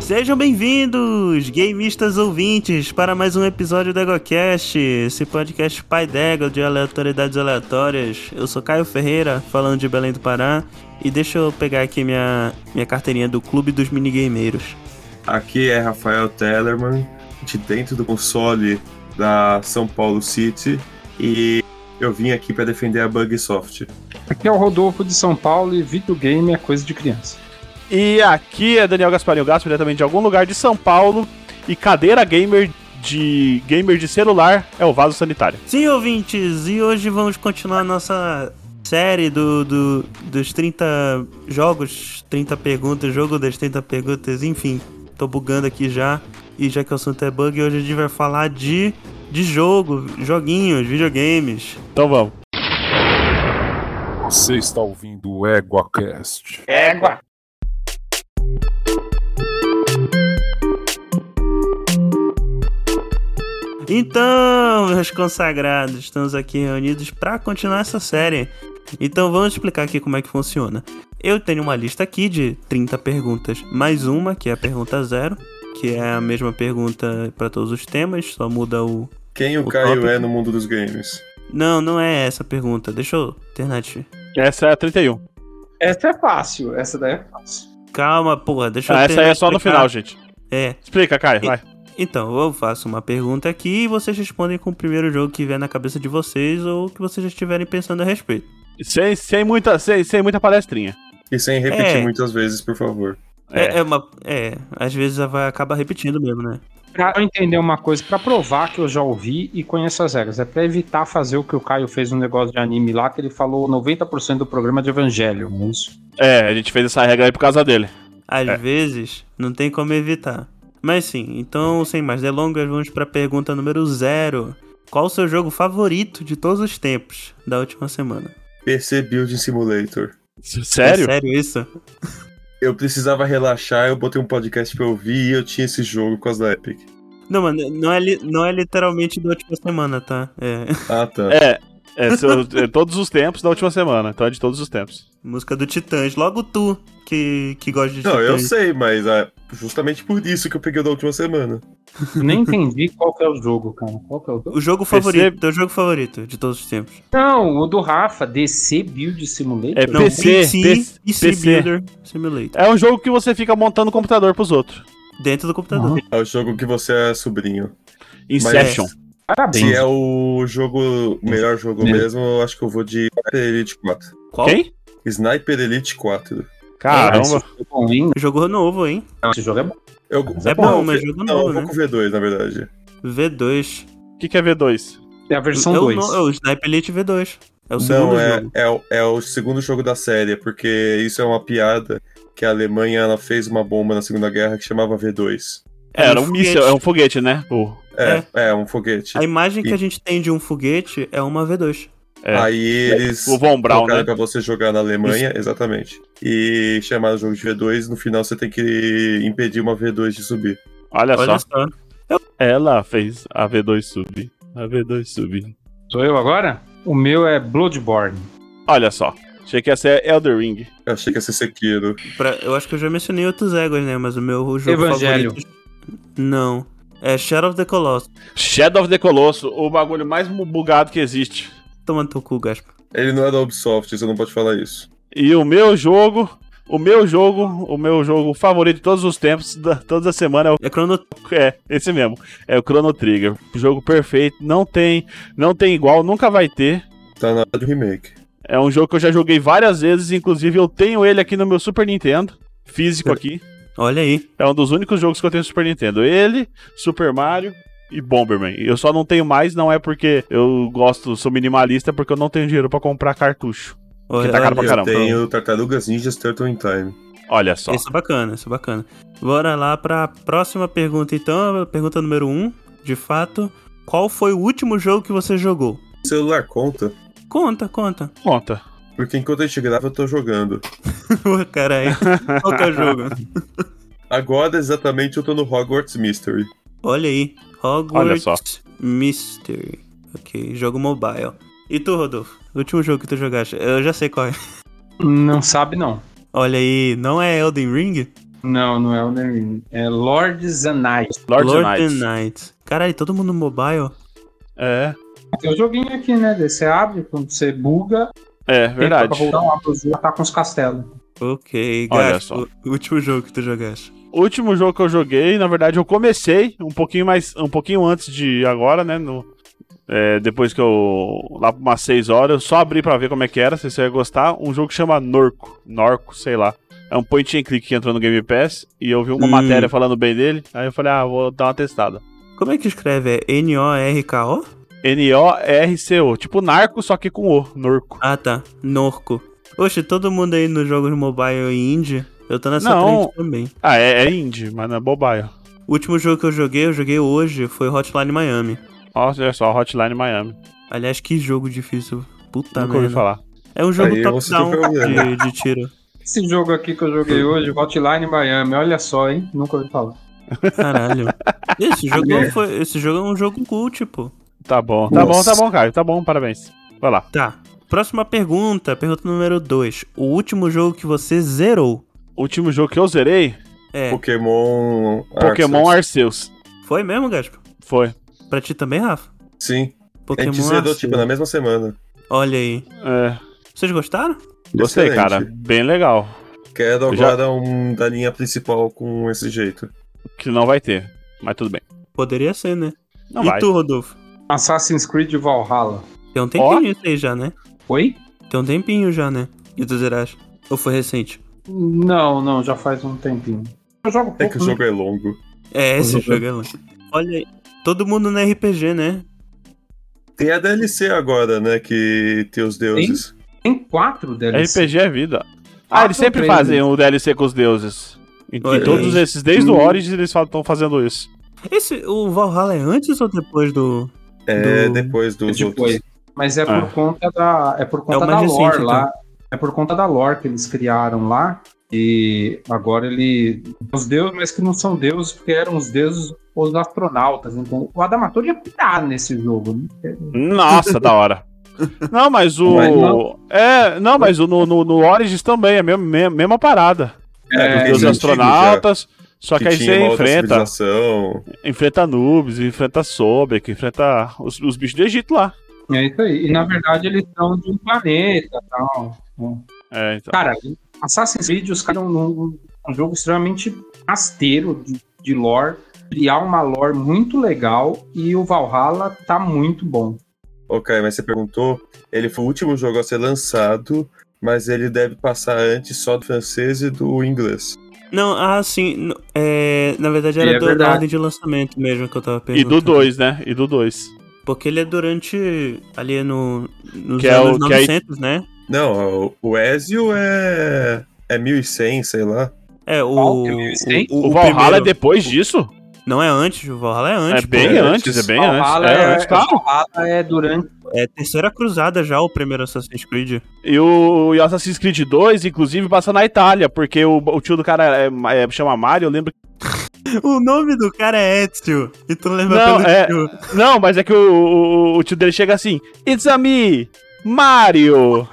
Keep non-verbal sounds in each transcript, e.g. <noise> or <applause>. Sejam bem-vindos, gameistas ouvintes, para mais um episódio do EgoCast, esse podcast pai d'ego de aleatoriedades aleatórias. Eu sou Caio Ferreira, falando de Belém do Pará, e deixa eu pegar aqui minha, minha carteirinha do Clube dos Minigameiros. Aqui é Rafael Tellerman, de dentro do console da São Paulo City, e eu vim aqui para defender a Bugsoft. Aqui é o Rodolfo de São Paulo e videogame é coisa de criança. E aqui é Daniel Gasparinho Gaspo, diretamente de algum lugar de São Paulo. E cadeira gamer de gamer de celular é o vaso sanitário. Sim, ouvintes, e hoje vamos continuar nossa série do, do- dos 30 jogos, 30 perguntas, jogo das 30 perguntas, enfim. Tô bugando aqui já, e já que o assunto é bug, hoje a gente vai falar de, de jogo, joguinhos, videogames. Então vamos. Você está ouvindo o EguaCast. Égua! Então, meus consagrados, estamos aqui reunidos para continuar essa série. Então vamos explicar aqui como é que funciona. Eu tenho uma lista aqui de 30 perguntas, mais uma, que é a pergunta zero, que é a mesma pergunta para todos os temas, só muda o. Quem o, O Caio tópico. é no mundo dos games? Não, não é essa a pergunta. Deixa eu terminar de. Essa é a 31. Essa é fácil, essa daí é fácil. Calma, porra, deixa eu Ah, essa aí terminar é de só no explicar. final, gente. É. Explica, Caio, vai. Então, eu faço uma pergunta aqui e vocês respondem com o primeiro jogo que vier na cabeça de vocês ou que vocês já estiverem pensando a respeito. Sem, sem, muita, sem, sem muita palestrinha. E sem repetir É. muitas vezes, por favor. É, é uma. É, às vezes vai acabar repetindo mesmo, né? Pra eu entender uma coisa, pra provar que eu já ouvi e conheço as regras, é pra evitar fazer o que o Caio fez no negócio de anime lá, que ele falou 90% do programa de evangelho, não é isso? É, a gente fez essa regra aí por causa dele. Às vezes, não tem como evitar. Mas sim, então, sem mais delongas, vamos para a pergunta número zero. Qual o seu jogo favorito de todos os tempos da última semana? PC Building Simulator. É Sério? sério isso? Eu precisava relaxar, eu botei um podcast pra ouvir e eu tinha esse jogo por causa da Epic. Não, mano, não é, li- não é literalmente da última semana, tá? É. <laughs> Ah, tá. É. É, seu- é todos os tempos da última semana. Então é de todos os tempos. Música do Titãs. Logo tu, que, que gosta de Não, eu Titãs. sei, mas ah, justamente por isso que eu peguei o da última semana. Nem entendi <laughs> qual que é o jogo, cara. Qual que é o jogo? O jogo favorito, teu jogo favorito de todos os tempos. Não, o do Rafa, DC Build Simulator. É Não, PC, PC, PC, e C Builder Simulator. É um jogo que você fica montando o computador pros outros. Dentro do computador. É o jogo que você é sobrinho. Inception. Parabéns. Se é o jogo, melhor jogo Meu. mesmo, eu acho que eu vou de Sniper Elite 4. Qual? Quem? Sniper Elite 4. Caramba. Esse jogo é bom, hein? Jogo novo, hein? Não, Esse jogo é bom. Eu, Mas É É bom, não, mas V- jogo não, novo, eu vou né? É com o V2, na verdade. V2. O que, que é V2? É a versão é o 2. no- é o Sniper Elite V2. É o segundo Não, é, jogo. é, o- é o segundo jogo da série, porque isso é uma piada que a Alemanha ela fez uma bomba na Segunda Guerra que chamava V2. É, era um foguete. míssil, é um foguete, né? O- É, é, um foguete. A imagem que E- a gente tem de um foguete é uma V2. é. Aí eles o Von Braun, colocaram né? pra você jogar na Alemanha, exatamente. E chamaram o jogo de V2, no final você tem que impedir uma V2 de subir. Olha, Olha É só. só. Ela fez a V2 sub. A V2 sub. Sou eu agora? O meu é Bloodborne. Olha só. Achei que ia ser Elder Ring. Eu achei que ia ser Sekiro. Pra- eu acho que eu já mencionei outros egos, né? Mas o meu jogo Evangelho. favorito. Não. É Shadow of the Colossus. Shadow of the Colossus, o bagulho mais bugado que existe. Toma no teu cu, Gaspa. Ele não é da Ubisoft, você não pode falar isso. E o meu jogo, o meu jogo, o meu jogo favorito de todos os tempos, da, toda semana é, É Chrono. o- é esse mesmo. É o Chrono Trigger. Jogo perfeito, não tem, não tem igual, nunca vai ter. Tá na hora do remake. É um jogo que eu já joguei várias vezes, inclusive eu tenho ele aqui no meu Super Nintendo, É. físico aqui. Olha aí. É um dos únicos jogos que eu tenho no Super Nintendo. Ele, Super Mario e Bomberman. Eu só não tenho mais, não é porque eu gosto, sou minimalista, é porque eu não tenho dinheiro pra comprar cartucho. Olha, tá caro pra olha- Eu caramba. tenho Tartarugas Ninjas Turtle in Time. Olha só. Isso é bacana, isso é bacana. Bora lá pra próxima pergunta, então. a Pergunta número 1, um, de fato. Qual foi o último jogo que você jogou? O celular conta? Conta, conta. Conta. Porque enquanto a gente grava, eu tô jogando. Pô, Caralho. Qual que é o jogo? Agora, exatamente, eu tô no Hogwarts Mystery. Olha aí. Hogwarts Olha só. Mystery. Ok, jogo mobile. E tu, Rodolfo? Último jogo que tu jogaste? Eu já sei qual é. Não sabe, não. Olha aí, não é Elden Ring? Não, não é o Nermin. É Lord Zanai. Lords and Lord and Knights. Knights. Caralho, todo mundo no mobile. É, Tem um joguinho aqui, né? Daí Você abre, quando você buga, é pra verdade. voltar lá pro jogo, tá com os castelos. Ok, Olha Gasto. só. o Último jogo que tu jogaste. O último jogo que eu joguei, na verdade, eu comecei um pouquinho mais, um pouquinho antes de agora, né? no- é, depois que eu lá por umas 6 horas, eu só abri pra ver como é que era, se você ia gostar. Um jogo que chama Norco, Norco, sei lá. É um point and click que entrou no Game Pass e eu vi uma Hum. matéria falando bem dele. Aí eu falei, ah, vou dar uma testada. Como é que escreve? É N-O-R-K-O? N-O-R-C-O, tipo Narco, só que com O, Norco. Ah, tá. Norco. Oxe, todo mundo aí nos jogos mobile e indie. Eu tô nessa Não. frente também. Ah, é, é indie, mas não é bobagem. O último jogo que eu joguei, eu joguei hoje, foi Hotline Miami. Nossa, olha só, Hotline Miami. Aliás, que jogo difícil. Puta Nunca ouvi merda. falar. É um jogo Aí você top-down tem problema. de, de tiro. Esse jogo aqui que eu joguei hoje, Hotline Miami, olha só, hein? Nunca ouvi falar. Caralho. Esse jogo, não foi, esse jogo é um jogo cult, pô. Tá bom, tá Nossa. bom, tá bom, Caio. Tá bom, parabéns. Vai lá. Tá. Próxima pergunta, pergunta número 2. O último jogo que você zerou. O último jogo que eu zerei, É, Pokémon. Pokémon Arceus. Arceus. foi mesmo, Gaspo? Foi. Pra ti também, Rafa? Sim. a gente Pokémon zerou, Arceus. tipo, na mesma semana. Olha aí. É, Vocês gostaram? gostei, Excelente. cara. Bem legal. Quero Eu já- agora um da linha principal com esse jeito. Que não vai ter, mas tudo bem. Poderia ser, né? Não e vai. tu, Rodolfo? Assassin's Creed Valhalla. Tem um tempinho isso aí já, né? Oi? Tem um tempinho já, né? E tu zeraste? Ou foi recente? Não, não, já faz um tempinho. Eu jogo pouco, É que o Uhum. né? jogo é longo. É, esse jogo é longe. Olha aí. Todo mundo no RPG, né? Tem a DLC agora, né? Que tem os deuses. Tem quatro deles. RPG é vida. Quatro Ah, eles sempre ou três, fazem o DLC com os deuses. Em, em Olha todos aí. esses, desde o Origins, eles estão fazendo isso. Esse, o Valhalla é antes ou depois do... É Do- depois dos outros. Depois. tipo Mas é Ah. por conta da, é por conta o mais da lore recente, lá. É por conta da lore que eles criaram lá. E agora ele. Os deuses, mas que não são deuses, porque eram os deuses os astronautas. Então o Adamator ia pirar nesse jogo. né? Nossa, da hora. Não, mas o. Mas não. É, não, mas o, no, no, no Origins também, é a mesma, mesma, mesma parada. É, É, porque Os antigos astronautas. Só que, aí tinha você uma outra enfrenta. civilização. Enfrenta Nubes, enfrenta Sobek, enfrenta os, os bichos do Egito lá. é isso aí. E na verdade eles são de um planeta e tal. É, então. Cara, Assassin's Creed, os caras num, num- um jogo extremamente rasteiro de, de lore, criar uma lore muito legal e o Valhalla tá muito bom. Ok, mas você perguntou. Ele foi o último jogo a ser lançado, mas ele deve passar antes só do francês e do inglês. Não, ah, sim. n- é, na verdade É era do, verdade. na ordem de lançamento mesmo que eu tava E perguntando. do 2, né? E do 2. Porque ele é durante. ali é no. nos Que é anos o- que é- 900, né? Não, é o- o Ezio é. É 1100, sei lá. É, o. Qual que é o Sim. O, Valhalla é primeiro- depois disso? Não é antes, o Valhalla é antes. é bem pô. antes, é bem antes. Valhalla É, antes, claro. Valhalla é durante. É terceira cruzada já, o primeiro Assassin's Creed. E o, e o Assassin's Creed 2, inclusive, passa na Itália, porque o, o tio do cara é, é- chama Mario, eu lembro. O nome do cara é Ezio. E tu lembra Não, pelo é- tio. que- Não, mas é que o, o- o tio dele chega assim: It's a me! Mario!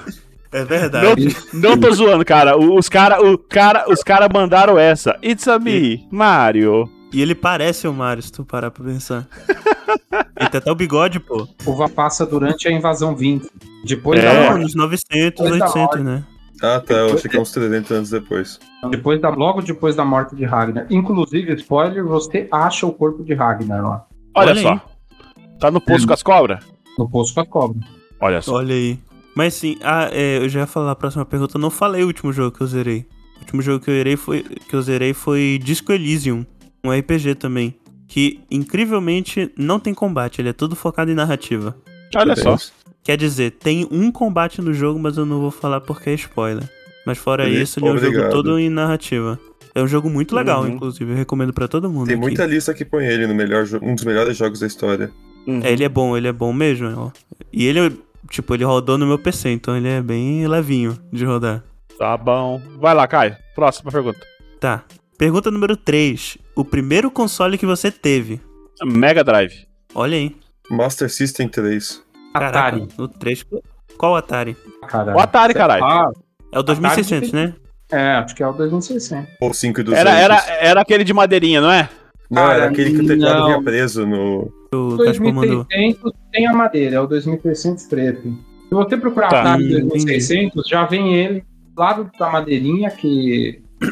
É verdade. Não, não tô zoando, cara. O- Os cara, o cara, os cara mandaram essa. It's a me, Mario. E ele parece o Mario, se tu parar pra <laughs> pensar. ele tem até o bigode, pô. O Valhalla passa durante a invasão viking. Depois, É. da Não, morte, nos 900, Coisa 800, né? Ah, tá. Eu achei que é uns 300 anos depois. depois da, logo depois da morte de Ragnar. Inclusive, spoiler, você acha o corpo de Ragnar lá. Olha, Olha aí. só. Tá no poço com as cobras? No poço com a cobra. Olha só. Olha aí. Mas sim, ah, é, eu já ia falar a próxima pergunta. Eu não falei o último jogo que eu zerei. O último jogo que eu zerei foi, que eu zerei foi Disco Elysium, um RPG também. Que incrivelmente não tem combate, ele é tudo focado em narrativa. Olha só. Quer dizer, tem um combate no jogo, mas eu não vou falar porque é spoiler. Mas fora Beleza, isso, ele é um obrigado. jogo todo em narrativa. É um jogo muito legal, Uhum. inclusive. Eu recomendo pra todo mundo. Tem aqui. muita lista que põe ele no melhor jo- um dos melhores jogos da história. É, ele é bom, ele é bom mesmo. ó. E ele, tipo, ele rodou no meu PC, então ele é bem levinho de rodar. Tá bom. Vai lá, Caio. Próxima pergunta. Tá. Pergunta número 3. O primeiro console que você teve? Mega Drive. Olha aí. Master System 3. Caraca, Atari. no 3. Qual Atari? Cara. O Atari, caralho. Ah, É o 2600, né? É, acho que é o 2600. Ou 5 dos Era, era, era aquele de madeirinha, não é? Não, era aquele que o teclado Não. vinha preso no. O Casco mandou. 2300 tem a madeira, é o 2300 preto. Se você procurar Tá. a TAB Hum, 2600, já vem ele do lado da madeirinha, que é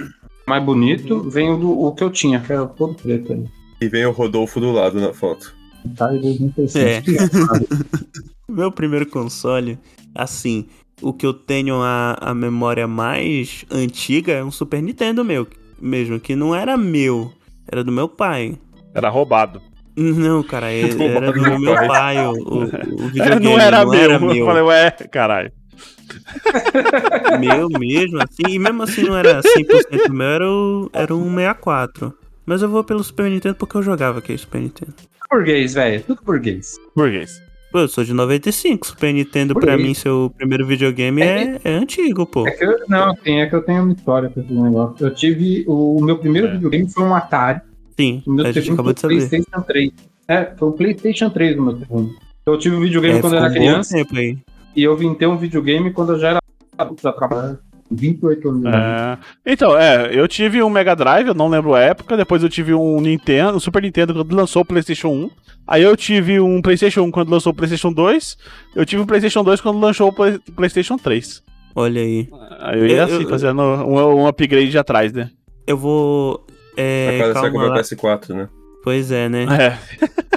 mais bonito, vem o, do- o que eu tinha, que era todo preto ali. E vem o Rodolfo do lado na foto. TAB 2600. É. que é. Meu primeiro console, assim, o que eu tenho a, a memória mais antiga é um Super Nintendo meu, mesmo, que não era meu, era do meu pai. Era <laughs> roubado. Não, cara, é- era Roubado do do meu pai. pai, o, o, o videogame. <laughs> não era meu. Era Eu meu. falei, ué, caralho. meu mesmo, assim, e mesmo assim não era 100% meu, era, o, era um 64. Mas eu vou pelo Super Nintendo porque eu jogava aquele Super Nintendo. burguês, velho, tudo burguês. Burguês. Pô, eu sou de 95, Super Nintendo Por pra aí. mim, seu primeiro videogame é, é antigo, pô. É que eu, não, tem, é que eu tenho uma história com esse negócio. Eu tive, o, meu primeiro É. videogame foi um Atari, Sim, o meu a gente segundo acabou foi de o saber. PlayStation 3. É, foi o PlayStation 3 o meu segundo. Então eu tive um videogame É, quando ficou eu era um bom criança. tempo aí. E eu vim ter um videogame quando eu já era adulto, já trabalhava 28 anos. É. Então, é, eu tive um Mega Drive, eu não lembro a época. Depois eu tive um Nintendo, um Super Nintendo quando lançou o PlayStation 1. Aí eu tive um PlayStation 1 quando lançou o PlayStation 2. Eu tive um PlayStation 2 quando lançou o Play- PlayStation 3. Olha aí. Aí eu ia Eu- assim, eu- fazendo um, um upgrade de atrás, né? Eu vou. É, Agora você calma comprou lá. o PS4, né? Pois é, né? É.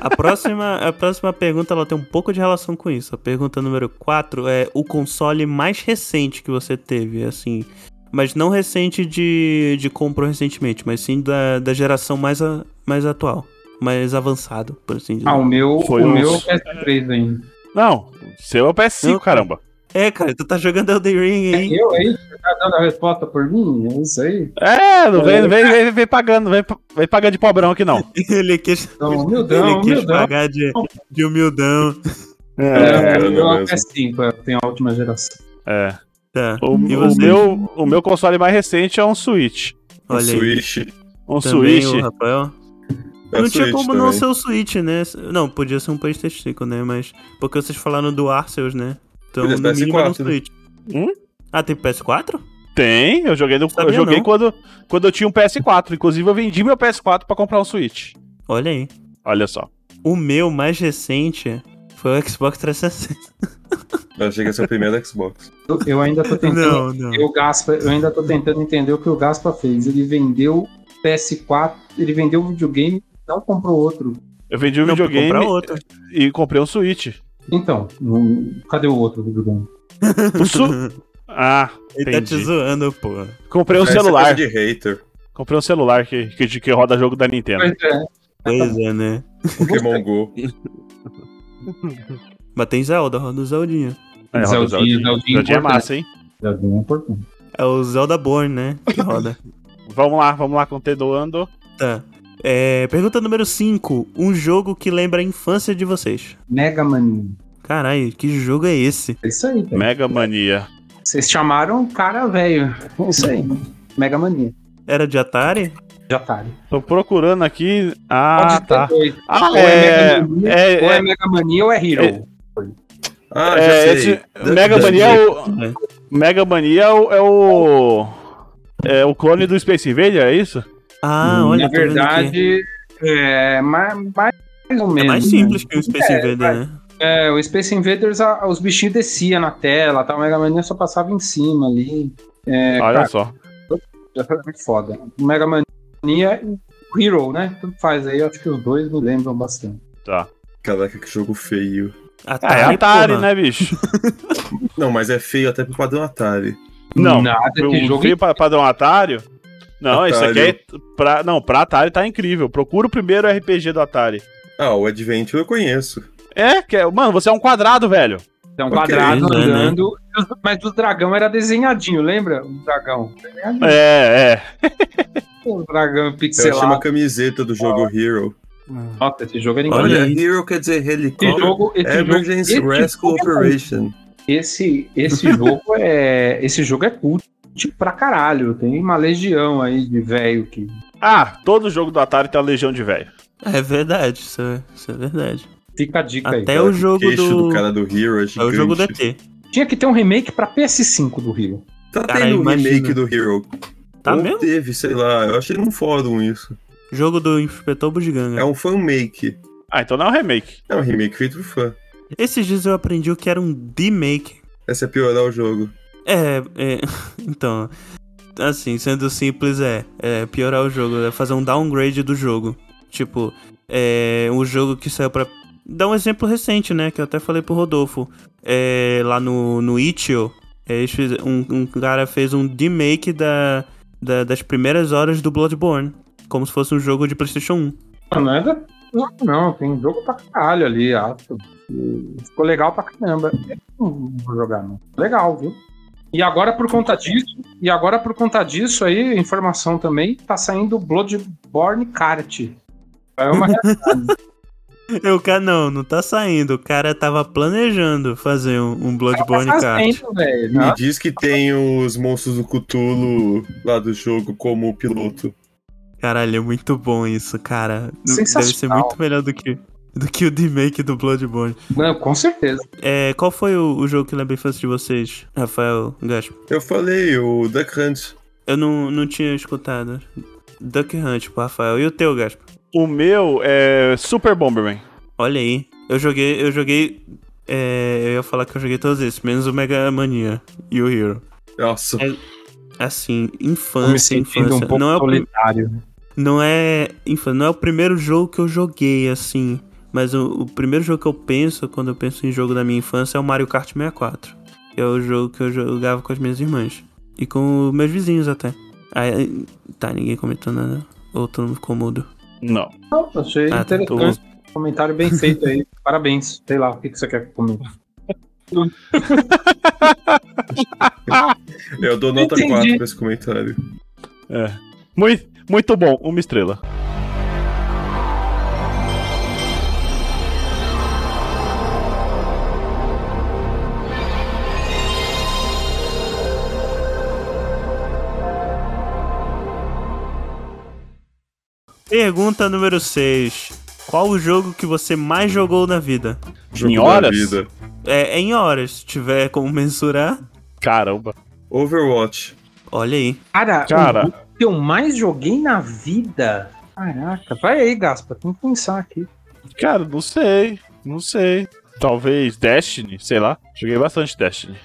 A próxima, a próxima pergunta ela tem um pouco de relação com isso. A pergunta número 4 é o console mais recente que você teve, assim. Mas não recente de, de compra recentemente, mas sim da, da geração mais, a, mais atual. Mais avançado, por assim dizer. Ah, o meu, Foi o uns- meu é PS3 ainda. Não, seu é o PS5, Não. caramba. É, cara, tu tá jogando Elden Ring É aí. eu aí? Você tá dando a resposta por mim? É isso aí? É, não vem, vem, vem, vem pagando, vem, vem pagando de pobrão aqui não. Ele quis, Então, ele humildão, quis humildão. pagar de, de humildão. É, É, o meu não é mesmo. PS5, eu tenho a última geração. É. Tá. O, E o você? meu, o meu console mais recente é um Switch. O Olha aí. Switch. Um Também, o Switch. Rafael. É o não tinha Switch como não também. ser o Switch, né? Não, podia ser um PlayStation 5, né? Mas. Porque vocês falaram do Arceus, né? Então, Podia no ser mínimo era um PS4, né? Switch. Hum? Ah, tem PS4? Tem, eu joguei no, Sabia eu joguei não. quando, quando eu tinha um PS4. Inclusive, eu vendi meu PS4 pra comprar um Switch. Olha aí. Olha só. O meu mais recente foi o Xbox <laughs> 360. Eu achei que ia ser o primeiro Xbox. Eu, eu ainda tô Não, tentando. não. Eu, Gaspa, eu ainda tô tentando entender o que o Gaspa fez. Ele vendeu PS4, ele vendeu o videogame, não comprou outro. Eu vendi um Não, pra videogame comprar outro. e comprei <laughs> um Switch. Então, não- cadê o outro videogame? O su... Ah, Ele tá te entendi. zoando, pô. Comprei um Essa é coisa celular. de hater. Comprei um celular que, que, que roda jogo da Nintendo. Pois é, Pois é, né? Pokémon Go. Mas tem Zelda, roda o Zeldinha. É, roda Zeldinha, Zeldinha. Zeldinha Zeldinha é importante. massa, hein? videogame é importante. É o Zelda Born, né? Que roda. <laughs> Vamos lá, vamos lá, continuando. tá. É, pergunta número 5. Um jogo que lembra a infância de vocês. Mega Mania. Caralho, que jogo é esse? É isso aí, cara. Mega Mania. Vocês chamaram o cara velho. É isso aí. Mega Mania. Era de Atari? De Atari. Tô procurando aqui. Ah, Pode ter tá. dois. Ah, Ou é. Mega Mania, É, ou é, é Mega Mania ou é Hero. é- Ah, já é, sei. esse- Mega da- Mania é o. É. Mega Mania é o. É o, é o clone do Space Invader, é isso? Ah, olha, Na tô vendo aqui. verdade, é ma- mais, ou menos. É mais simples que o Space É, Invader, né? É, o Space Invaders, a- os bichinhos desciam na tela, tá? o Mega Mania só passava em cima ali. É, Olha cara, só. já foi muito foda. O Mega Mania e o Hero, né? Tudo faz aí, eu acho que os dois me lembram bastante. Tá. Caraca, que jogo feio. Ah, é Atari, Atari, porra. né, bicho? Não, mas é feio até pro padrão Atari. Não, Nada, esse o jogo filho pa- padrão um Atari. Não, isso aqui Atari. é. Pra, não, pra Atari tá incrível. Procura o primeiro RPG do Atari. Ah, o Adventure eu conheço. É, que é- mano, você é um quadrado, velho. É um Ok, quadrado né, andando, mas o dragão era desenhadinho, lembra? O dragão. É, é. O dragão Eu achei uma pixelado. camiseta do jogo Hero. Nossa, esse jogo é Olha incrível. Olha, aí. Hero quer dizer Esse helicóptero. jogo, esse Emergency jogo, esse Rescue jogo é- Operation. Esse, esse jogo é, esse jogo é cult pra caralho. Tem uma legião aí de velho que Ah, todo jogo do Atari tem uma legião de velho. É verdade, isso é, isso é verdade. fica a dica aí. Até É o jogo É queixo do... do... cara do Hero é gigante. É o jogo do ET. Tinha que ter um remake pra PS5 do Rio. Tá Cara, tendo um imagina. remake do Hero. Tá Ou mesmo? teve, sei lá, eu achei num fórum isso. Jogo do né? Inspetor É Bugiganga. um fanmake. Ah, então não é um remake. É um remake feito por fã. Esses dias eu aprendi o que era um D-Make. Essa é piorar o jogo. É, é. <laughs> Então. Assim, sendo simples, é, é piorar o jogo, é fazer um downgrade do jogo. Tipo, é. Um jogo que saiu pra. Dá um exemplo recente, né? Que eu até falei pro Rodolfo. É, lá no, no Itch.io, é, eles fiz- um, um cara fez um remake da, da- das primeiras horas do Bloodborne. Como se fosse um jogo de PlayStation 1. Não, não é da... não, não, tem jogo pra caralho ali, acho. E Ficou legal pra caramba. Eu não vou jogar, não. Legal, viu? E agora por conta disso, e agora por conta disso aí, informação também, tá saindo o Bloodborne Kart. <laughs> É uma O cara não, não tá saindo. O cara tava planejando fazer um, um Bloodborne tá Kart. saindo, velho. Me Não, diz que tem os monstros do Cthulhu lá do jogo como piloto. Caralho, é muito bom isso, cara. Deve ser Sensacional. muito melhor do que, do que o remake do Bloodborne. não, com certeza. É, qual foi o, o jogo que lembra a infância de vocês, Rafael Gaspo? Eu falei, o Duck Hunt. Eu não, não tinha escutado. Duck Hunt pro Rafael. E o teu, Gaspo? O meu é Super Bomberman. Olha aí. Eu joguei. Eu joguei. é, eu ia falar que eu joguei todos esses, menos o Mega Mania e o Hero. Nossa, É, Assim, Tô me infância, sentindo infância. um pouco não é o prim- solitário. Não é. Enfim, não é o primeiro jogo que eu joguei, assim. Mas o, o primeiro jogo que eu penso quando eu penso em jogo da minha infância é o Mario Kart 64. Que é o jogo que eu jogava com as minhas irmãs. E com meus vizinhos até. Aí, tá, ninguém comentou nada. Ou todo mundo ficou mudo. Não. Não, achei Ah, tá, tô bom. interessante. Comentário bem feito aí. Parabéns. Sei lá, o que, que você quer comigo? eu dou nota Entendi. 4 pra esse comentário. É. Muito, muito bom, uma estrela. Pergunta número 6. Qual o jogo que você mais jogou na vida? Jogo Em da horas? vida. É, é em horas, se tiver como mensurar. Caramba. Overwatch. Olha aí. Cara, Cara. o jogo que eu mais joguei na vida. Caraca, vai aí, Gaspa, tem que pensar aqui. Cara, não sei. Não sei. Talvez Destiny, sei lá. Joguei bastante Destiny.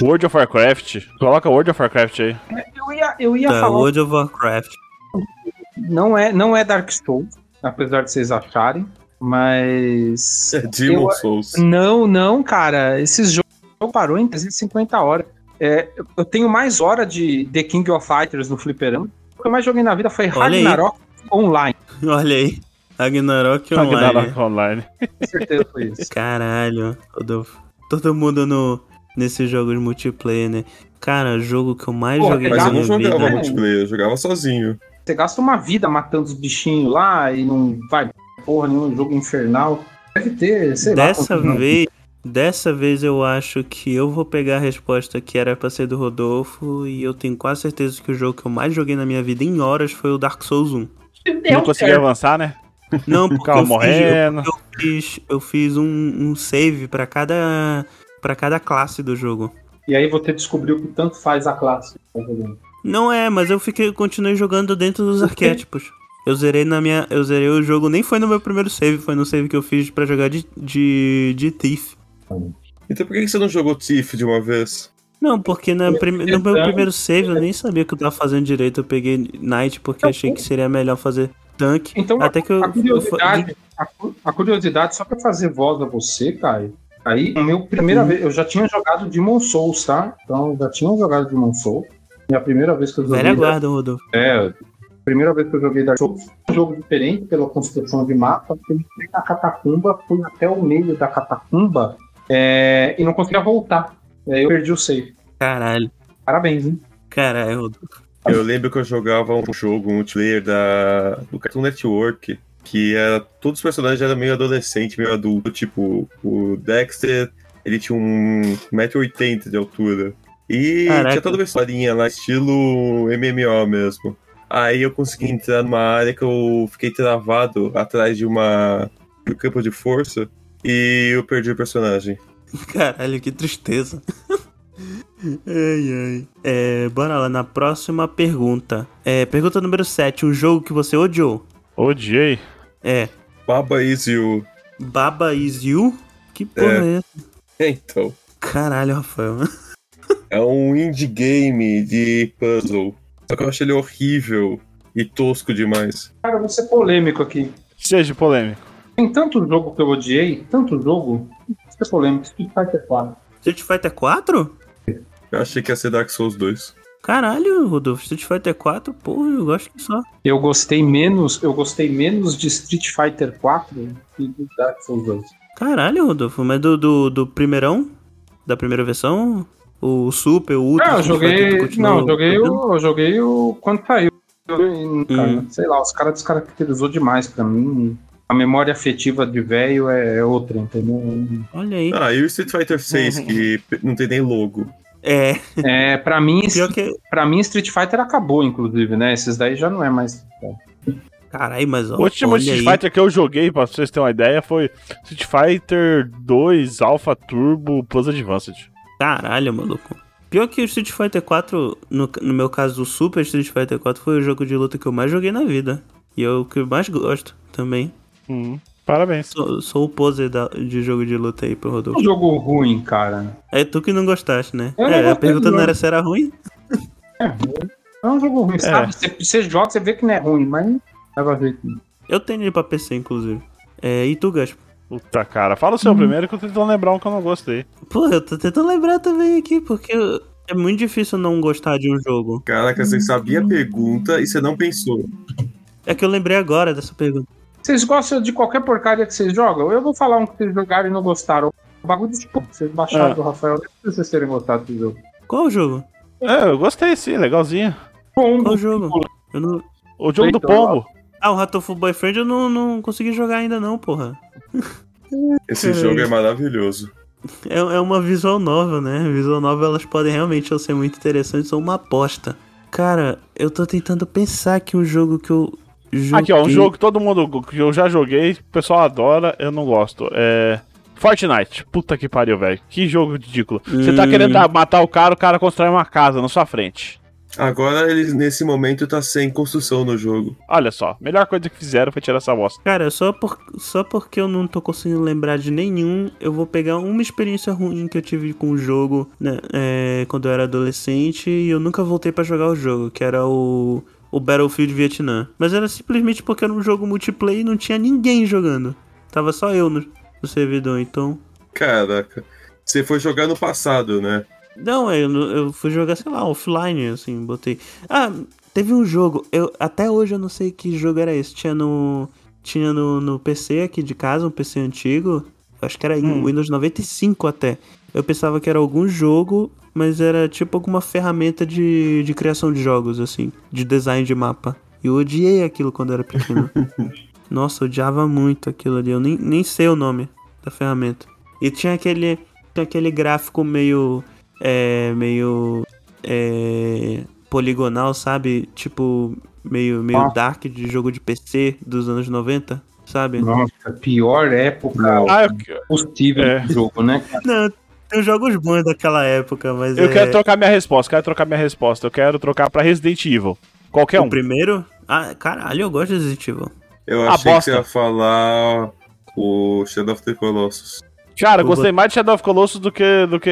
World of Warcraft. Coloca World of Warcraft aí. Eu ia, eu ia Tá, falar, World of Warcraft. <laughs> não é, não é Dark Souls, apesar de vocês acharem, mas <laughs> É Demon Souls. não, não, cara, esses jogos parou em 350 horas. É, eu- eu tenho mais hora de The King of Fighters no fliperama. O que eu mais joguei na vida foi Olha aí. Ragnarok online, Olha aí. Ragnarok Online. Ragnarok Online. com certeza foi isso. Caralho, Rodolfo. Todo mundo no, nesses jogos multiplayer, né? Cara, o jogo que eu mais Pô, um joguei Mas na eu não minha é jogava vida. multiplayer, eu jogava sozinho. Você gasta uma vida matando os bichinhos lá e não vai porra nenhum jogo infernal. Deve ter, sei Dessa lá. quanto- vez, dessa vez eu acho que eu vou pegar a resposta que era pra ser do Rodolfo e eu tenho quase certeza que o jogo que eu mais joguei na minha vida em horas foi o Dark Souls 1. não consegui avançar, né? Não, porque Ficava eu fiz, morrendo. eu fiz, eu fiz um, um save pra cada para cada classe do jogo. E aí você descobriu que tanto faz a classe. tá Não é, mas eu fiquei, eu continuei jogando dentro dos arquétipos. Eu zerei na minha, eu zerei o jogo, nem foi no meu primeiro save, foi no save que eu fiz pra jogar de de, de Thief. Então por que que você não jogou Thief de uma vez? Não, porque Então, na prim- no meu primeiro save é. eu nem sabia o que eu tava fazendo direito. Eu peguei Knight porque achei que seria melhor fazer tanque. Então, Até que eu, a eu fa- curiosidade, a, cu- a curiosidade, só pra fazer voz a você, Caio. Aí, a minha Uhum. primeira vez, eu já tinha jogado Demon Souls, tá? Então, eu já tinha jogado Demon Souls. E a primeira vez que eu joguei. Velha guarda, Rodolfo. É, primeira vez que eu joguei Dark Souls, um jogo diferente pela construção de mapa, eu entrei na catacumba, fui até o meio da catacumba é, e não conseguia voltar. E aí eu perdi o save. Caralho. Parabéns, hein? Caralho, Rodolfo. <laughs> Eu lembro que eu jogava um jogo multiplayer da, do Cartoon Network, que era, todos os personagens eram meio adolescente, meio adulto. Tipo, o Dexter, ele tinha um 1,80m de altura. E Caraca. tinha toda uma historinha lá, estilo MMO mesmo. Aí eu consegui entrar numa área que eu fiquei travado atrás de uma de um campo de força e eu perdi o personagem. <laughs> Caralho, que tristeza. Ai, ai. É, bora lá, na próxima pergunta. É, pergunta número 7. Um jogo que você odiou? Odiei. É. Baba Izio. Baba Is You? Que porra é, essa? <laughs> Então, Caralho, Rafael. <laughs> é um indie game de puzzle. Só que eu acho ele horrível e tosco demais. Cara, eu vou ser polêmico aqui. Seja polêmico. Tem tanto jogo que eu odiei, tanto jogo, vou ser polêmico, Street Fighter 4. Street Fighter 4? Eu achei que ia ser Dark Souls 2. Caralho, Rodolfo. Street Fighter 4, porra, eu gosto que só. Eu gostei menos, eu gostei menos de Street Fighter 4 que do Dark Souls 2. Caralho, Rodolfo. Mas do, do, do primeirão? Da primeira versão? O Super, o Ultra? Não, eu Street Fighter, joguei. continua Não, eu joguei jogando? o. Eu joguei o. Quando saiu. Eu- cara, Hum. Sei lá, os caras descaracterizou demais pra mim. A memória afetiva de velho é outra, entendeu? Olha aí. Ah, e o Street Fighter 6, que p- não tem nem logo. É, É, pra mim, <laughs> pior que. pra mim, Street Fighter acabou, inclusive, né? Esses daí já não é mais. Caralho, mas ó. Então, O último olha Street aí. Fighter que eu joguei, pra vocês terem uma ideia, foi Street Fighter 2 Alpha Turbo Plus Advanced. Caralho, maluco. Pior que o Street Fighter 4, no, no meu caso, o Super Street Fighter 4 foi o jogo de luta que eu mais joguei na vida. E é o que eu mais gosto também. Uhum. Parabéns. Sou, sou o pose da- de jogo de luta aí pro É um Rodolfo. jogo ruim, cara. É tu que não gostaste, né? Eu não é, a gostei pergunta do não jogo. era se era ruim? É um jogo ruim, sabe? Você, você joga, você vê que não é ruim, mas não leva jeito. Eu tenho ele pra PC, inclusive. É, e tu, Gaspo? Puta cara, fala o seu primeiro que eu tô tentando lembrar um que eu não gostei. Porra, eu tô tentando lembrar também aqui, porque eu- é muito difícil não gostar de um jogo. Caraca, você sabia a pergunta e você não pensou. É que eu lembrei agora dessa pergunta. Vocês gostam de qualquer porcaria que vocês jogam? Eu vou falar um que vocês jogaram e não gostaram. O bagulho de tipo, vocês baixaram Ah. do Rafael, não precisa vocês terem gostado do jogo. Qual o jogo? É, eu gostei sim, legalzinho. Qual o Pombo. jogo? Eu não... O jogo do Então, pombo. Ah, o Ratoful Boyfriend eu não, não consegui jogar ainda não, porra. Esse jogo é maravilhoso. É, é uma visual novel, né? Visual novel elas podem realmente ser muito interessantes são uma aposta. Cara, eu tô tentando pensar aqui um jogo que eu joguei. Aqui ó, um jogo que todo mundo, que eu já joguei, o pessoal adora, eu não gosto. É... Fortnite. Puta que pariu, velho. Que jogo ridículo. Você tá Hum. querendo dar- matar o cara, o cara constrói uma casa na sua frente. Agora ele, nesse momento, tá sem construção no jogo. Olha só, melhor coisa que fizeram foi tirar essa bosta. Cara, só, por, só porque eu não tô conseguindo lembrar de nenhum, eu vou pegar uma experiência ruim que eu tive com o jogo né, é, quando eu era adolescente e eu nunca voltei pra jogar o jogo, que era o, o Battlefield Vietnã. Mas era simplesmente porque era um jogo multiplayer e não tinha ninguém jogando. Tava só eu no, no servidor, então. Caraca. Você foi jogar no passado, né? Não, eu, não- eu fui jogar, sei lá, offline, assim, botei. Ah, teve um jogo, eu, até hoje eu não sei que jogo era esse. Tinha no. Tinha no, no PC aqui de casa, um PC antigo. Acho que era Hum. Windows 95 até. Eu pensava que era algum jogo, mas era tipo alguma ferramenta de, de criação de jogos, assim, de design de mapa. E eu odiei aquilo quando eu era pequeno. Nossa, eu odiava muito aquilo ali. Eu nem, nem sei o nome da ferramenta. E tinha aquele, tinha aquele gráfico meio é, meio é, poligonal, sabe? Tipo, meio, meio Ah. dark de jogo de PC dos anos 90, sabe? Nossa, pior época Ah, eu, possível É. do jogo, né? Não, tem jogos bons daquela época, mas eu é... quero trocar minha resposta, quero trocar minha resposta. Eu quero trocar pra Resident Evil. Qualquer o um. primeiro... Ah, caralho, eu gosto de Resident Evil. Eu Ah, achei que bosta. você ia falar o Shadow of the Colossus. Cara, eu Vou gostei mais de Shadow of Colossus do que, do que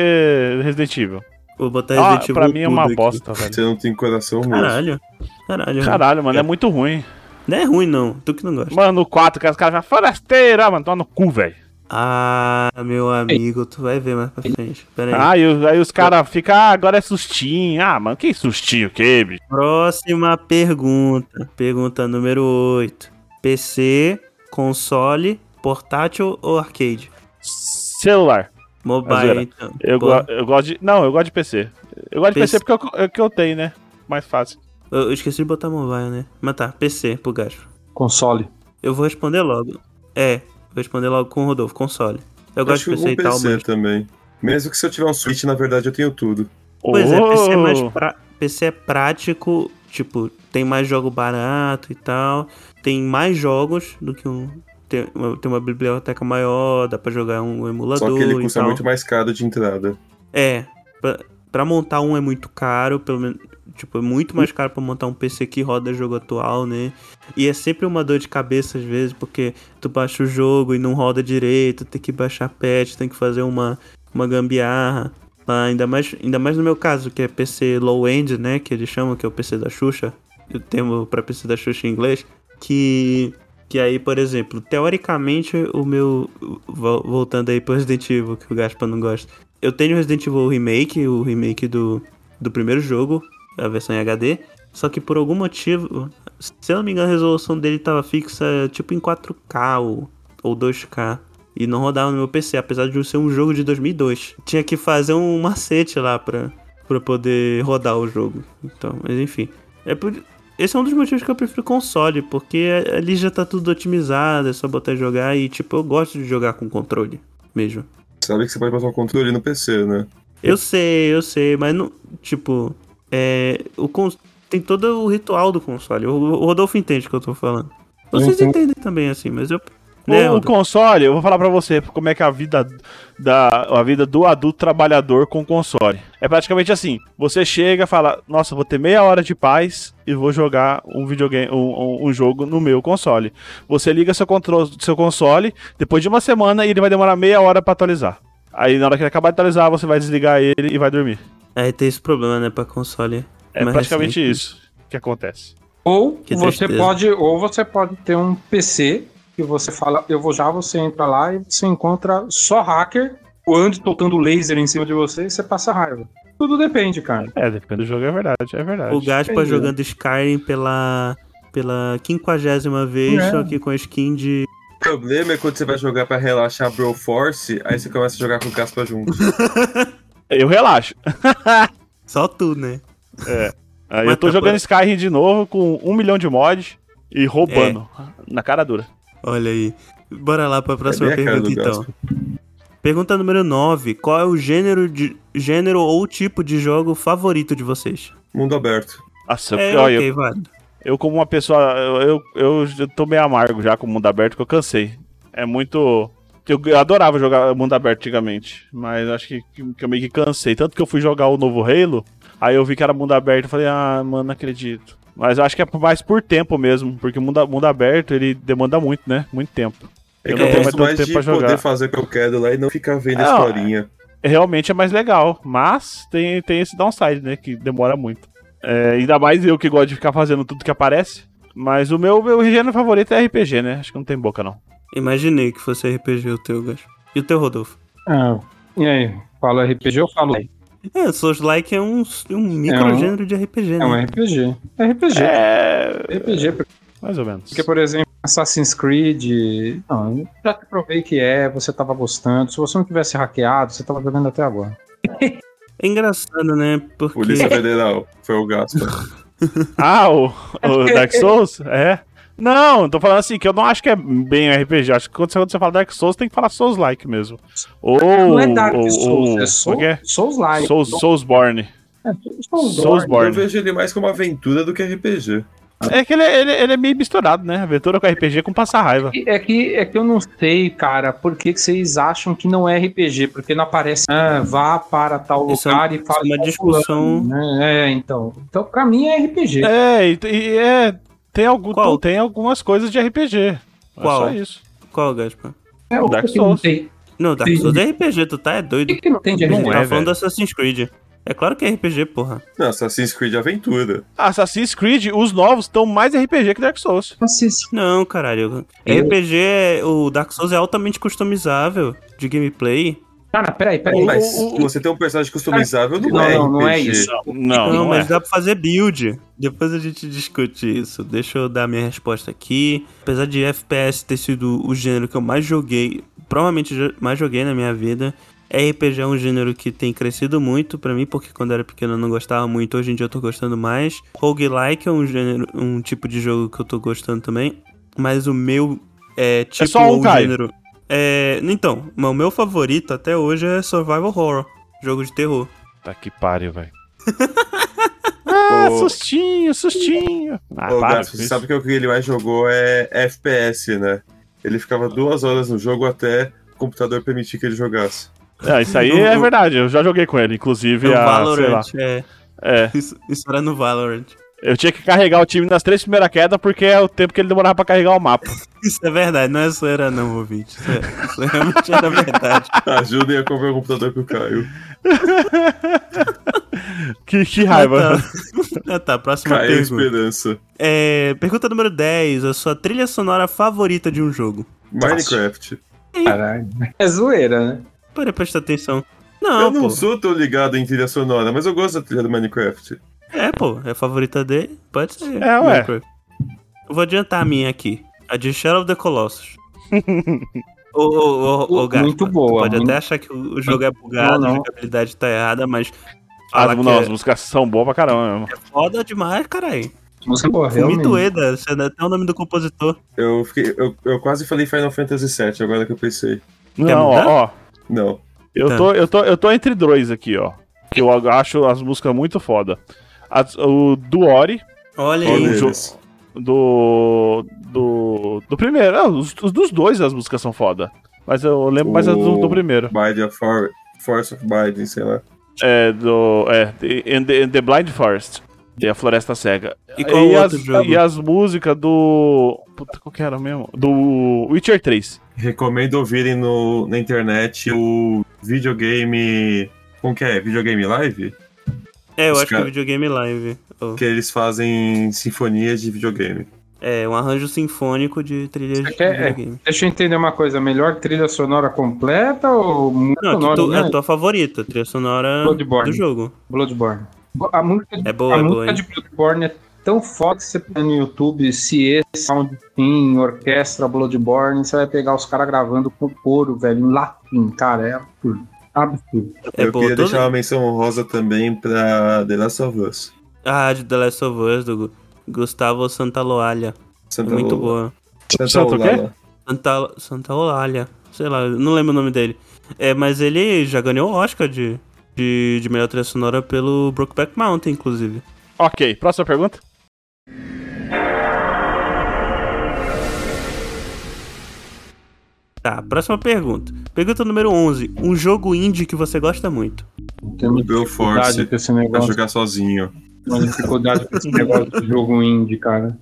Resident Evil. Vou botar Ah, Resident Evil pra mim é tudo uma aqui. bosta, velho. Você não tem coração mesmo. Caralho, caralho. Caralho, mano, é muito ruim. Não é ruim, não. Tu que não gosta. Mano, o 4, que os caras falam, forasteira, mano, toma no cu, velho. Ah, meu amigo, tu vai ver mais pra frente. Pera aí. Ah, e os- aí os caras ficam, ah, agora é sustinho. Ah, mano, que sustinho, que, bicho? Próxima pergunta. Pergunta número 8. PC, console, portátil ou arcade? Celular. Ah, zoeira. Mobile, então. Eu, Pô, go- eu gosto de. Não, eu gosto de PC. Eu gosto de PC PC, porque é o que eu- é o que eu tenho, né? Mais fácil. eu, eu esqueci de botar mobile, né? Mas tá, PC pro gasto. Console. Eu vou responder logo. É, vou responder logo com o Rodolfo, console. Eu Eu gosto de acho que PC eu e tal, PC mas. também. Mesmo que se eu tiver um Switch, na verdade eu tenho tudo. Pois é, PC é mais Oh! pra- PC é prático, tipo, tem mais jogo barato e tal. Tem mais jogos do que um. Tem uma, tem uma biblioteca maior, dá pra jogar um emulador. Só que ele e custa tal. muito mais caro de entrada. É. pra- Pra montar um é muito caro, pelo menos. Tipo, é muito mais caro pra montar um PC que roda jogo atual, né? E é sempre uma dor de cabeça às vezes, porque tu baixa o jogo e não roda direito, tem que baixar patch, tem que fazer uma, uma gambiarra. Ah, ainda, mais, ainda mais no meu caso, que é PC low-end, né? Que eles chamam, que é o PC da Xuxa. O termo pra PC da Xuxa em inglês. Que, que aí, por exemplo, teoricamente, o meu. vo- Voltando aí pro Resident Evil, que o Gaspa não gosta. Eu tenho o Resident Evil Remake, o remake do, do primeiro jogo, a versão em HD. Só que por algum motivo, se eu não me engano, a resolução dele tava fixa tipo em 4K ou, ou 2K. E não rodava no meu PC, apesar de ser um jogo de 2002. Tinha que fazer um macete lá pra, pra poder rodar o jogo. Então, mas enfim. É por, esse é um dos motivos que eu prefiro console, porque ali já tá tudo otimizado, é só botar e jogar. E tipo, eu gosto de jogar com controle mesmo. Sabe que você pode passar o controle no PC, né? Eu sei, eu sei, mas não. Tipo, é. O cons... Tem todo o ritual do console. O o Rodolfo entende o que eu tô falando. Vocês Uhum. entendem também, assim, mas eu. O- Né, o Rodolfo? um console, eu vou falar pra você como é que é a vida da a vida do adulto trabalhador com console. É praticamente assim, você chega e fala: "Nossa, vou ter meia hora de paz e vou jogar um videogame, um, um- um jogo no meu console". Você liga seu contro- seu console, depois de uma semana e ele vai demorar meia hora pra atualizar. Aí na hora que ele acabar de atualizar, você vai desligar ele e vai dormir. Aí tem esse problema, né, pra console. É mais praticamente recente. isso que acontece. Ou Que você tristeza. pode, ou você pode ter um PC que você fala, eu vou já, você entra lá e você encontra só hacker, o Andy soltando laser em cima de você e você passa raiva. Tudo depende, cara. É, depende do jogo, é verdade, é verdade. O Gaspa Entendi. jogando Skyrim pela. pela quinquagésima vez, É. só que com a skin de. O problema é quando você vai jogar pra relaxar Bro Force, aí você começa a jogar com o Caspa junto. Eu relaxo. Só tu, né? Aí Mas eu tô tá jogando por- Skyrim de novo com um milhão de mods e roubando. Na cara dura. Olha aí. Bora lá pra próxima bem a cara pergunta, do então. Pergunta número 9. Qual é o gênero, de, gênero ou tipo de jogo favorito de vocês? Mundo aberto. Nossa, eu- é, olha, ok, vale. eu, eu como uma pessoa. Eu, eu, eu tô meio amargo já com o mundo aberto, que eu cansei. É muito. Eu, eu adorava jogar mundo aberto antigamente, mas acho que, que, que eu meio que cansei. Tanto que eu fui jogar o novo Halo, aí eu vi que era mundo aberto e falei, ah, mano, não acredito. Mas eu acho que é por- mais por tempo mesmo, porque o mundo, mundo aberto ele demanda muito, né? Muito tempo. É Eu que eu, não tenho gosto mais mais tanto de tempo pra poder jogar. fazer o que eu quero lá e não ficar vendo a Ah, historinha. realmente é mais legal, mas tem, tem esse downside, né? Que demora muito. É, ainda mais eu que gosto de ficar fazendo tudo que aparece. Mas o meu, meu gênero favorito é RPG, né? Acho que não tem boca, não. Imaginei que fosse RPG o teu, Gas. E o teu, Rodolfo? Ah, e aí, falo RPG ou falo? É É, Souls Like é um, um microgênero de RPG, né? um RPG. É RPG. É. RPG, porque, Mais ou menos. por exemplo, Assassin's Creed. Não, eu já te provei que é, você tava gostando. Se você não tivesse hackeado, você tava jogando até agora. É engraçado, né? Porque. Polícia Federal. Foi <laughs> o Gaspa. Ah, o, o <laughs> Dark Souls? É. Não, tô falando assim, que eu não acho que é bem RPG. Acho que quando você, quando você fala Dark Souls, tem que falar Souls-like mesmo. Ou. não é Dark ou- Souls, ou- é Soul, como que é? Souls-like. Souls, Soulsborne. É, Eu Soulsborne. vejo ele mais como aventura do que RPG. É que ele, ele, ele é meio misturado, né? Aventura com RPG com passar raiva. É que, é que eu não sei, cara, por que, que vocês acham que não é RPG? Porque não aparece, ah, vá para tal Isso é lugar um- e fala. isso é uma com discussão. fulano, né? É, então. Então, pra mim é RPG. É, e, e é, tem, algum, Qual? tem algumas coisas de RPG. Qual? É só isso. Qual, Gaspa? É, o Dark que que não Souls. tem? Não, Dark Sim. Souls é RPG, tu tá é O doido. que, que não tem de Não RPG? tá é, falando velho. do Assassin's Creed. É claro que é RPG, porra. Não, Assassin's Creed é aventura. Assassin's Creed, os novos estão mais RPG que Dark Souls. Assassin's- Não, caralho. Eu- RPG, é- o Dark Souls é altamente customizável de gameplay. Cara, peraí, peraí. Mas o- se você tem um personagem customizável, não, Não, é não, não é RPG. isso. Não, Não, não mas é. dá pra fazer build. Depois a gente discute isso. Deixa eu dar minha resposta aqui. Apesar de FPS ter sido o gênero que eu mais joguei, provavelmente jo- mais joguei na minha vida, RPG é um gênero que tem crescido muito pra mim, porque quando eu era pequeno eu não gostava muito, hoje em dia eu tô gostando mais. Roguelike é um gênero, um tipo de jogo que eu tô gostando também, mas o meu é tipo só um, ou Caio. gênero. É, então, mas o meu favorito até hoje é Survival Horror, jogo de terror. Tá que pariu, velho. Ah, Ô. sustinho, sustinho. Ah, Ô, para Gaspa, você com isso. sabe que o que ele mais jogou <laughs> é FPS, né? Ele ficava duas horas no jogo até o computador permitir que ele jogasse. É, isso aí O- é o- verdade, eu já joguei com ele, inclusive No a, sei lá. um Valorant, é. É, Isso, isso era no Valorant. eu tinha que carregar o time nas três primeiras quedas porque é o tempo que ele demorava pra carregar o mapa. <laughs> Isso é verdade, não é zoeira não, ouvinte. Isso, é, isso realmente era <laughs> verdade. Ajudem a comprar o computador que o Caio. Que, que raiva. Ah, tá. Ah, <laughs> tá, próxima Caio é pergunta. Esperança. É, pergunta número 10, a sua trilha sonora favorita de um jogo? Minecraft. Caralho. É zoeira, né? Para prestar atenção. Não, eu não pô. sou tão ligado em trilha sonora, mas eu gosto da trilha do Minecraft. É, pô, é a favorita dele? Pode ser. É, ué. Minecraft. Eu vou adiantar a minha aqui. A de Shadow of the <laughs> Colossus. ô, ô, ô, ô, Gaspa, Muito tu boa, Pode muito- até achar que o jogo é bugado, Não, a não. jogabilidade tá errada, mas. As, Fala que não, as é músicas são boas pra caramba mesmo. foda demais, caralho. Música boa, realmente. Fumi Ueda, isso é até o nome do compositor. Eu, fiquei, eu, eu quase falei Final Fantasy VII, agora que eu pensei. Quer Não, ó, mudar? ó, Não. eu tô, eu, tô, eu tô entre dois aqui, ó. Que eu acho as músicas muito foda. As- o do Ori, Olha Qual um aí. deles? jogo- do. do. do primeiro. Ah, os, os dos dois as músicas são foda. Mas eu lembro mais as do, do primeiro. Biden, a For- Force of Biden, sei lá. É, do. É, The- in the, in the Blind Forest. E a Floresta Cega. E qual o é outro as, jogo? E as músicas do. Puta, qual que era mesmo? Do Witcher 3. Recomendo ouvirem no, na internet o videogame. Como que é? Videogame Live? É, eu Os acho que cara- é videogame live. Ô, Que eles fazem sinfonias de videogame. É, um arranjo sinfônico de trilhas de que é- videogame. Deixa eu entender uma coisa, melhor trilha sonora completa ou música Não, é, que sonora? tu, é né? a tua favorita, trilha sonora Bloodborne. do jogo. Bloodborne. A música, É boa, a é boa. música hein? de Bloodborne é tão foda que você põe no YouTube, se esse sound team, orquestra Bloodborne, você vai pegar os caras gravando com couro, velho, em latim, cara, é absurdo. Absurdo. É eu boa. queria Todo- deixar uma menção honrosa também pra The Last of Us. Ah, de The Last of Us, do Gu- Gustavo Santaolalla. É Santa muito Ola- boa. Santa, Santa o Olala. Santa, Santaolalla. Sei lá, eu não lembro o nome dele. É, mas ele já ganhou o Oscar de, de, de melhor trilha sonora pelo Brokeback Mountain, inclusive. Ok, próxima pergunta. Tá, próxima pergunta. Pergunta número 11. Um jogo indie que você gosta muito. Não tem muita dificuldade Force. com tá esse Pra negócio, jogar sozinho. uma dificuldade com esse negócio de jogo indie, cara.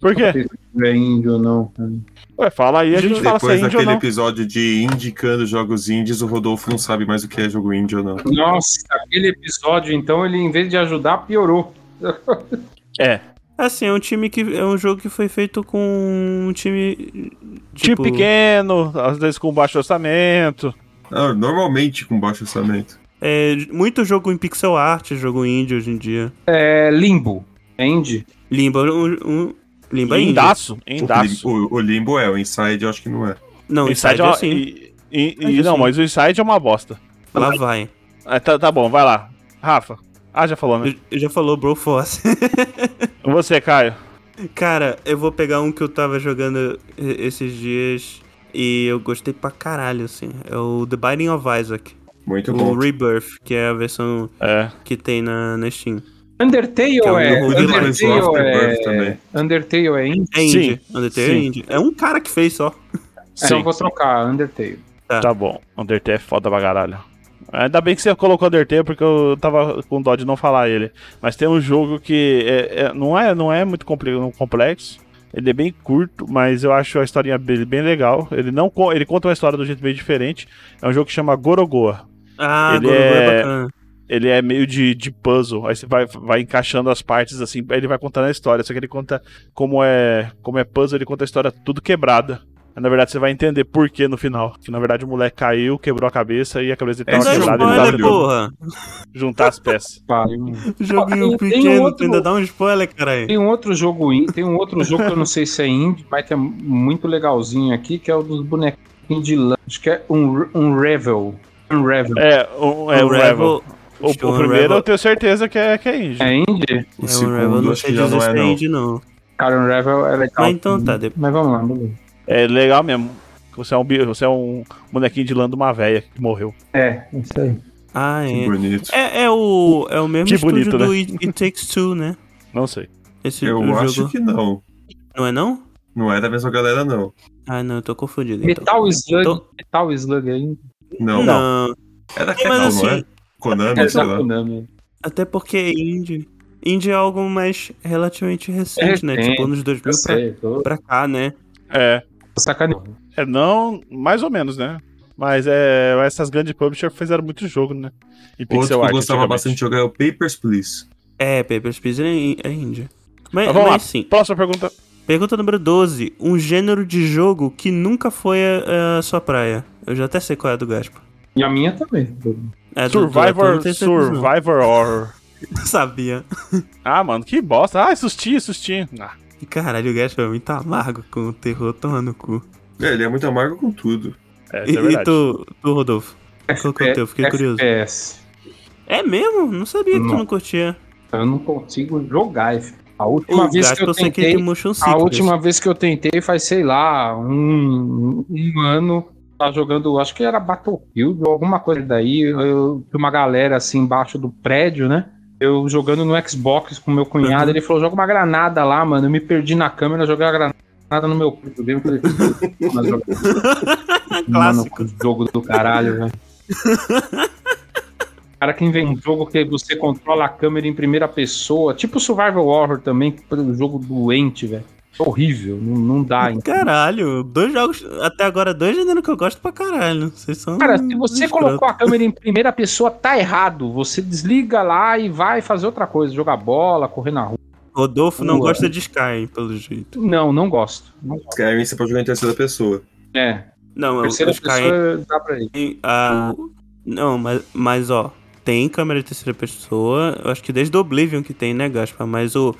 Por quê? Não sei se é indie ou não, cara. Ué, fala aí, a gente fala se é Depois índio ou daquele não. episódio de indicando jogos indies, o Rodolfo não sabe mais o que é jogo indie ou não. Nossa, aquele episódio, então, ele em vez de ajudar, piorou. É. Assim, é um time que. É um jogo que foi feito com um time. Tipo, Tipo pequeno, às vezes com baixo orçamento. Ah, normalmente com baixo orçamento. É, muito jogo em pixel art, jogo indie hoje em dia. É Limbo. É indie? Limbo é um. um Limbo é indie. Indaço, Tipo, O, indaço. Lim- o- o Limbo é, o Inside eu acho que não é. Não, Inside, é uma- assim. e- e- e- Inside é não, assim. mas o Inside é uma bosta. Lá vai. É, tá, tá bom, vai lá. Rafa. Ah, já falou, né? Eu- Eu já falou Bro Force. <laughs> Você, Caio. Cara, eu vou pegar um que eu tava jogando e- esses dias e eu gostei pra caralho, assim. É o The Binding of Isaac. Muito o bom. Rebirth, que é a versão É. que tem na, na Steam. Undertale Que é um é. jogo de Rise of the Undertale Birds é. também. Undertale é indie. É Sim, indie. Undertale é sim. indie. É um cara que fez só. Então eu vou trocar, Undertale. Tá bom. Undertale é foda pra caralho. Ainda bem que você colocou Undertale, porque eu tava com dó de não falar ele. Mas tem um jogo que é- é- não, é, não é muito compli- não complexo. Ele é bem curto, mas eu acho a historinha dele bem legal. Ele não co- ele conta uma história do jeito bem diferente. É um jogo que chama Gorogoa. Ah, Ele Gorogô é- é bacana. ele é meio de, de puzzle. Aí você vai, vai encaixando as partes assim, aí ele vai contando a história. Só que ele conta como é como é puzzle, ele conta a história tudo quebrada. Aí, na verdade, você vai entender por que no final. Que na verdade o moleque caiu, quebrou a cabeça e a cabeça dele É Não dá um tava isso quebrada. Ele aí, tava spoiler, maravilhoso. tentando porra. juntar as peças. Pariu. Joguinho Ah, tem um pequeno, tu outro- ainda dá um spoiler, caralho. Tem um outro jogo in- tem um outro jogo que eu não sei se é indie, mas que é muito legalzinho aqui, que é o dos bonequinhos de lã. Acho que é um, um Revel. Um Revel. É, o, é, o Revel. O, o acho que é o primeiro Unravel- eu tenho certeza que é, que é indie. É indie? O É, o Revel segundo não acho sei que já não dizer é, se é não. indie, não. Cara, um Revel é legal. Mas então tá, depois. Mas vamos lá, beleza. É, legal mesmo. Você é um, bi- você é um bonequinho de lã de uma véia que morreu. É, isso aí. Ah, Que é. bonito. É, é o, é o mesmo Que estúdio bonito, do né? It, It Takes Two, né? Não sei. Esse Eu é, o acho jogo. que não. Não é não? Não é da mesma galera, não. Ah, não, eu tô confundido. Então. Metal Slug. Então- Metal Slug é indie. Não. Não. É da Mas Capcom, não é? assim, Konami, É sei da lá. Konami. até porque indie, indie é algo mais relativamente recente, né? recente, Tipo, anos 2000 Eu pra, sei, tô, pra cá, né? É, tô sacaneando. é não, mais ou menos, né? Mas é, essas grandes publishers fizeram muito jogo, né? E Outro que eu gostava antigamente. bastante de jogar é o Papers, Please. É, Papers, Please é, in- é indie. Mas, Mas Então, vamos lá. mas sim, Próxima pergunta. pergunta número 12. Um gênero de jogo que nunca foi eh, a, a sua praia. Eu já até sei qual é a do Gaspa. E a minha também. É, do- do Arthur, Survivor, não tenho certeza, não. Survivor Horror. <laughs> Sabia. Ah, mano, que bosta. Ah, sustinho, sustinho. Ah, Caralho, o Gaspa é muito amargo com o terror tomando no cu. É, ele é muito amargo com tudo. é, E, isso é e verdade. tu, tu, Rodolfo? Qual que é o teu? Fiquei curioso. FPS. É mesmo? Não sabia que tu Não. não curtia. Eu não consigo jogar. F. A O última vez Gaspa que eu eu sei que ele tentei. tem motion sickness. a última vez que eu tentei faz, sei lá, um, um ano. Tá jogando, acho que era Battlefield ou alguma coisa daí. Eu tinha uma galera assim embaixo do prédio, né? Eu jogando no Xbox com meu cunhado. Uhum. Ele falou: joga uma granada lá, mano. Eu me perdi na câmera, joguei a granada no meu peito dele. Falei, "Mas joga- Mano, É Clássico. que jogo do caralho, velho. O cara que inventou um jogo que você controla a câmera em primeira pessoa, tipo Survival Horror também, que é um jogo doente, velho. É Horrível, não, não dá. hein? Caralho, dois jogos, até agora dois gêneros que eu gosto pra caralho. Vocês são. Cara, se você escroto. colocou a câmera em primeira pessoa, tá errado. Você desliga lá e vai fazer outra coisa, jogar bola, correr na rua. Rodolfo não Ué. gosta de Skyrim, pelo jeito. Não, não gosto. Não gosto. Skyrim você pode jogar em terceira pessoa. É, Não, eu terceira Skyrim. pessoa dá pra ir. ah, não, mas, mas ó, tem câmera de terceira pessoa. Eu acho que desde o Oblivion que tem, né, Gaspar? Mas o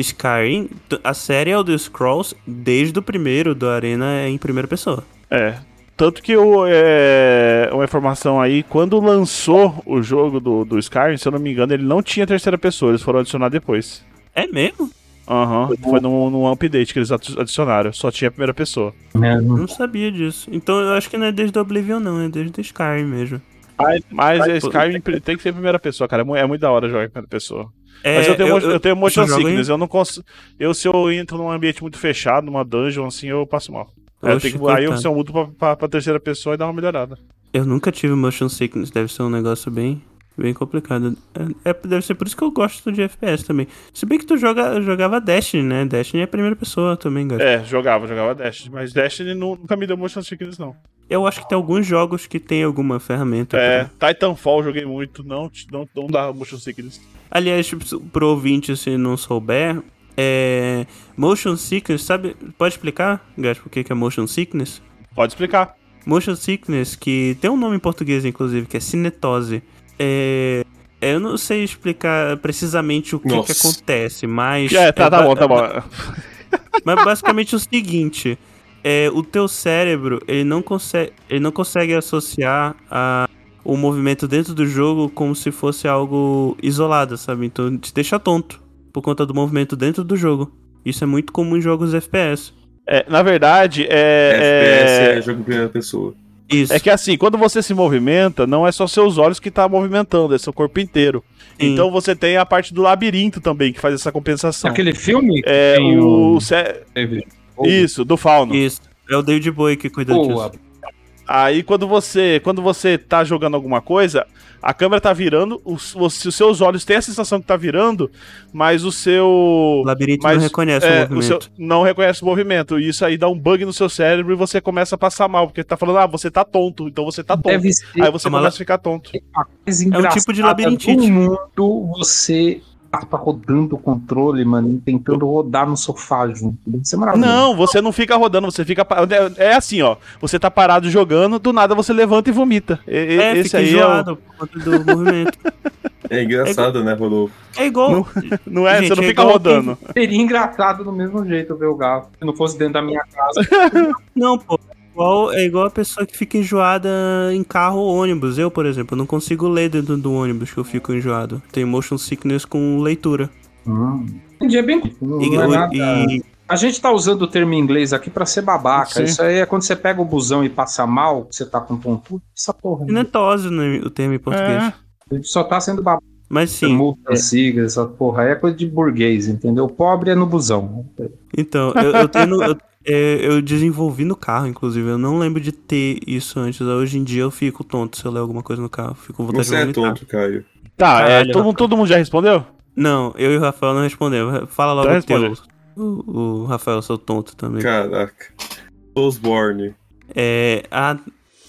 Skyrim, t- a série Elder Scrolls, desde o primeiro do Arena, é em primeira pessoa. É. Tanto que o, é, uma informação aí, quando lançou o jogo do, do Skyrim, se eu não me engano, ele não tinha terceira pessoa, eles foram adicionar depois. É mesmo? Uhum. Aham, foi num, num update que eles atu- adicionaram, só tinha a primeira pessoa. É, Eu Não sabia disso. Então eu acho que não é desde o Oblivion, não, é desde o Skyrim mesmo. Mas, mas é Skyrim pri- tem que ser em primeira pessoa, cara, é mu- é muito da hora jogar em primeira pessoa. É, Mas eu tenho, mo- eu, tenho motion só jogo em- sickness, eu não consigo. Eu, se eu entro num ambiente muito fechado, numa dungeon, assim, eu passo mal. Aí eu Oxe, tenho que- aí eu, coitado. se eu mudo pra, pra, pra terceira pessoa e dá uma melhorada. Eu nunca tive motion sickness, deve ser um negócio bem, bem complicado. É, é- deve ser por isso que eu gosto de FPS também. Se bem que tu joga, jogava Destiny, né? Destiny é a primeira pessoa também, galera. É, jogava, jogava Destiny, mas Destiny nu- nunca me deu motion sickness, não. Eu acho que tem alguns jogos que tem alguma ferramenta. É, pra- Titanfall joguei muito, não, não, não dá motion sickness. Aliás, tipo, pro ouvinte, se não souber, é... Motion sickness, sabe? Pode explicar, Gaspo, o que que é motion sickness? Pode explicar. Motion sickness, que tem um nome em português, inclusive, que é cinetose. É... é, Eu não sei explicar precisamente o que, que Nossa. acontece, mas. É, tá, tá ba- bom, tá bom. <laughs> Mas basicamente é o seguinte: é, o teu cérebro ele não consegue, ele não consegue associar a, o movimento dentro do jogo como se fosse algo isolado, sabe? Então te deixa tonto por conta do movimento dentro do jogo. Isso é muito comum em jogos FPS. É, na verdade, FPS é, é jogo em primeira pessoa. Isso. é, é que assim, quando você se movimenta, não é só seus olhos que tá movimentando, é seu corpo inteiro. Sim. Então você tem a parte do labirinto também, que faz essa compensação. Aquele filme que É, tem um o... o- cé- teve. Isso, do fauno. Isso. É o David Bowie que cuida Boa. disso. Aí quando você, quando você tá jogando alguma coisa, a câmera tá virando, os, os- os seus olhos têm a sensação que tá virando, mas o seu O labirinto Tipo, Mas, não reconhece é, o o seu- movimento. não reconhece o movimento. E isso aí dá um bug no seu cérebro e você começa a passar mal, porque tá falando, ah, você tá tonto, então você tá tonto. Deve ser Aí você Toma começa a ficar tonto. a coisa um engraçada tipo de labirintite. do mundo, você tá rodando o controle, mano, e tentando rodar no sofá junto. Deve ser maravilhoso. Não, você não fica rodando, você fica. pa- É é assim, ó. Você tá parado jogando, do nada você levanta e vomita. E- e- É, esse fica aí é. o- enjoado por conta do movimento. É engraçado, né, Rodolfo? É igual. <laughs> Não é? Gente, você não é fica igual rodando. Seria engraçado do mesmo jeito ver o gato. Se não fosse dentro da minha casa. Não, pô. É Igual, é igual a pessoa que fica enjoada em carro ou ônibus. Eu, por exemplo, não consigo ler dentro do ônibus que eu fico enjoado. Tenho motion sickness com leitura. Entendi, é bem. Não, E, não é nada. e- A gente tá usando o termo em inglês aqui pra ser babaca. Sim. Isso aí é quando você pega o busão e passa mal, que você tá com pontudo. Essa porra. né? cinetose, né, o termo em português. É. A gente só tá sendo babaca. Mas sim, Multa, sigla, é essa porra. Aí é coisa de burguês, entendeu? Pobre é no é busão. então, eu, eu tenho, eu, É, eu desenvolvi no carro, inclusive. Eu não lembro de ter isso antes. Hoje em dia eu fico tonto se eu ler alguma coisa no carro. Fico com vontade Você de é vomitar. tonto, Caio. Tá, é, Caralho, todo, mundo- todo mundo já respondeu? Não, eu e o Rafael não respondemos. Fala logo Então o teu. responde O, o Rafael, eu sou tonto também. Caraca. Osborne. É. A...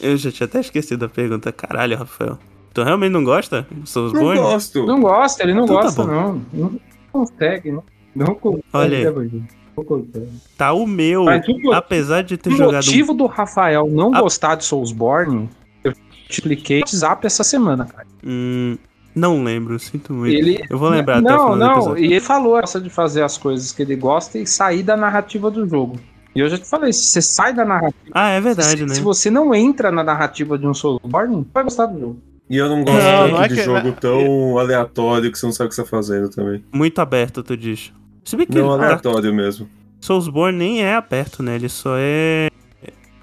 Eu já tinha até esquecido a pergunta. Caralho, Rafael. Tu realmente não gosta? Seus Não bons? gosto. Não gosta, ele não Então tá gosta, bom. não. Não consegue, não. Não consegue. Olha aí. né, Bandido? Não consegue. Tá o meu. Mas o mo- Apesar de ter o jogado. motivo do Rafael não Ah. gostar de Soulsborne, eu te expliquei no WhatsApp essa semana, cara. Hum, não lembro, sinto muito. Ele. Eu vou lembrar até o não, final do não, episódio. e ele falou essa de fazer as coisas que ele gosta e sair da narrativa do jogo. E eu já te falei, se você sai da narrativa. Ah, é verdade, se, né? se você não entra na narrativa de um Soulsborne, não vai gostar do jogo. E eu não gosto Não, tanto não é de que- jogo tão aleatório que você não sabe o que você tá fazendo também. Muito aberto, tu diz. Se bem que Não ah, aleatório mesmo. Soulsborne nem é aberto, né? Ele só é.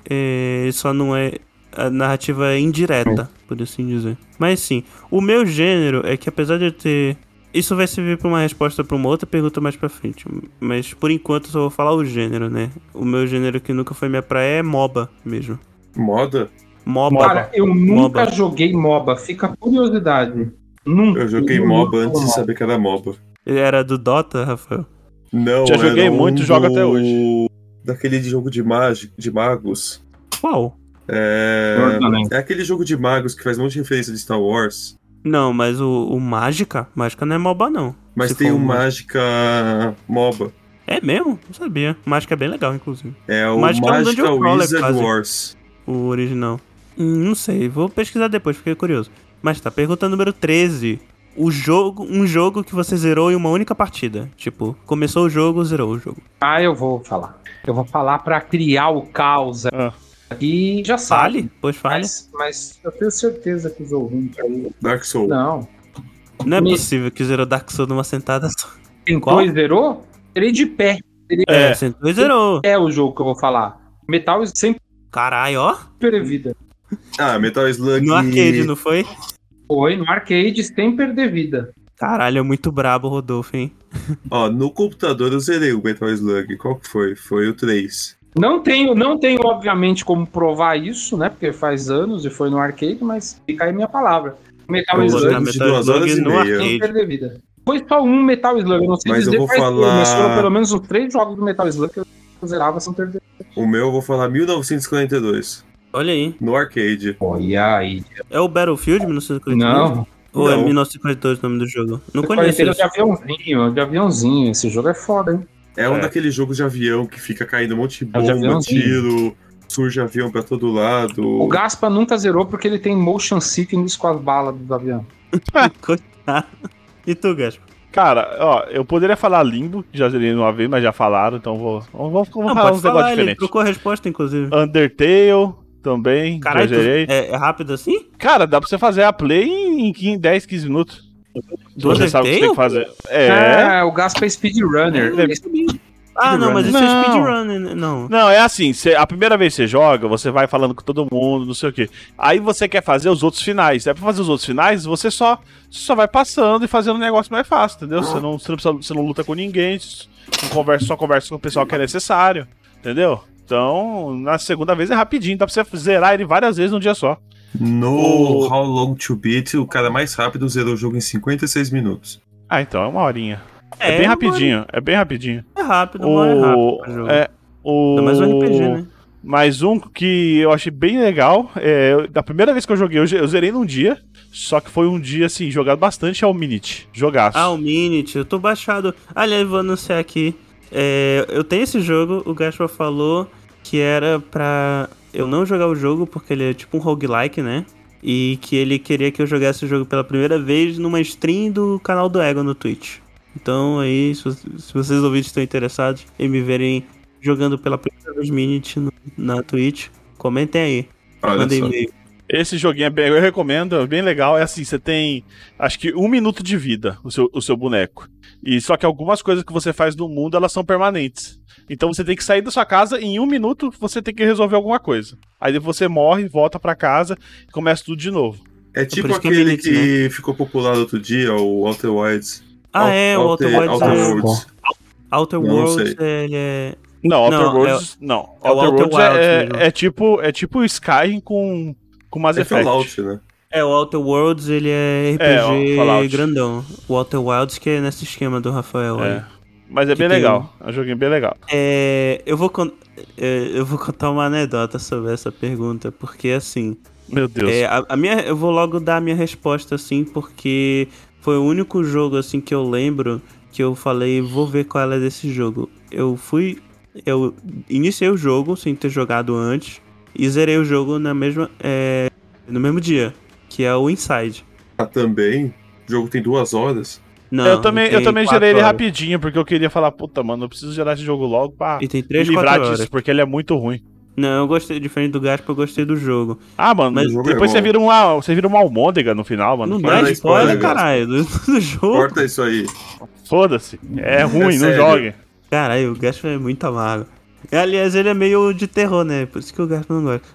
é- Ele só não é. A narrativa é indireta, por assim dizer. Mas sim, o meu gênero é que apesar de eu ter. Isso vai servir pra uma resposta pra uma outra pergunta mais pra frente. Mas por enquanto eu só vou falar o gênero, né? O meu gênero que nunca foi minha praia é MOBA mesmo. Moda? MOBA. Cara, eu nunca MOBA. joguei MOBA, fica curiosidade. Nunca. Eu joguei nunca MOBA antes de MOBA. saber que era MOBA. Ele era do Dota, Rafael? Não, Já joguei era muito, um jogo do- até hoje. Daquele de jogo de, magi... de magos. Qual? É... Ordnance. é aquele jogo de magos que faz um monte de referência de Star Wars. Não, mas o, o Mágica? Mágica não é MOBA, não. Mas Se tem for o Mágica MOBA. É mesmo? Não sabia. Mágica é bem legal, inclusive. É o Magic é um Magic dungeon crawler, Wizard quase. Wars. O original. Hum, não sei, vou pesquisar depois, fiquei curioso. Mas tá, pergunta número 13. O jogo, um jogo que você zerou em uma única partida. Tipo, começou o jogo, zerou o jogo. Ah, eu vou falar. Eu vou falar pra criar o caos Ah. aqui. Já sabe. Fale? Pois fale. Mas, mas eu tenho certeza que os ouvintes aí. Dark Souls. Não. Não é me- possível que zerou Dark Souls numa sentada só. Tentou Qual? e zerou? Terei de pé. É, É. sentou e zerou. É o jogo que eu vou falar. Metal sempre Caralho, ó. perdida. Ah, Metal Slug. No arcade, não foi? Foi no arcade sem perder vida. Caralho, é muito brabo, Rodolfo, hein? Ó, no computador eu zerei o Metal Slug. Qual que foi? Foi o 3. Não tenho, não tenho, obviamente, como provar isso, né? Porque faz anos e foi no arcade, mas fica aí minha palavra. Metal Eu Vou Slug botar Slug de duas horas e no meia. arcade. sem perder vida. Foi só um Metal Slug, eu não sei Mas eu vou quais foram, falar- mas foram pelo menos uns três jogos do Metal Slug que eu zerava sem perder. O meu eu vou falar 1942. Olha aí. No arcade. Olha aí. É o Battlefield 1942? Não, Ou é Não. 1942 o nome do jogo? Não conheço quarentena isso. de aviãozinho, de aviãozinho. Esse jogo é foda, hein? É um É. daqueles jogos de avião que fica caindo um monte de É o de bomba, aviãozinho. tiro, surge avião pra todo O lado. Gaspa nunca zerou porque ele tem motion sickness com as balas do avião. <laughs> Coitado. E tu, Gaspar? Cara, ó, eu poderia falar Limbo, que já zerei uma vez, mas já falaram, então vou, vou, vou, vou Não, falar pode uns negócios falar, ele diferentes. trocou a resposta, inclusive. Undertale também, Caralho, já tu- zerei. é, é rápido assim? Cara, dá pra você fazer a play em 15, 10, 15 minutos. Do você sabe o que você tem que Undertale? fazer. É. Ah, o Gaspa é speedrunner. Ele é Ah, não, mas isso é Não. speedrun, né? não. Não, é assim, cê- a primeira vez que você joga, você vai falando com todo mundo, não sei o quê. Aí você quer fazer os outros finais. É pra fazer os outros finais, você só, você só vai passando e fazendo um negócio mais fácil, entendeu? Você não, você não, precisa- você não luta com ninguém, não conversa, só conversa com o pessoal que é necessário, entendeu? Então, na segunda vez é rapidinho, dá pra você zerar ele várias vezes num dia só. No O- How Long to Beat, o cara mais rápido zerou o jogo em 56 minutos. Ah, então é uma horinha. É, bem uma rapidinho, é bem rapidinho. hora- É rápido, uma hora é O... rápido. jogo. É, o... Ainda mais um RPG, né? Mais um que eu achei bem legal. É, eu- da primeira vez que eu joguei, eu, ge- eu zerei num dia. Só que foi um dia, assim, jogado bastante é o Minit. Jogaço. Ah, o Minit, eu tô baixado. Aliás, vou anunciar aqui. É, eu tenho esse jogo, o Gaspar falou que era pra eu não jogar o jogo, porque ele é tipo um roguelike, né? E que ele queria que eu jogasse o jogo pela primeira vez numa stream do canal do Ego no Twitch. Então aí, se, vo- se vocês ouvintes estão interessados em me verem jogando pela primeira vez Minit no- na Twitch, comentem aí. Olha Mandem só. e-mail. Esse joguinho é bem, eu recomendo, é bem legal. É assim, você tem acho que um minuto de vida, o seu, o seu boneco. E só que algumas coisas que você faz no mundo, elas são permanentes. Então você tem que sair da sua casa e em um minuto você tem que resolver alguma coisa. Aí você morre, volta pra casa e começa tudo de novo. É tipo isso que é aquele Minute, que, ficou popular outro dia, o Outer Wilds. Ah, é, o Outer Wilds Outer é- Worlds. Outer Não Worlds, sei. ele é. Não, Outer Não, Worlds. não. é o Outer Outer Worlds Wilds é, mesmo. é, é tipo é tipo Skyrim com, com Mass É Effect. Fallout, né? É, o Outer Worlds, ele é É, o RPG Fallout. grandão. O Outer Wilds, que é nesse esquema do Rafael aí. É. Mas é Que bem tem- legal. É um joguinho bem legal. É, eu, vou con- é, eu vou contar uma anedota sobre essa pergunta, porque assim. Meu Deus. é, a, a minha, eu vou logo dar a minha resposta, assim, porque foi o único jogo assim que eu lembro que eu falei, vou ver qual é desse jogo. Eu fui. Eu iniciei o jogo sem ter jogado antes e zerei o jogo na mesma, é, no mesmo dia, que é o Inside. Ah, também. O jogo tem duas horas. Não, eu também, eu tem também quatro gerei ele horas. rapidinho, porque eu queria falar, puta, mano, eu preciso gerar esse jogo logo pra E tem me 3, 4 livrar horas. disso, porque ele é muito ruim. Não, eu gostei, diferente do Gaspa, eu gostei do jogo. Ah, mano, Mas- depois você vira, um, ah, você vira uma almôndega no final, mano. não fala dá da spoiler, spoiler, Gaspa. caralho, do, <laughs> do jogo. Corta isso aí. Foda-se. É ruim, não sério. jogue. Caralho, o Gaspa é muito amargo. É, Aliás, ele é meio de terror, né? Por isso que o Gaspa não gosta.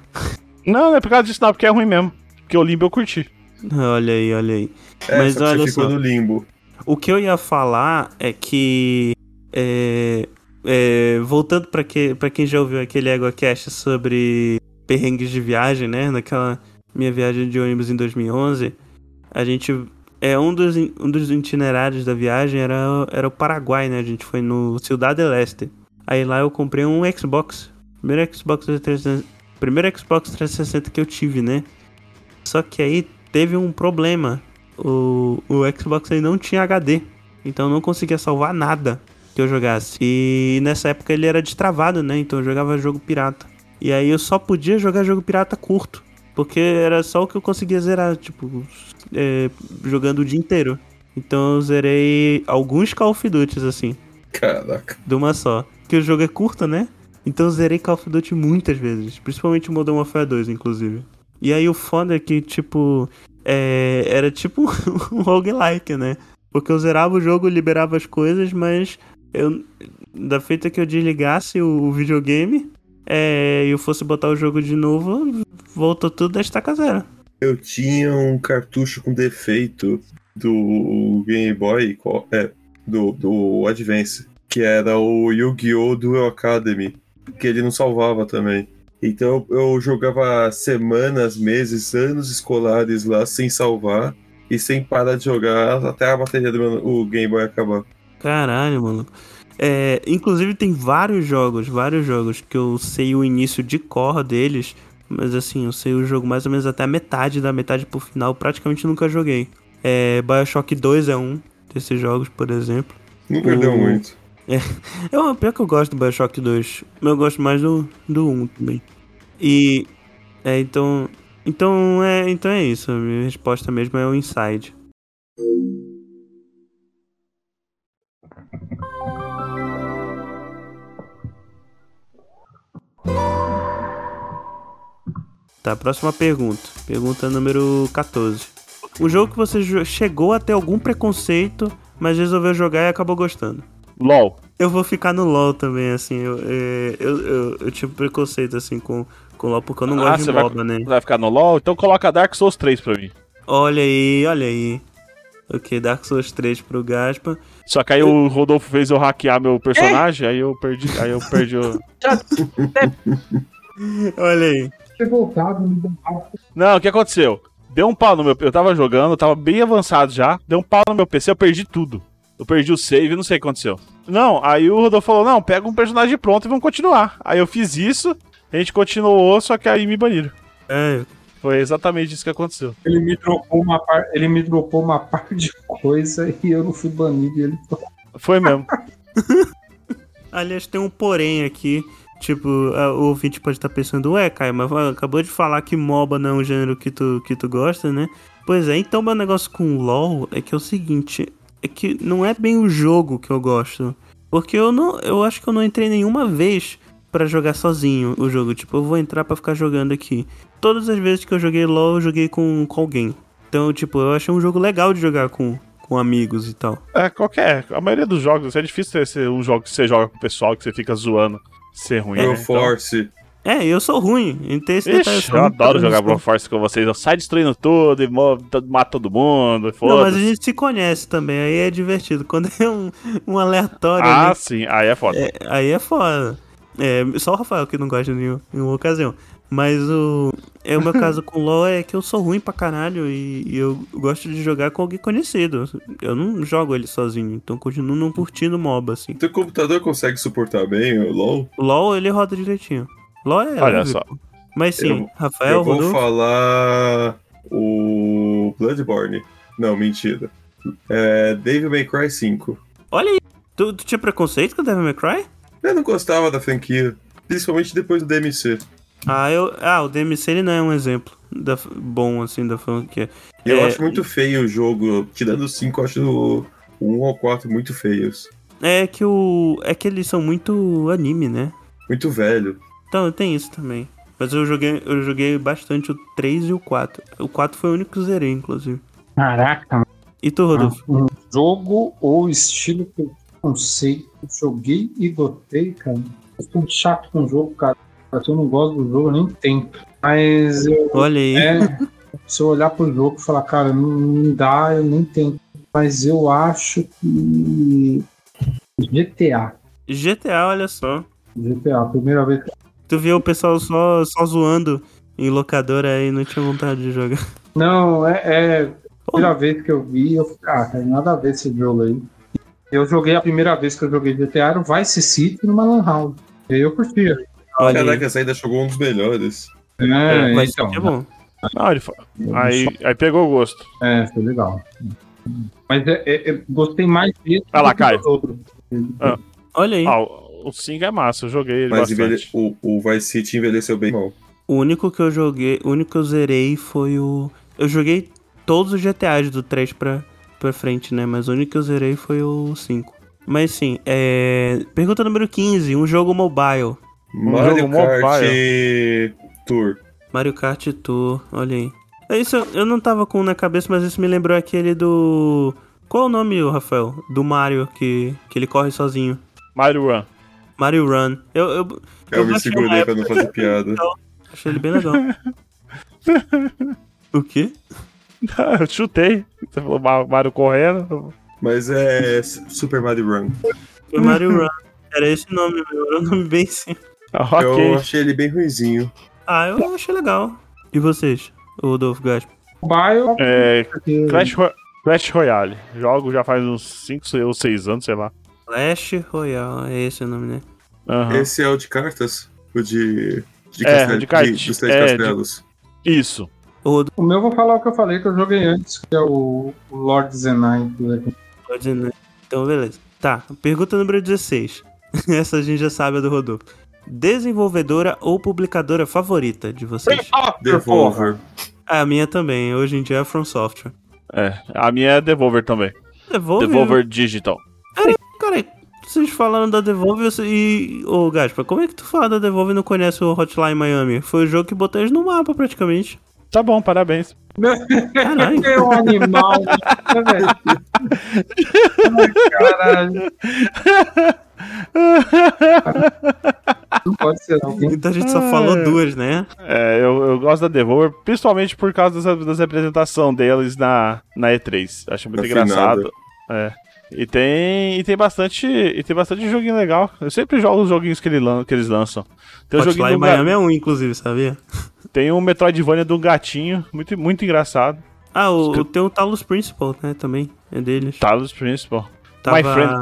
Não, não é por causa disso, não, porque é ruim mesmo. Porque o Limbo eu curti. Olha aí, olha aí. É, Mas só que olha você ficou só. no limbo. O que eu ia falar é que. é, é, voltando pra, que, pra quem já ouviu aquele EgoCast sobre perrengues de viagem, né? Naquela minha viagem de ônibus em 2011, a gente. É, um, dos, in- um dos itinerários da viagem era, era o Paraguai, né? A gente foi no Cidade Leste. Aí lá eu comprei um Xbox. Primeiro Xbox 360, primeiro Xbox 360 que eu tive, né? Só que aí teve um problema o, o Xbox ele não tinha HD, então eu não conseguia salvar nada que eu jogasse. E nessa época ele era destravado, né? Então eu jogava jogo pirata. E aí eu só podia jogar jogo pirata curto, porque era só o que eu conseguia zerar, tipo, é, jogando o dia inteiro. Então eu zerei alguns Call of Duty, assim, Caraca. de uma só. Que o jogo é curto, né? Então eu zerei Call of Duty muitas vezes, principalmente o Modern Warfare 2, inclusive. E aí o foda é que, tipo, é, era tipo <laughs> um roguelike, né? Porque eu zerava o jogo, liberava as coisas, mas eu, da feita que eu desligasse o, o videogame é, e eu fosse botar o jogo de novo, voltou tudo da estaca zero. Eu tinha um cartucho com defeito do Game Boy, co- é, do, do Advance, que era o Yu-Gi-Oh! Duel Academy, que ele não salvava também. Então eu eu jogava semanas, meses, anos escolares lá sem salvar e sem parar de jogar até a bateria do meu- o Game Boy acabar. Caralho, maluco. É, inclusive tem vários jogos, vários jogos que eu sei o início de cor deles, mas assim, eu sei o jogo mais ou menos até a metade, da metade pro final, praticamente nunca joguei. É, Bioshock 2 é um desses jogos, por exemplo. Não perdeu O- muito. Eu, pior que eu gosto do Bioshock 2. mas Eu gosto mais do, do 1 também. E. É, então. Então é, então é isso. A minha resposta mesmo é o Inside. Tá, próxima pergunta. Pergunta número 14. Um jogo que você jo- chegou a ter algum preconceito, mas resolveu jogar e acabou gostando. LOL. Eu vou ficar no LoL também, assim. Eu, é, eu, eu, eu tive preconceito, assim, com, com LoL, porque eu não Ah, gosto você de vai- MOBA, né? Vai ficar no LOL, então coloca Dark Souls 3 pra mim. Olha aí, olha aí. Ok, Dark Souls 3 pro Gaspa. Só que aí o Rodolfo fez eu hackear meu personagem, aí eu perdi, aí eu perdi o... <laughs> Olha aí. Ter voltado né? no Bom Não, o que aconteceu? Deu um pau no meu. Eu tava jogando, eu tava bem avançado já. Deu um pau no meu PC, eu perdi tudo. Eu perdi o save, não sei o que aconteceu. Não, aí o Rodolfo falou: não, pega um personagem pronto e vamos continuar. Aí eu fiz isso, a gente continuou, só que aí me baniram. É, Foi exatamente isso que aconteceu. Ele me dropou uma par, ele me dropou uma <laughs> par de coisa e eu não fui banido. e Ele Foi mesmo. aliás, tem um porém aqui. Tipo, a- o ouvinte pode estar pensando, ué, Caio, mas va- acabou de falar que MOBA não é um gênero que tu, que tu gosta, né? Pois é, então meu negócio com LoL é que é o seguinte, é que não é bem o jogo que eu gosto. Porque eu não. Eu acho que eu não entrei nenhuma vez pra jogar sozinho o jogo. Tipo, eu vou entrar pra ficar jogando aqui. Todas as vezes que eu joguei LOL, eu joguei com, com alguém. Então, tipo, eu achei um jogo legal de jogar com, com amigos e tal. É, qualquer. A maioria dos jogos, assim, é difícil ter esse- um jogo que você joga com o pessoal, que você fica zoando ser ruim. né? Pro Então- Force. É, eu sou ruim. Não tem esse detalhe, Ixi, sou eu muito adoro ruim, jogar sou- Broforce com vocês. Eu saio destruindo tudo e mo- todo- mato todo mundo. Não, mas Foda-se. a gente se conhece também, aí <laughs> é divertido. Quando é um, um aleatório, Ah, né? sim. Aí é foda. É, aí é foda. É, só o Rafael que não gosta de nenhum, nenhuma ocasião. Mas o, é, o meu caso com o LoL é que eu sou ruim pra caralho e, e eu gosto de jogar com alguém conhecido. Eu não jogo ele sozinho, então continuo não curtindo MOBA, assim. Teu Então, computador consegue suportar bem o LoL? O LoL ele roda direitinho. LoL é. Olha horrível. só. Mas sim, Eu- Rafael, eu vou Rodolfo, falar o Bloodborne. Não, mentira. É, Devil May Cry 5. olha aí. Tu, tu tinha preconceito com o Devil May Cry? Eu não gostava da franquia, principalmente depois do DMC. Ah, eu, ah, o DMC ele não é um exemplo da, f- bom, assim, da franquia. E eu É. acho muito feio o jogo, tirando o 5, eu acho o 1 ao 4 muito feios. É que o. É que eles são muito anime, né? Muito velho. Então, tem isso também. Mas eu joguei, eu joguei bastante o 3 e o 4. O 4 foi o único que zerei, inclusive. Caraca, E tu, Rodolfo? um jogo ou estilo que eu não sei, que eu joguei e gostei, cara. Eu tô muito chato com o jogo, cara. Se eu não gosto do jogo, eu nem tento. Mas eu, Olha aí. é, se eu olhar pro jogo e falar, cara, não, não dá, eu nem tento. Mas eu acho que. GTA. GTA, olha só. GTA, primeira vez que. Tu viu o pessoal só, só zoando em locadora aí, não tinha vontade de jogar. Não, é, é Pô, primeira vez que eu vi, eu falei, ah, cara, nada a ver esse jogo aí. Eu joguei a primeira vez que eu joguei GTA, era o Vice City numa Lan House. E aí eu curtia. olha aí. Caraca, essa ainda jogou um dos melhores. É, Vai então, ser bom. Ah, ele fa- aí, aí pegou o gosto. é, foi legal. Mas é, é- é- gostei mais disso Vai lá, do que Caio. do outro. Ah. Olha aí. Ah, o o 5 é massa, eu joguei ele Mas bastante. envelhe- o, o Vice City envelheceu bem mal. O único que eu joguei, o único que eu zerei foi o. Eu joguei todos os GTAs do 3 pra, pra frente, né? Mas o único que eu zerei foi o 5. Mas sim, é. Pergunta número 15: um jogo mobile. Mario jogo Kart Tour. Mario Kart Tour, olha aí. É Isso eu- eu não tava com um na cabeça, mas isso me lembrou aquele do. Qual é o nome, ô, Rafael? Do Mario que, que ele corre sozinho. Mario Run. Mario Run. Eu, eu Eu, Eu me baixei segurei uma pra não fazer piada. achei ele bem legal. o quê? <laughs> eu chutei. Você falou Ma- Mario correndo. <laughs> Mas é Super Mario Run. Foi Mario Run. Era esse nome, meu. Era um nome bem simples. Ah, Eu Ok. achei ele bem ruizinho. Ah, eu achei legal. E vocês, o Rodolfo Gasp? Mobile, É, porque- Clash, Ro- Clash Royale. Jogo já faz uns 5 ou 6 anos, sei lá. Clash Royale, é esse o nome, né? Aham. Esse é o de cartas? O de. De, É, castel- de kart- dos três é, de- castelos. Isso. O Rodolfo O meu eu vou falar o que eu falei que eu joguei antes, que é o o Lord Zenai. pode, né? Então, beleza. Tá, pergunta número 16. <laughs> Essa a gente já sabe é do Rodolfo. Desenvolvedora ou publicadora favorita de vocês? Ah, É, Devolver. A minha também, hoje em dia é a From Software. É. A minha é Devolver também. Devolver. Devolver Digital. Cara, vocês falaram da Devolver e. Ô, Gaspa, como é que tu fala da Devolver e não conhece o Hotline Miami? Foi o jogo que botou eles no mapa praticamente. Tá bom, parabéns. <laughs> Caralho. É um <laughs> animal, né, velho? Ai, Caralho. Não pode ser alguém. Então a gente só falou duas, né? É, eu, eu gosto da Devolver, principalmente por causa dessa, dessa apresentação deles na, na E3. Acho muito Na engraçado. É. E tem, e tem bastante. E tem bastante joguinho legal. Eu sempre jogo os joguinhos que, ele lan- que eles lançam. Tem um joguinho Hotline do ga- Miami é um, inclusive, sabia? Tem um Metroidvania do gatinho, muito, muito engraçado. Ah, o, Escre- o- tem o Talos Principal, né, também. É deles. Talos Principal. Tava... My, friend,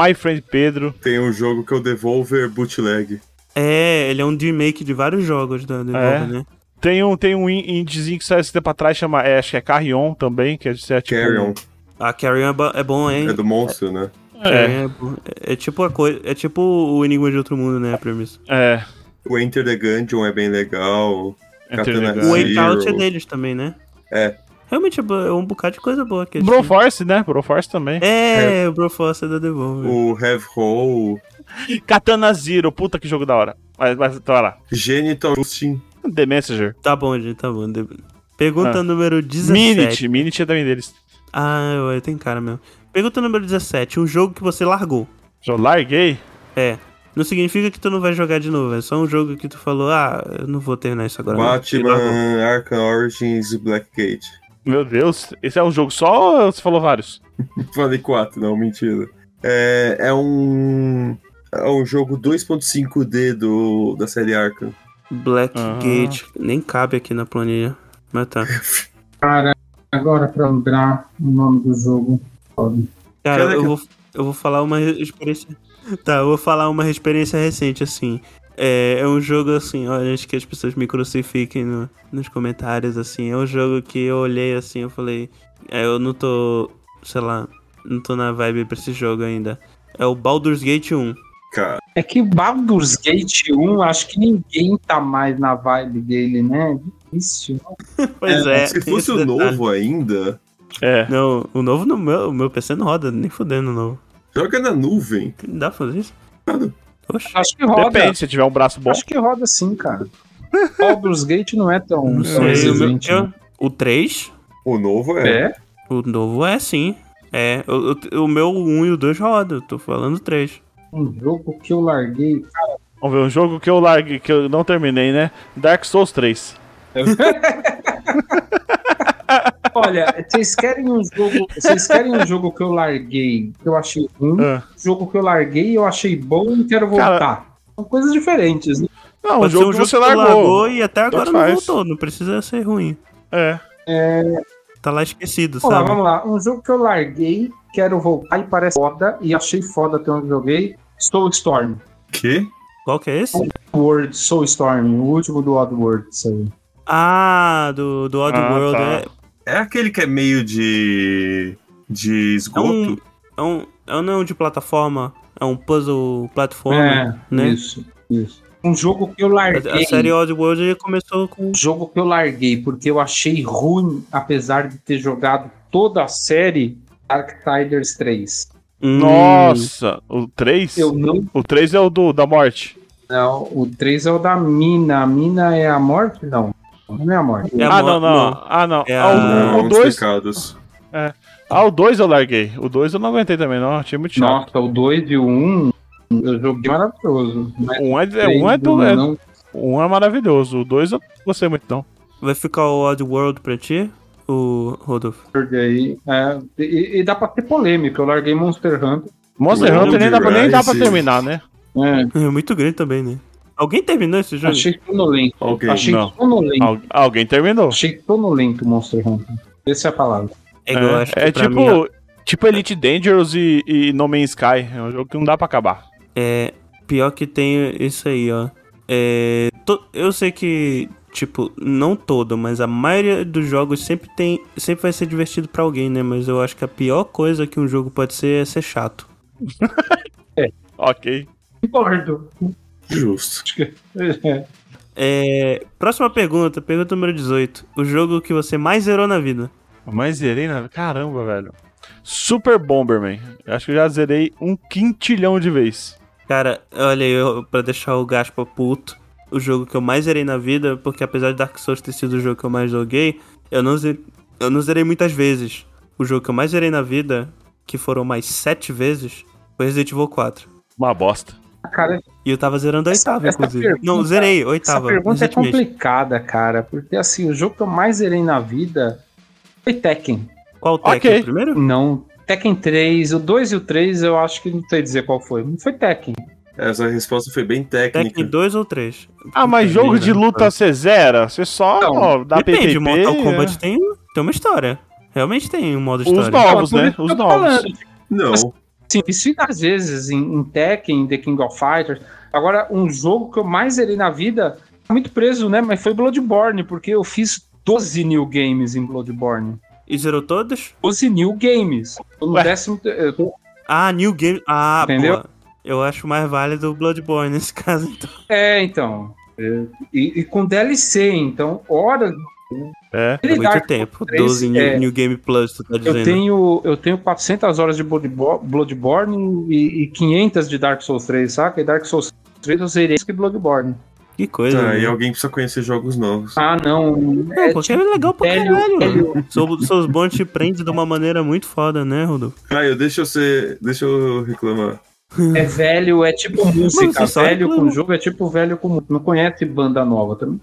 my, my Friend Pedro. Tem um jogo que é o Devolver Bootleg. É, ele é um remake de vários jogos da Devolver, É? né? Tem um, tem um in- indiezinho que saiu esse tempo atrás, chama, é, acho que é Carrion também, que é de sete. Carrion. Ah, Carrion é, bo- é bom, hein? É do monstro, né? É, Carrion é bom. É, é tipo a coisa. É tipo o Enigma de Outro Mundo, né, a premissa. é. O Enter the Gungeon é bem legal. Enter the Katana Gun. O Zero. Eight Out é deles também, né? É. Realmente é bo- é um bocado de coisa boa aqui. Broforce, né? Broforce também. É, o Broforce é da Devolver. O Have Hole, Katana Zero, puta que jogo da hora. Mas, mas tá lá. Genital Justin. The Messenger. Tá bom, gente, tá bom. De- Pergunta Ah. número 17. Minit, Minit é também deles. Ah, ué, tem cara mesmo. Pergunta número 17. Um jogo que você largou. Já larguei. É. Não significa que tu não vai jogar de novo. É só um jogo que tu falou, ah, eu não vou terminar isso agora. né?" não. E largou. Batman, Arkham Origins e Blackgate. <laughs> Meu Deus, esse é um jogo só ou você falou vários? Falei quatro, não, mentira. É, é um. É um jogo 2.5D do, da série Arkham. Blackgate. Nem cabe aqui na planilha. Mas tá. Cara, agora pra lembrar o nome do jogo. foda. Cara, Caraca. eu vou, eu vou falar uma experiência. Tá, eu vou falar uma experiência recente, assim. É, é um jogo assim, olha, acho que as pessoas me crucifiquem no- nos comentários, assim. É um jogo que eu olhei assim, eu falei, é, eu não tô, sei lá, não tô na vibe pra esse jogo ainda. É o Baldur's Gate 1. Cara, É que Baldur's Gate 1, acho que ninguém tá mais na vibe dele, né? Difícil. Pois é. se tem fosse esse o detalhe. novo ainda, É. Não, o novo no meu, o meu PC não roda, nem fudendo o novo. joga na nuvem. Dá pra fazer isso? Claro. Oxe, Acho que roda. Depende, se tiver um braço bom. Acho que roda sim, <laughs> cara. Baldur's Gate não é tão, não tão sei. o meu- exigente, né? eu- o 3 O novo é. É? O novo é sim. É, o, o- o meu 1 e o 2 roda, eu tô falando 3. Um jogo que eu larguei. Vamos ver, um jogo que eu larguei, que eu não terminei, né? Dark Souls 3. Olha, vocês querem um jogo. Vocês querem um jogo que eu larguei, que eu achei ruim, Ah. um jogo que eu larguei, eu achei bom e quero voltar. São coisas diferentes, né? Não, Ah, o Pode ser jogo, um que jogo você que tu largou. e até agora Tanto não faz. voltou, não precisa ser ruim. É. Tá lá esquecido, Vamos lá, sabe? vamos lá. Um jogo que eu larguei, quero voltar e parece foda, e achei foda até onde joguei. Soul Storm. Que? Qual que é esse? World, Soul Storm, o último do Oddworld, isso aí. Ah, do, do Oddworld. tá. É, É aquele que é meio de. de é um, esgoto? é um. É um não de plataforma, é um puzzle plataforma. é, né? isso, isso. Um jogo que eu A, larguei. a série é Oddworld começou com. Um jogo que eu larguei porque eu achei ruim, apesar de ter jogado toda a série Darksiders 3. Hum, Nossa, o 3? Eu não. O 3 é o do, da morte. Não, o 3 é o da Mina. A Mina é a morte? Não. Não é a morte. É a ah, mo- não, não, Ah, não. É ah, a- Não, o- um o dos 2 pecados. ah, o dois eu larguei. O 2 eu não aguentei também, não. Achei muito chato. Nossa, o 2 e o 1 eu joguei maravilhoso. Mas Um é, é, o um é, do, é, não, um é maravilhoso. O 2 eu não gostei muito, não. Vai ficar o Oddworld pra ti? O Rodolfo. joguei. É, e, e dá pra ter polêmica. Eu larguei Monster Hunter. Monster Wild Hunter nem dá, pra, nem dá pra Rises. terminar, né? É, É muito grande também, né? Alguém terminou esse jogo? achei sonolento. Ok. Achei não. sonolento. Al- alguém terminou. Achei sonolento o Monster Hunter. Essa é a palavra. É, igual, acho que É, é pra tipo, mim, tipo Elite Dangerous e, e No Man's Sky. É um jogo que não dá pra acabar. É, pior que tem isso aí, ó. É, to- eu sei que, tipo, não todo, mas a maioria dos jogos sempre tem, sempre vai ser divertido pra alguém, né? Mas eu acho que a pior coisa que um jogo pode ser é ser chato. Ok. Concordo. Justo. É, próxima pergunta, pergunta número 18. O jogo que você mais zerou na vida? Mas zerei, na... caramba, velho. Super Bomberman. Eu Acho que eu já zerei um quintilhão de vezes. Cara, olha aí, eu- pra deixar o Gaspa puto, o jogo que eu mais zerei na vida, porque apesar de Dark Souls ter sido o jogo que eu mais joguei, eu não, ze- eu não zerei muitas vezes. O jogo que eu mais zerei na vida, que foram mais sete vezes, foi Resident Evil 4. Uma bosta. Cara, E eu tava zerando a Essa- oitava, essa inclusive. pergunta- não, zerei, Essa oitava, pergunta é recentemente. complicada, cara, porque assim, o jogo que eu mais zerei na vida foi Tekken. Qual o Tekken? Ok. o Primeiro? Não, Tekken 3, o 2 e o 3 eu acho que não sei dizer qual foi. Não foi Tekken. Essa resposta foi bem técnica. Tekken 2 ou 3? Ah, mas Puta jogo merda. de luta você zera? Você só Não, ó, dá Depende, PPP, Mortal Kombat é. tem, tem uma história. Realmente tem um modo Os história. novos, Então, é né? por Os isso que eu tô novos. falando. Não. Sim, isso fica às vezes em, em Tekken, em The King of Fighters. Agora, um jogo que eu mais zerei na vida, muito preso, né? Mas foi Bloodborne, porque eu fiz 12 new games em Bloodborne. E zerou todos? 12 new games. Tô no Ué. décimo. Eu tô Ah, New Game. Ah, Entendeu? pô. Eu acho mais válido o Bloodborne nesse <laughs> caso, então. É, então. É, E, e com DLC, então, horas. É. É Dark muito Souls tempo. 3, 12 new, é, New Game Plus, tu tá dizendo. eu tenho eu tenho 400 horas de Bloodbo- Bloodborne e, e 500 de Dark Souls 3, saca? E Dark Souls 3 eu zerei isso que Bloodborne. Que coisa. Tá, né? e alguém precisa conhecer jogos novos. Ah, não. Não, porque é legal pra velho, caralho. velho. Sou, seus bons te prende de uma maneira muito foda, né, Rodolfo? Ah, eu deixa eu ser. Deixa eu reclamar. É velho, é tipo música. Mano, você só velho reclama. com jogo é tipo velho com. Não conhece banda nova tá? também.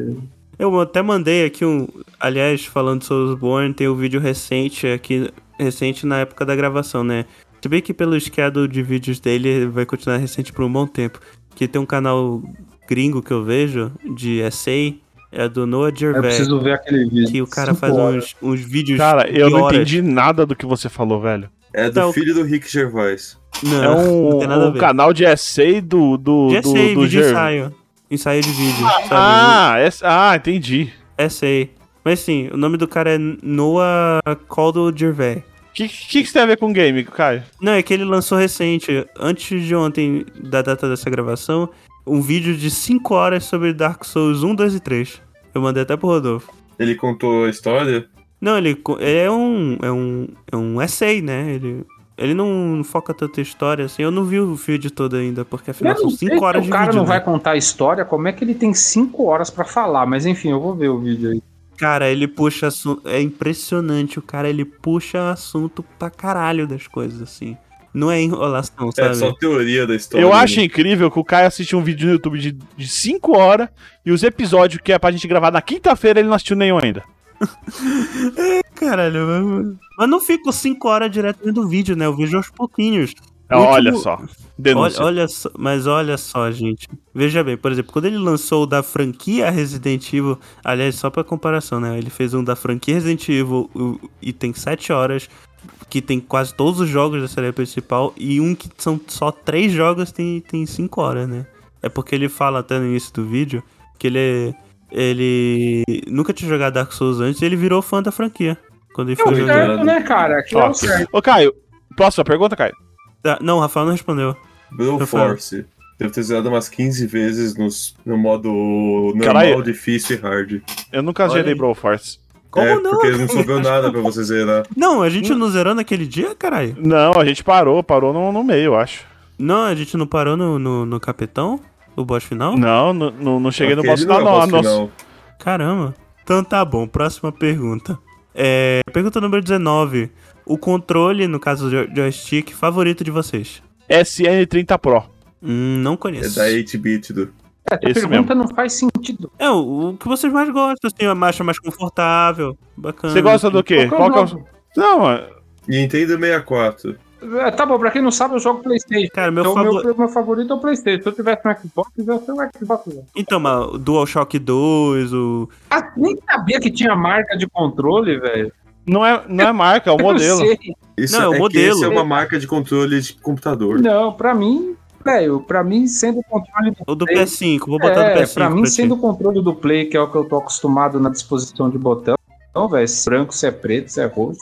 é. Eu até mandei aqui um. Aliás, falando de Soulsborne, tem um vídeo recente aqui, recente na época da gravação, né? Se bem que pelo schedule de vídeos dele ele vai continuar recente por um bom tempo. Que tem um canal gringo que eu vejo de essay, é do Noah Eu Gervais. preciso ver aquele vídeo. Que o cara Cinco faz um horas. uns, uns vídeos. Cara, eu de não horas. entendi nada do que você falou, velho. É do Então- filho do Rick Gervais. Não, É <laughs> um, não tem nada a um ver. canal de essay do. do De do, essay, do vídeo Ger- ensaio. Ensaio de vídeo, sabe? Ah, essa- ah, entendi. Essay. Mas sim, o nome do cara é Noah Caldwell Gervais. O que, que, que você tem a ver com game, Caio? Não, é que ele lançou recente, antes de ontem, da data dessa gravação, um vídeo de 5 horas sobre Dark Souls 1, 2 e 3. Eu mandei até pro Rodolfo. Ele contou a história. Não, ele, co- ele é um. é um. é um essay, né? Ele, ele não foca tanta história assim. Eu não vi o vídeo todo ainda, porque Eu afinal não são sei 5 se horas o de cara vídeo. não né? vai contar a história, como é que ele tem cinco horas pra falar? Mas enfim, eu vou ver o vídeo aí. Cara, ele puxa assunto. É impressionante, o cara ele puxa assunto pra caralho das coisas, assim. Não é enrolação, É sabe? só teoria da história. Eu né? acho incrível que o Caio assiste um vídeo no YouTube de- de 5 horas e os episódios que é pra gente gravar na quinta-feira ele não assistiu nenhum ainda. Caralho, mas- mas não fico 5 horas direto vendo o vídeo, né? Eu vejo aos pouquinhos. O último- Olha só. Denúncia. Olha, olha só, mas olha só, gente. Veja bem, por exemplo, quando ele lançou o da franquia Resident Evil, aliás, só pra comparação, né? Ele fez um da franquia Resident Evil o- e tem 7 horas, que tem quase todos os jogos da série principal, e um que são só 3 jogos tem tem 5 horas, né? É porque ele fala até no início do vídeo que ele ele nunca tinha jogado Dark Souls antes e ele virou fã da franquia. Quando ele É foi o jogar. certo, né, cara? Aquilo é o Ótimo. certo. Ô, Caio, próxima pergunta, Caio? Ah, Não, o Rafael não respondeu. É, Blue Eu falo. Force. Devo ter zerado umas 15 vezes nos- no modo normal, Caralho. difícil e hard. Eu nunca Olha gerei aí. Broforce. Como é, não? porque não <laughs> sobrou nada pra você né? zerar. Não, a gente não zerou naquele dia, caralho. Não, a gente parou, parou no, no meio, eu acho. Não, a gente não parou no, no, no capitão? O boss final? Não, no- no- não cheguei Aquele no boss final, é o não. boss a nossa- final. Caramba. Então tá bom, próxima pergunta. É, pergunta número 19. O controle, no caso do joystick, favorito de vocês? SN30 Pro. Hum, não É conheço. da 8-bit do. A Esse pergunta não faz sentido. É, o, o que vocês mais gostam, assim, acha mais confortável, bacana. Você gosta do quê? Qual que é o... jogo? Não, é- Nintendo 64. É, Tá bom, pra quem não sabe, eu jogo Playstation. Cara, meu então, favor... meu, meu favorito é o Playstation. Se eu tivesse um Xbox, eu seria um Xbox. Então, mas o DualShock 2, o... Ah, nem sabia que tinha marca de controle, velho. não, é, não é marca, é o Eu modelo. sei. Isso Não, é o que modelo. esse é uma marca de controle de computador. Não, pra mim, velho, pra mim, sendo o controle do O do Play- PS5, vou botar é, do PS5 pra mim, pra ti. sendo o controle do Play, que é o que eu tô acostumado na disposição de botão, então, velho, se é branco, se é preto, se é roxo.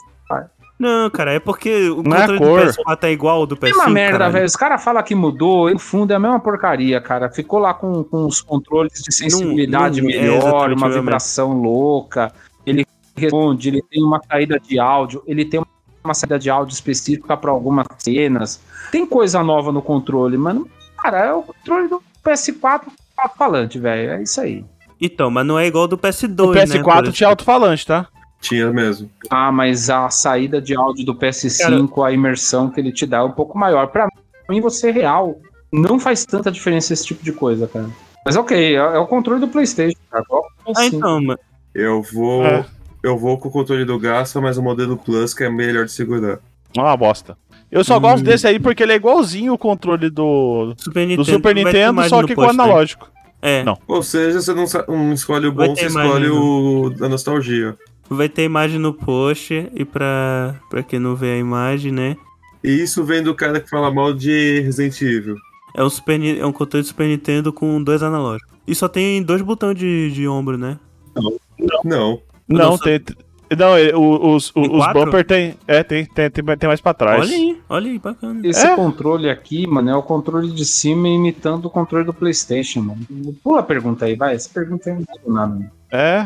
Não, cara, é porque o Não é controle do cor. PS4 é igual ao do PS5, É uma merda, caralho. velho. Os caras falam que mudou, e no fundo é a mesma porcaria, cara. Ficou lá com, com os controles de sensibilidade não é melhor, exatamente uma a mesma. vibração louca. Ele responde, ele tem uma saída de áudio, ele tem uma saída de áudio específica pra algumas cenas. Tem coisa nova no controle, mano. Cara, é o controle do PS4 alto falante, velho. É isso aí. Então, mas não é igual do PS2, né? O por PS4 exemplo. tinha alto-falante, tá? Tinha mesmo. Ah, mas a saída de áudio do PS5, a imersão que ele te dá é um pouco maior. Pra mim, você é real. Não faz tanta diferença esse tipo de coisa, cara. Mas ok, é, é o controle do PlayStation. Cara. Qual que é Ah, assim? então, mas... Eu vou. É. Eu vou com o controle do Gasta, mas o modelo Plus que é melhor de segurar. É uma bosta. Eu Hum. só gosto desse aí porque ele é igualzinho o controle do, Super do Super vai ter Nintendo, imagem só no que com pôster. analógico. É, Não. Ou seja, você não, sa- não escolhe o Vai bom, ter você imagem, escolhe o da nostalgia. vai ter imagem no post e pra, pra quem não vê a imagem, né? E isso vem do cara que fala mal de Resident Evil. É um, Super, Ni- é um controle de Super Nintendo com dois analógicos. E só tem dois botões de, de ombro, né? Não. Não, Nossa. tem. Não, ele- o- os, Tem o- os quatro? bumper tem. É, tem, tem, tem, tem mais pra trás. Olha aí, olha aí, bacana. Esse É. controle aqui, mano, é o controle de cima imitando o controle do PlayStation, mano. Pula a pergunta aí, vai. Essa pergunta aí não vale nada. mano. É,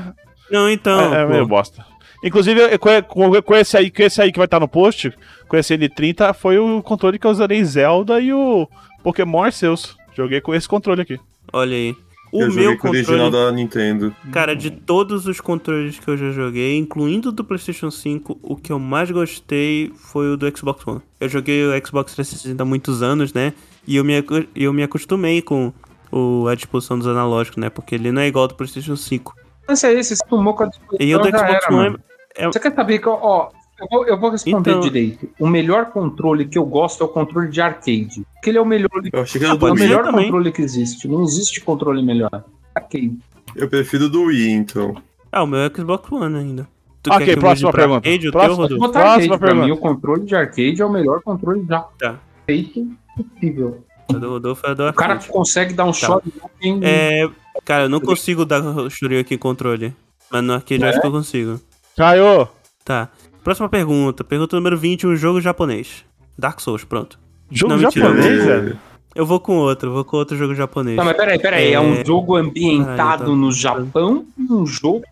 Não, então, é, é pô, meio bosta. Inclusive, eu- com, com- com esse aí, com esse aí que vai estar no post, com esse N30, foi o controle que eu usarei Zelda e o Pokémon Arceus. Joguei com esse controle aqui. olha aí. O eu joguei meu com o original controle, da Nintendo. cara, de todos os controles que eu já joguei, incluindo o do PlayStation 5, o que eu mais gostei foi o do Xbox One. Eu joguei o Xbox 360 há muitos anos, né? E eu me, acu- e eu me acostumei com o, a disposição dos analógicos, né? Porque ele não é igual ao do PlayStation 5. Mas é esse, você tomou com a disposição. E o do já Xbox era, One mano. é- Você quer saber que, ó, Eu vou, eu vou responder Então- direito. O melhor controle que eu gosto é o controle de arcade. Porque ele é o melhor, Eu achei que Ah, era do pode é o ser Wii. melhor também. controle que existe. Não existe controle melhor. Arcade. Eu prefiro do Wii, então. Ah, o meu é Xbox One ainda. Tu Ok, quer que eu próxima mude pra pergunta. Arcade, o teu, Próxima. Rodolfo? Botar Próxima arcade pra mim, pergunta. o controle de arcade é o melhor controle já Tá. feito possível. A do Rodolfo é a do O cara Arcade. Tá. consegue dar um shot em É, cara, eu não consigo dar Shuriken controle. Mas no Arcade eu acho que eu consigo. Caio, Tá. Próxima pergunta. Pergunta número 20, um jogo japonês. Dark Souls, pronto. jogo Não, mentira, japonês, É, velho? Eu vou com outro, vou com outro jogo japonês. Não, mas peraí, peraí. É, É. um jogo Caralho, ambientado eu tava no Japão e um jogo.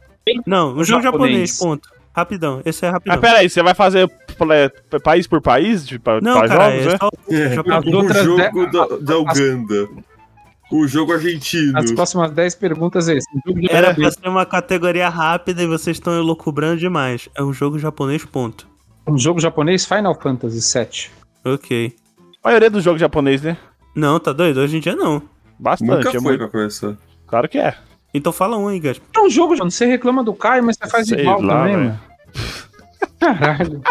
Não, um jogo japonês. Japonês. ponto. Rapidão, esse é Mas rapidão. peraí, você vai fazer pla- país por país? De, pra, não, pra cara, jogos, é né? só o É. japonês. As O outras jogo de- da, da Uganda. O jogo argentino. As próximas 10 perguntas é esse. Um jogo de Era pra arcade. ser uma categoria rápida e vocês estão elucubrando demais. É um jogo japonês, ponto. Um jogo japonês Final Fantasy VII. Ok. A maioria dos jogos japonês, né? Não, tá doido? Hoje em dia não. Bastante. Nunca é foi muito- pra começar. Claro que é. Então fala um aí, Gas. É um jogo, mano. Você reclama do Caio, mas você faz Sei igual lá, também, velho. mano. Caralho.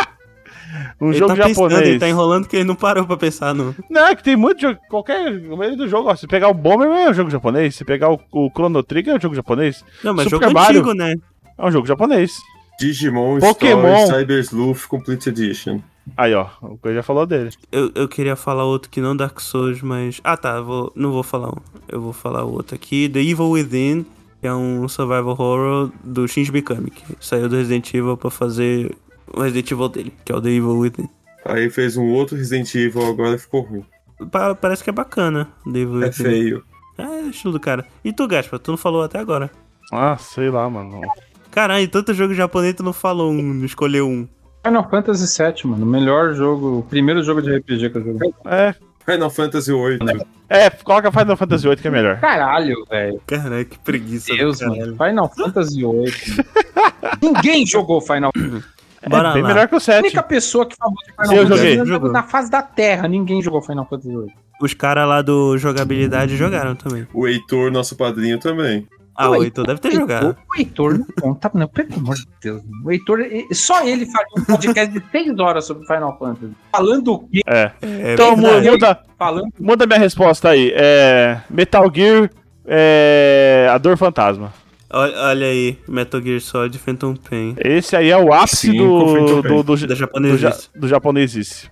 Um ele jogo tá japonês. pensando, ele tá enrolando porque ele não parou pra pensar, não. Não, é que tem muito jogo. Qualquer. O meio do jogo, ó. Se pegar o Bomberman é um jogo japonês. Se pegar o, o Chrono Trigger é um jogo japonês. Não, mas Super jogo Mario. antigo, né? É um jogo japonês. Digimon, Pokémon. Story, Cyber Sleuth Complete Edition. Aí, ó. O Coelho já falou dele. Eu, eu queria falar outro que não Dark Souls, mas. Ah tá, eu vou, não vou falar um. Eu vou falar outro aqui. The Evil Within, que é um survival horror do Shinji Mikami, que saiu do Resident Evil pra fazer o Resident Evil dele, que é o The Evil Within. Aí fez um outro Resident Evil, agora ficou ruim. Pa- parece que é bacana, The Evil É Within. feio. É, estilo do cara. E tu, Gaspa, tu não falou até agora. Ah, sei lá, mano. Caralho, tanto jogo japonês tu não falou um, não escolheu um. Final Fantasy VII, mano. o Melhor jogo. o Primeiro jogo de RPG que eu joguei. É. Final Fantasy VIII. Né? É, coloca Final Fantasy VIII que é melhor. Caralho, velho. Caralho, que preguiça. do Deus, caralho. mano. Final Fantasy VIII. <laughs> mano. Ninguém jogou Final Fantasy. Bora é bem lá. melhor que o A 7. única pessoa que falou de Final Eu Fantasy joguei. na- Jogou. na face da Terra, ninguém jogou Final Fantasy VIII. Os caras lá do Jogabilidade jogaram também. O Heitor, nosso padrinho, também. Ah, Oi. o Heitor deve ter jogado. O Heitor não conta, não, pelo amor de Deus. O Heitor, e- só ele faria um podcast de 6 horas sobre Final Fantasy. Falando o quê? É. É Então mu- verdade. muda, Falando muda minha resposta aí. É. Metal Gear. É. A Dor Fantasma. Olha, olha aí, Metal Gear Solid Phantom Pain. Esse aí é o ápice Sim, do, confirmo do, bem. Da do, do, ja- japonesa. do japonesice.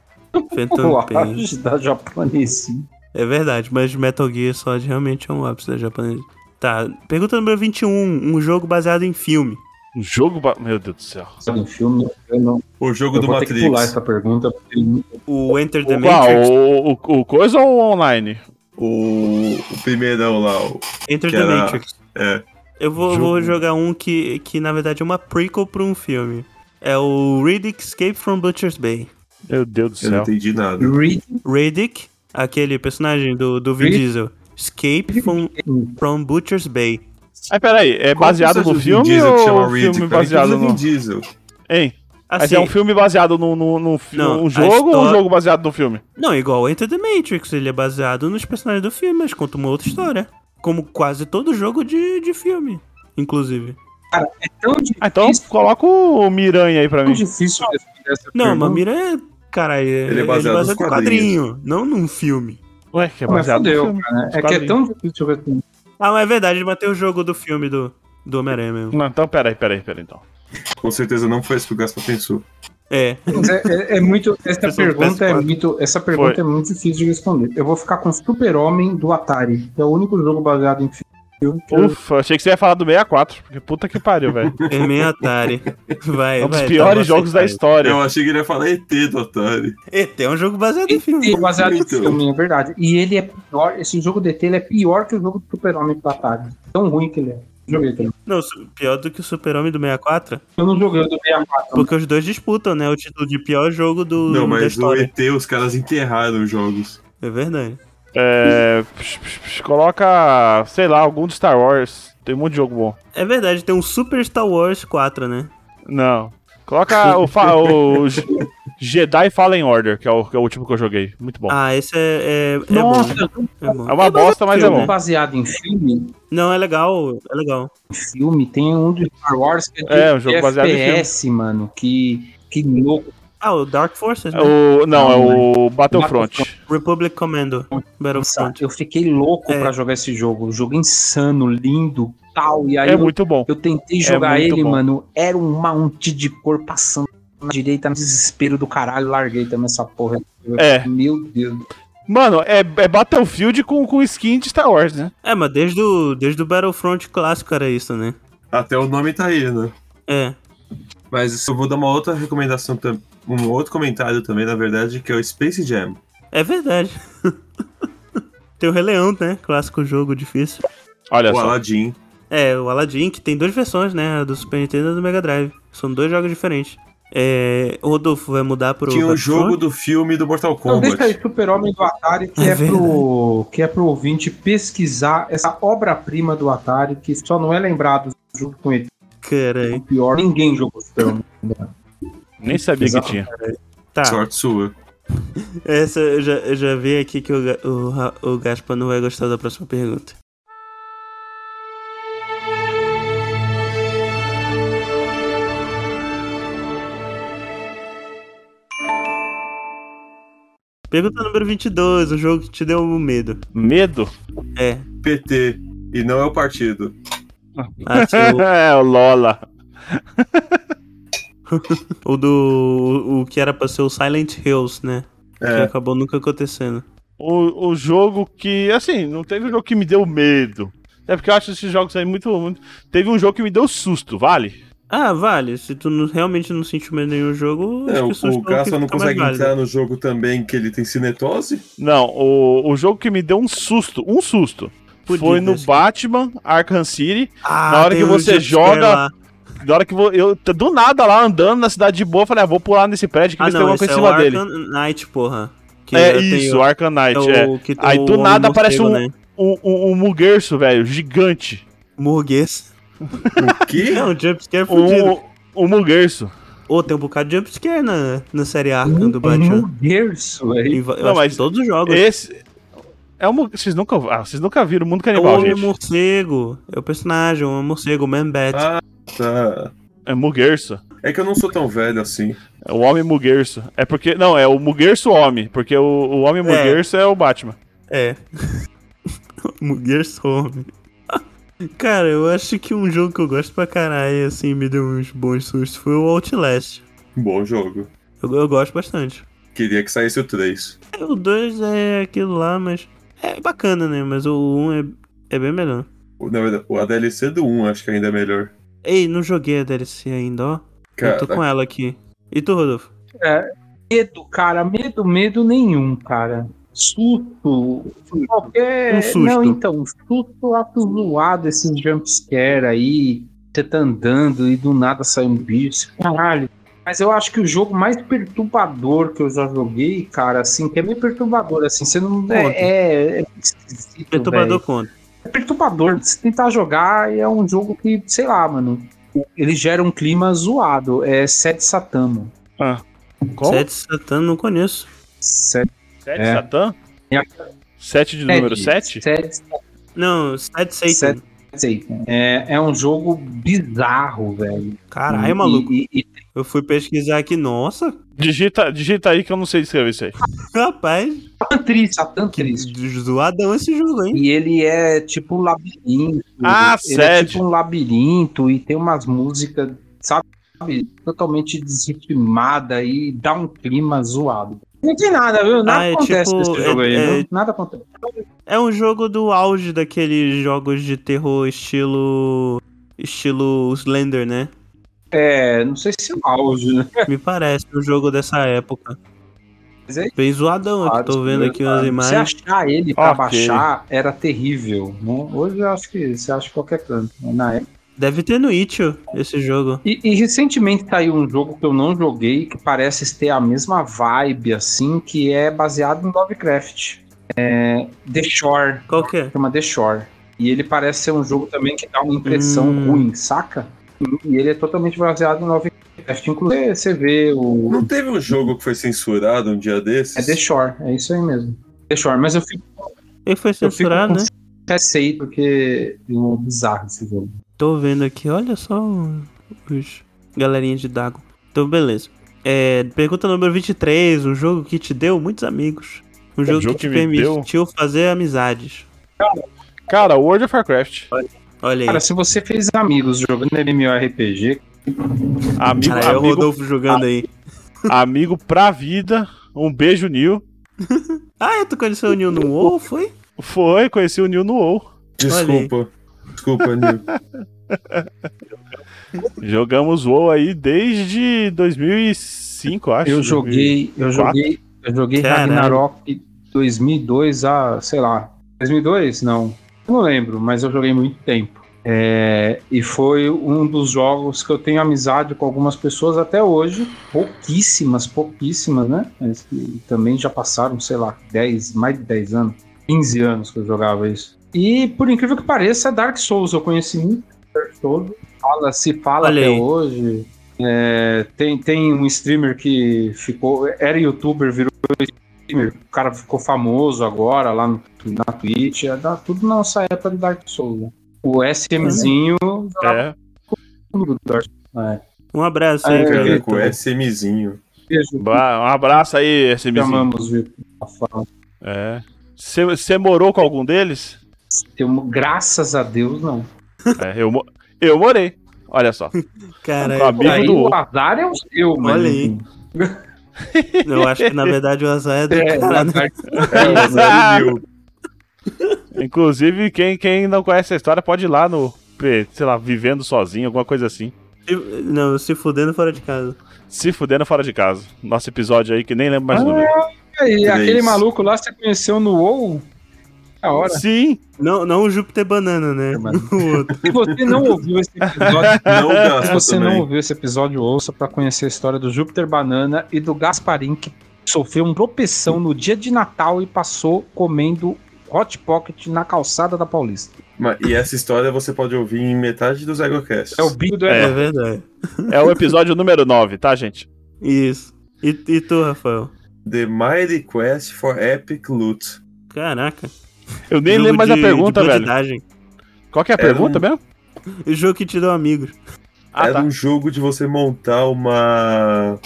Phantom o Pain. auge da japonesa. É verdade, mas Metal Gear Solid realmente é um ápice da japonesa. Tá, pergunta número 21. Um jogo baseado em filme. Um jogo. ba- Meu Deus do céu. Sobre um filme, eu não. O jogo Eu do vou ter que pular Matrix. essa pergunta. Porque é ele nunca- O Enter the Qual? Matrix. O, o, o coisa ou o online? O, o primeirão lá. o- Enter que the era- Matrix. é. Eu vou, Jogo. vou jogar um que, que, na verdade, é uma prequel pra um filme. É o Riddick Escape from Butcher's Bay. Meu Deus do Eu não céu. entendi nada. Read Riddick, aquele personagem do, do Vin Riddick. Diesel. Escape from, from Butcher's Bay. Aí, peraí, é baseado Qual que seja no o Vin filme Diesel que chama ou Riddick? filme Pra mim, baseado tudo é Vin no... Diesel. Hein? Mas Assim, é um filme baseado num no, no, fi- Não, um a jogo ou um história- jogo baseado no filme? Não, igual Enter the Matrix, ele é baseado nos personagens do filme, mas conta uma outra história. Como quase todo jogo de, de filme, inclusive. é tão difícil, Ah, então coloca o Miranha aí pra tão mim. difícil responder essa Não, pergunta. né? mas Mira é. Caralho, ele é baseado, nos no quadrinho, não num filme. Ué, que é Mas baseado fudeu, no filme. cara. É que é tão difícil responder. Ah, mas é verdade, mas tem o jogo do filme do, do Homem-Aranha mesmo. Não, então peraí, peraí, peraí então. Com certeza não foi isso que o Gaspar pensou. É. Mas é, é- é muito. Essa Pessoal do pergunta é PS4. muito. Essa pergunta Foi. é muito difícil de responder. Eu vou ficar com Super Homem do Atari, que é o único jogo baseado em filme. que eu- Ufa, achei que você ia falar do 64, porque puta que pariu, velho. É meio Atari. Vai, É um dos vai, piores tá, eu vou jogos da aceitar. história. Eu achei que ele ia falar ET do Atari. ET é um jogo baseado em filme. E baseado em Muito. filme, é verdade. E ele é pior. Esse jogo do ET ele é pior que o jogo do Super Homem do Atari. Tão ruim que ele é. Joguei também. Não, su- pior do que o Super-Homem do 64, Eu não joguei o do 64. porque os dois disputam, né? O título de pior jogo do, Não, da mas o história. ET, os caras enterraram os jogos. É verdade. É, psh, psh, psh, coloca, sei lá, algum do Star Wars. Tem um monte de jogo bom. É verdade, tem um Super Star Wars 4, né? Não. Coloca o, fa- o G- Jedi Fallen Order, que é o, que é o último que eu joguei. Muito bom. Ah, esse é, é, é Nossa, bom. É bom. é uma bosta, mas é jogo bom. baseado em filme. Não, é legal, é legal. Em filme tem um do Star Wars que É, de- um jogo de baseado em FPS, mano. Que, Fiquei louco. Ah, o Dark Forces, É né? o, não, é o Battlefront. Republic Commando. Battlefront. Eu fiquei louco É. pra jogar esse jogo. Um jogo insano, lindo, tal. E aí É eu, muito bom. É eu tentei jogar muito ele, bom. mano. Era um monte de cor passando na direita, no desespero do caralho. Larguei também essa porra. É. Meu Deus. Mano, é, é Battlefield com, com skin de Star Wars, né? É, mas desde o, desde o Battlefront clássico era isso, né? Até o nome tá aí, né? É. Mas eu vou dar uma outra recomendação, tam- um outro comentário também, na verdade, que é o Space Jam. É verdade. <laughs> tem o Rei Leão, né? Clássico jogo difícil. Olha o só. Aladdin. É, o Aladdin, que tem duas versões, né? A do Super Nintendo e a do Mega Drive. São dois jogos diferentes. É, o Rodolfo vai mudar pro. um Tinha o é um jogo Battlefront? do filme do Mortal Então Kombat. deixa aí Super-Homem do Atari, que É é, pro, que é pro ouvinte pesquisar essa obra-prima do Atari, que só não é lembrado junto com ele. Caralho. O pior, ninguém jogou Super-Homem. Nem sabia que Exato. tinha. Tá. Sorte sua. Essa eu já, eu já vi aqui que o, Ga- o, Ra- o Gaspa não vai gostar da próxima pergunta. Pergunta número 22, o jogo que te deu medo. Medo? É, PT. E não é o partido. ah, sim, o- <laughs> é, o Lola. <laughs> o do. O, o que era pra ser o Silent Hills, né? Que É. acabou nunca acontecendo. O, o jogo que, assim, não teve um jogo que me deu medo. É porque eu acho esses jogos aí muito, muito- Teve um jogo que me deu susto, vale? Ah, vale, se tu não- realmente não sentiu medo nenhum jogo, É, <laughs> acho o, que susto é o Gaspa que fica não mais consegue válido. entrar no jogo também que ele <laughs> tem cinetose? Não, o, o jogo que me deu um susto, um susto. Fudido foi no esse. Batman Arkham City. Ah, Na hora tem que o jumpscare você joga- lá. Na hora que vou- eu, t- do nada lá andando na cidade de boa, eu falei, ah, vou pular nesse prédio que Ah, eles têm não, uma esse coisa é em o cima dele. Arkham Knight, porra. Que É eu tenho- isso, Arkham é Knight. É o que tem Aí o do homem nada aparece morcego, um- Né? um, um, um muguerço, velho, gigante. Murguês. O quê? É, um jumpscare fudido. Um, um muguerço. Ô, tem um bocado de jumpscare na, na série Arkham do Meu Batman. Deus, velho. E va- eu Uhum. Não, acho mas que todos os jogos. Esse. É um, mu- vocês, nunca, ah, vocês nunca viram o mundo É o canibal, homem gente. morcego. É o personagem, o homem morcego, o Man Bat. Ah, tá. É Muguerço. É que eu não sou tão velho assim. É o Homem Muguerço. É porque. Não, é o Muguerço Homem. Porque o, o Homem Muguerço é o Batman. É. <laughs> Muguerço homem. <laughs> Cara, eu acho que um jogo que eu gosto pra caralho, assim, me deu uns bons sustos, foi o Outlast. Bom jogo. Eu- eu gosto bastante. Queria que saísse o 3. O 2 é aquilo lá, mas. É bacana, né? Mas o 1 um é, é bem melhor. Na verdade, a DLC do 1 acho que ainda é melhor. Ei, não joguei a DLC ainda, ó. Cara, Eu tô com ela aqui. E tu, Rodolfo? Medo, cara. Medo, medo nenhum, cara. Susto. Qualquer... Um susto. Não, então, susto atordoado, esses jumpscare aí. Você tá andando e do nada sai um bicho. Caralho. Mas eu acho que o jogo mais perturbador que eu já joguei, cara, assim, que é meio perturbador, assim, você não. Conta. É, é, é esquisito, Perturbador conta. é perturbador de se tentar jogar e é um jogo que, sei lá, mano. Ele gera um clima zoado. É Sete Satã, mano. Como? Sete Satã, não conheço. Sete, Sete É. Satã? É. Sete de número 7? Sete Não, Sete Satan. Sete- Satan. É, é um jogo bizarro, velho. Caralho, é E- maluco. e- e- Eu fui pesquisar aqui, nossa. <laughs> Digita, digita aí que eu não sei escrever isso aí. Rapaz, Satã triste, Satã que triste. zoadão esse jogo, hein? E ele é tipo um labirinto. Ah, ele é sete. tipo um labirinto e tem umas músicas, sabe? Totalmente desritimada e dá um clima zoado. Não tem nada, viu? Nada Ah, é acontece tipo- nesse jogo é- aí. é- não- Nada acontece. É um jogo do auge daqueles jogos de terror estilo. estilo Slender, né? É, não sei se é o auge, né? Me parece um jogo dessa época. Mas é Bem zoadão, eu tô vendo aqui umas né? Se imagens. achar ele pra Ok. baixar, era terrível. né? Hoje eu acho que você acha em qualquer canto. né? Na época. Deve ter no itch.io esse jogo. E, e recentemente saiu um jogo que eu não joguei, que parece ter a mesma vibe, assim, que é baseado em Lovecraft. É The Shore, Qual que é? chama The Shore. E ele parece ser um jogo também que dá uma impressão Hum. ruim, saca? E ele é totalmente baseado em Lovecraft. Inclusive, você vê o, Não teve um jogo que foi censurado um dia desses? É The Shore, é isso aí mesmo. The Shore, mas eu fico, Ele foi eu fico censurado, com né? receio porque é bizarro esse jogo. Tô vendo aqui, olha só os galerinha de Dago. Então, beleza. É, pergunta número 23, um jogo que te deu muitos amigos. Um jogo, jogo que te que me deu? permitiu fazer amizades. Cara, World of Warcraft. Olha aí. Cara, se você fez amigos jogando MMORPG, Amigo, Cara, é o amigo, Rodolfo jogando aí. Ah. amigo pra vida. Um beijo, Nil. Ah, é, tu conheceu o Nil no WoW, foi? Foi, conheci o Nil no WoW. Desculpa. Desculpa, Nil. Jogamos WoW aí desde 2005, acho. eu joguei, eu 2004. joguei, eu joguei Caralho. Ragnarok 2002 a, sei lá, 2002? Não, eu não lembro, mas eu joguei muito tempo. É, e foi um dos jogos que eu tenho amizade com algumas pessoas até hoje, pouquíssimas, pouquíssimas, né? Mas que também já passaram, sei lá, 10, mais de 10 anos, 15 anos que eu jogava isso. E por incrível que pareça, é Dark Souls, eu conheci muito Dark Souls, fala, se fala Olha até aí. hoje. É, tem, tem um streamer que ficou. Era youtuber, virou streamer. O cara ficou famoso agora lá no, na Twitch. É da- tudo na nossa época de Dark Souls. né? O SMzinho jogava É. tudo do Dark Souls. É. Um abraço aí, É, cara. <laughs> Cara, com SMzinho. Beijo, Ba- Um abraço aí, te SMzinho. amamos, viu? Tá A fala. É. Você morou com <laughs> algum deles? Tem um- graças a Deus, não. É, eu, mo- eu morei. Olha só. Cara, Com a Amigo Aí do- o azar é o seu, mas. Olha aí. enfim. eu acho que na verdade o azar é do É, o cara, né? azar- É, zero Nil. Inclusive, quem, quem não conhece a história pode ir lá no, P- sei lá, vivendo sozinho, alguma coisa assim. Se- Não, se fudendo fora de casa. Se fudendo fora de casa. Nosso episódio aí que nem lembro mais o nome. E aquele Três. maluco lá você conheceu no WoW? Da hora. Sim, Não, não o Júpiter Banana, né? Mano. <laughs> O outro. Se você não ouviu esse episódio, <laughs> Não se gasta você também. não ouviu esse episódio, ouça pra conhecer a história do Júpiter Banana e do Gasparim, que sofreu um tropeção no dia de Natal e passou comendo Hot Pocket na calçada da Paulista. Mas- E essa história você pode ouvir em metade dos Egocasts. É o bico do É é. verdade. é o episódio número 9, tá, gente? Isso. E, e tu, Rafael? The Mighty Quest for Epic Loot. Caraca. Eu nem Jogo lembro mais a de- pergunta, de velho. bandidagem. Qual que é a Era pergunta um- mesmo? O jogo que te deu amigos. Ah, Era tá. um jogo de você montar uma.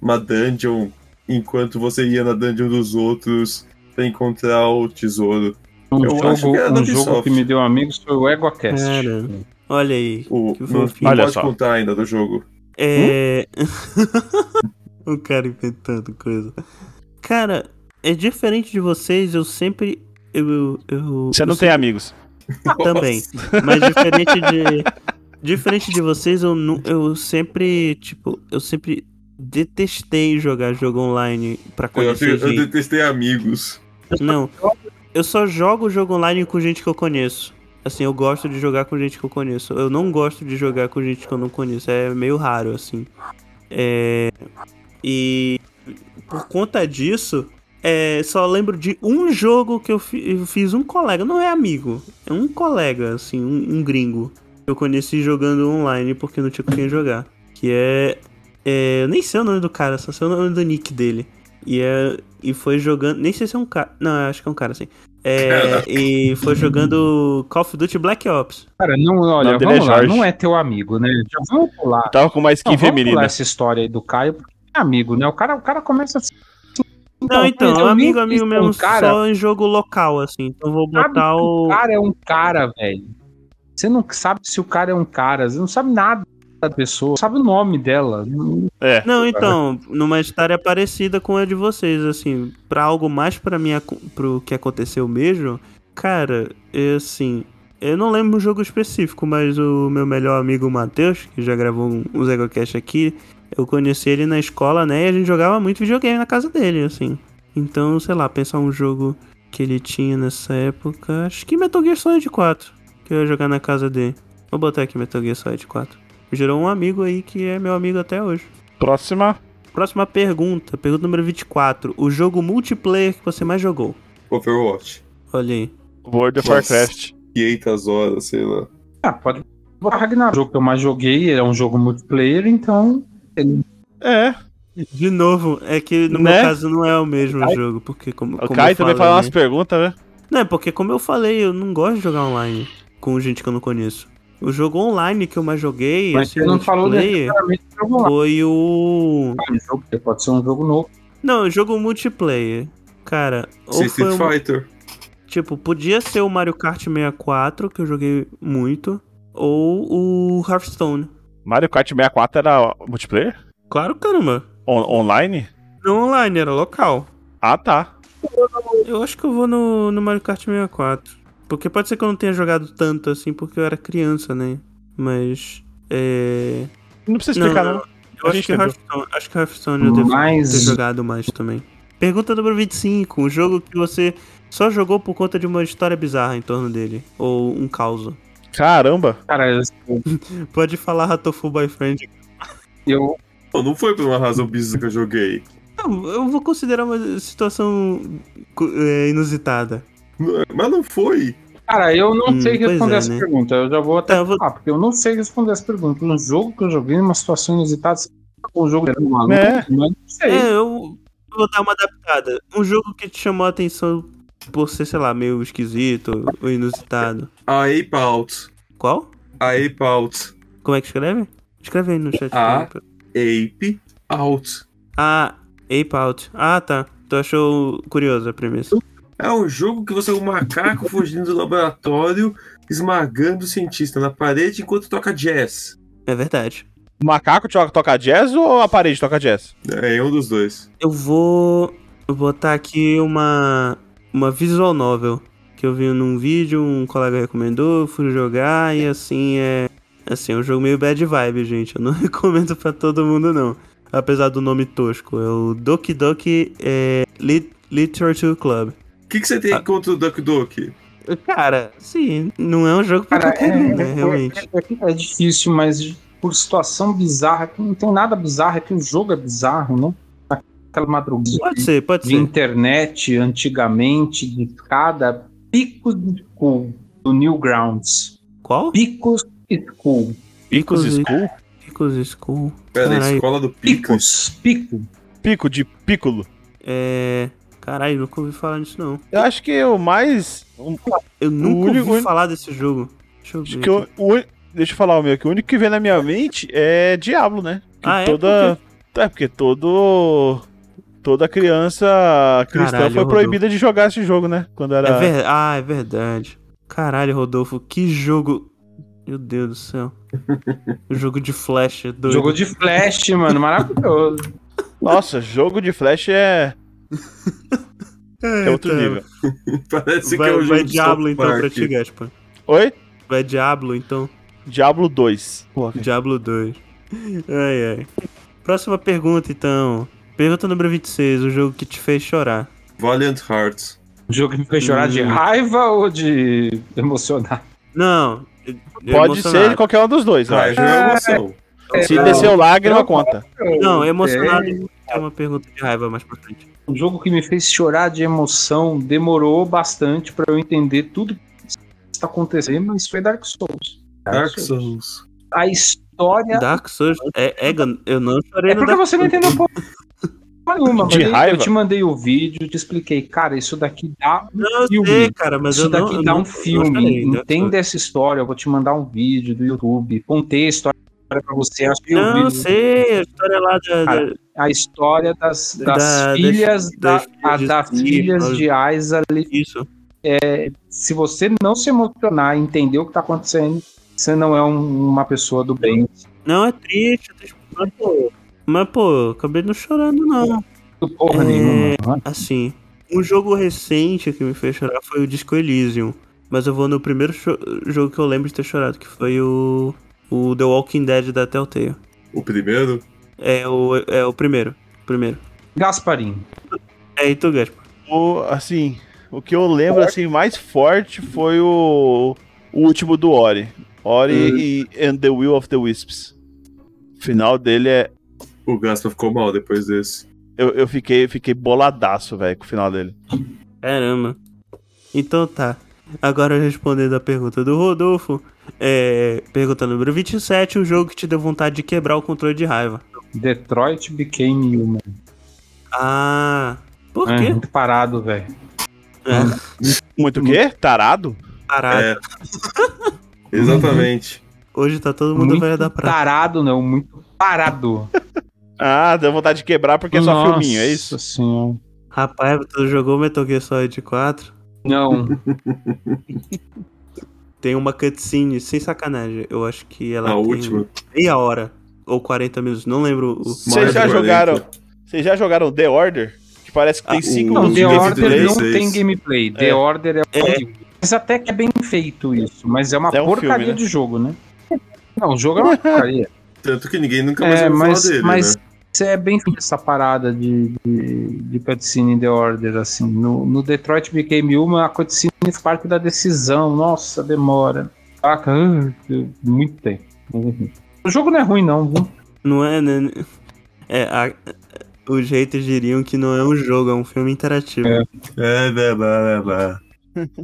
Uma dungeon enquanto você ia na dungeon dos outros pra encontrar o tesouro. Um Eu acho jogo, que era da um jogo Ubisoft. que me deu amigos foi o EgoCast. Cara. Olha aí. O, Que não não fofinho. Olha pode só. contar ainda do jogo. É. <laughs> o cara inventando coisa. Cara, é diferente de vocês, eu sempre. Eu, eu, eu- Você eu não tem amigos. também. assim? Mas diferente de. Diferente de vocês, eu, nu- eu sempre, tipo, eu sempre detestei jogar jogo online pra Eu, conhecer eu gente. detestei amigos. Não. Eu só jogo jogo online com gente que eu conheço. Assim, eu gosto de jogar com gente que eu conheço. Eu não gosto de jogar com gente que eu não conheço. É meio raro, assim. É, E por conta disso, é, só lembro de um jogo que eu, fi- eu fiz um colega. Não é amigo, é um colega, assim, um, um gringo. Eu conheci jogando online porque não tinha com quem jogar. Que é. é, eu nem sei o nome do cara, só sei o nome do nick dele. E é e foi jogando. Nem sei se é um cara. Não, eu acho que é um cara assim. É, e foi jogando Call of Duty Black Ops. Cara, não, olha, Não, dele é vamos lá, Jorge. não é teu amigo, né? Já vamos pular. Tava com uma skin Não, vamos pular feminina. essa história aí do Caio, porque é amigo, né? O cara, o cara começa a se- Não, então, mas eu nem amigo, amigo fiz com mesmo, é o cara, só em jogo local, assim. Então vou sabe botar se o o. cara é um cara, velho. Você não sabe se o cara é um cara, você não sabe nada da pessoa, sabe o nome dela. Não- É. Não, então, numa história parecida com a de vocês, assim, pra algo mais pra mim, ac- pro que aconteceu mesmo, cara, é assim, eu não lembro um jogo específico, mas o meu melhor amigo Matheus, que já gravou um, um Zegocast aqui, eu conheci ele na escola, né, e a gente jogava muito videogame na casa dele, assim. Então, sei lá, pensar um jogo que ele tinha nessa época, acho que Metal Gear Solid 4, que eu ia jogar na casa dele. Vou botar aqui Metal Gear Solid 4. Gerou um amigo aí que é meu amigo até hoje. Próxima. Próxima pergunta, pergunta número 24. O jogo multiplayer que você mais jogou? Overwatch. Olha aí. World of Nossa. Warcraft. 500 horas, sei lá. Ah, pode. O Ragnarok, o jogo que eu mais joguei, é um jogo multiplayer, então. É. De novo, é que no Né? meu caso não é o mesmo jogo, porque como, O como Kai eu também falei, faz umas perguntas, né? Não, é porque como eu falei, eu não gosto de jogar online com gente que eu não conheço. O jogo online que eu mais joguei, Mas assim, você não falou multiplayer, necessariamente do jogo lá. foi o. Um jogo, porque pode ser um jogo novo. Não, jogo multiplayer. Cara, ou Street foi um- Fighter. Tipo, podia ser o Mario Kart 64, que eu joguei muito, ou o Hearthstone. Mario Kart 64 era multiplayer? Claro, caramba. On- online? Não online, era local. Ah, tá. Eu acho que eu vou no, no Mario Kart 64. Porque pode ser que eu não tenha jogado tanto assim, porque eu era criança, né? Mas. É. Não precisa Não, explicar, não. não. Eu A acho gente que, entendeu. Hearthstone, acho que Hearthstone eu devo Mas- ter jogado mais também. Pergunta número 25. Um jogo que você só jogou por conta de uma história bizarra em torno dele. Ou um caos. Caramba. Cara, eu, Pode falar Ratofu Boyfriend. eu- Pô, não foi por uma razão bizarra que eu joguei. Não, eu vou considerar uma situação cu- é, inusitada. Não- Mas não foi. cara, eu não Hum, sei pois responder é, essa né? pergunta. Eu já vou até Tá, eu vou- falar, porque eu não sei responder essa pergunta. Um jogo que eu joguei numa situação inusitada, se um jogo era um maluco, É. mas não sei. É, eu vou dar uma adaptada. Um jogo que te chamou a atenção por ser, sei lá, meio esquisito ou inusitado. A Ape Out. Qual? A Ape Out. Como é que escreve? Escreve aí no chat. Ah. Ape Out. Ah, Ape Out. Ah, tá. Tu achou curiosa a premissa. É um jogo que você é um macaco <laughs> fugindo do laboratório, esmagando o cientista na parede enquanto toca jazz. É verdade. O macaco to- toca jazz ou a parede toca jazz? É, é um dos dois. Eu vou botar aqui uma, uma visual novel que eu vi num vídeo, um colega recomendou, eu fui jogar e assim é. Assim, é um jogo meio bad vibe, gente. Eu não <laughs> recomendo pra todo mundo, não. Apesar do nome tosco. É o Doki Doki é, Lit- Literature Club. O que, que você tem Ah. contra o Duck Duck? Cara, sim, não é um jogo pra Cara, qualquer é, um, né? Realmente. é- é difícil, mas por situação bizarra, que não tem nada bizarro, é que o jogo é bizarro, né? Aquela madrugada Pode ser, pode de ser. internet antigamente, de cada pico de school do Newgrounds. Qual? Picos school. Picos Picos e- School? Picos School. Pera, Caralho. escola do Pico. Picos. Pico. Pico de Piccolo. É. Caralho, nunca ouvi falar disso, não. Eu acho que o mais. um- Eu nunca único- ouvi falar desse jogo. Deixa eu acho ver. que o- o- deixa eu falar o meu, que o único que vem na minha mente é Diablo, né? Que Ah, é? toda. É porque todo. Toda criança cristã Caralho, foi Rodolfo. proibida de jogar esse jogo, né? Quando era. É ver- Ah, é verdade. Caralho, Rodolfo, que jogo. Meu Deus do <laughs> céu. O jogo de flash é doido. Jogo de flash, mano. Maravilhoso. Nossa, jogo de flash é, é outro então, nível. <laughs> Parece Vai, que é um vai jogo de Diablo South então pra Park. ti, Gaspa. Oi? Vai Diablo então. Diablo 2. Diablo 2. Ai, ai. Próxima pergunta então. Pergunta número 26, o jogo que te fez chorar. Valiant Hearts. jogo que me fez chorar de Hum. raiva ou de emocionar? Não. eu- eu Pode ser emocionado. é qualquer um dos dois, eu Ah, acho. já é emoção. Se Não, é um desceu lágrima, eu- é conta. Não, emocionado é uma pergunta de raiva mais pra frente. Um jogo que me fez chorar de emoção demorou bastante pra eu entender tudo que está acontecendo, mas foi Dark Souls. Dark Souls. A história. Dark Souls. É, é, eu não chorei É no porque Dark você não entendeu porra nenhuma, De mas eu- raiva? Eu te mandei o vídeo, te expliquei, cara, isso daqui dá um Não, eu filme. sei, cara, mas isso eu não. daqui eu dá não- um filme. eu não chorei, né? Entenda essa história. Eu vou te mandar um vídeo do YouTube. Contei a história pra você. acho que o Não, eu vídeo- sei, a história lá da. da- a história das, das Da- filhas das- da, a- das das filhas filhas de Aiza isso. se você não se emocionar e entender o que está acontecendo, você não é um- uma pessoa do bem. Não, é triste, é triste. Mas, pô, mas, pô, acabei não chorando, não. Do Porra É. nenhuma. Assim. Um jogo recente que me fez chorar foi o Disco Elysium. Mas eu vou no primeiro cho- jogo que eu lembro de ter chorado, que foi o. O The Walking Dead da Telltale. O primeiro? É o, é o primeiro. Primeiro. Gasparim. É, e tu, Gaspa? O, assim, o que eu lembro assim mais forte foi o, o último do Ori. Ori Uhum. e And the Will of the Wisps. O final dele é. O Gaspa ficou mal depois desse. Eu, eu fiquei, fiquei boladaço, velho, com o final dele. Caramba. Então tá. Agora respondendo a pergunta do Rodolfo. É, pergunta número 27, o um jogo que te deu vontade de quebrar o controle de raiva. Detroit Became Human. Ah. Por É, quê? muito parado, velho. É, Uhum. Muito o quê? Tarado? parado. <laughs> É. Exatamente. Hoje tá todo mundo Muito velho da praia. Tarado, não, muito parado. Ah, deu vontade de quebrar porque é só Nossa filminho, é isso? Senhora. Rapaz, tu jogou Metal Gear Solid 4? Não, Tem uma cutscene, sem sacanagem. Eu acho que ela A tem última. meia hora ou 40 minutos, não lembro o. Vocês já Mais de jogaram. 40. Vocês já jogaram The Order? Que parece que tem Ah, cinco o- não, The Os Order não 16. tem gameplay. The É. Order é, Mas até que é bem feito isso, mas é uma É um porcaria filme, né? de jogo, né? Não, o jogo é <laughs> uma porcaria. Tanto que ninguém nunca mais é, ouviu mas, falar dele, mas né? isso é bem feito, essa parada de, de, de cutscene in The Order, assim. No, no Detroit Became Human, a cutscene faz parte da decisão. Nossa, demora. Saca? Ah, Muito tempo. Uhum. O jogo não é ruim, não, viu? Não é, né? É, a- os haters diriam que não é um jogo, é um filme interativo. É. É, blá, blá, blá, blá.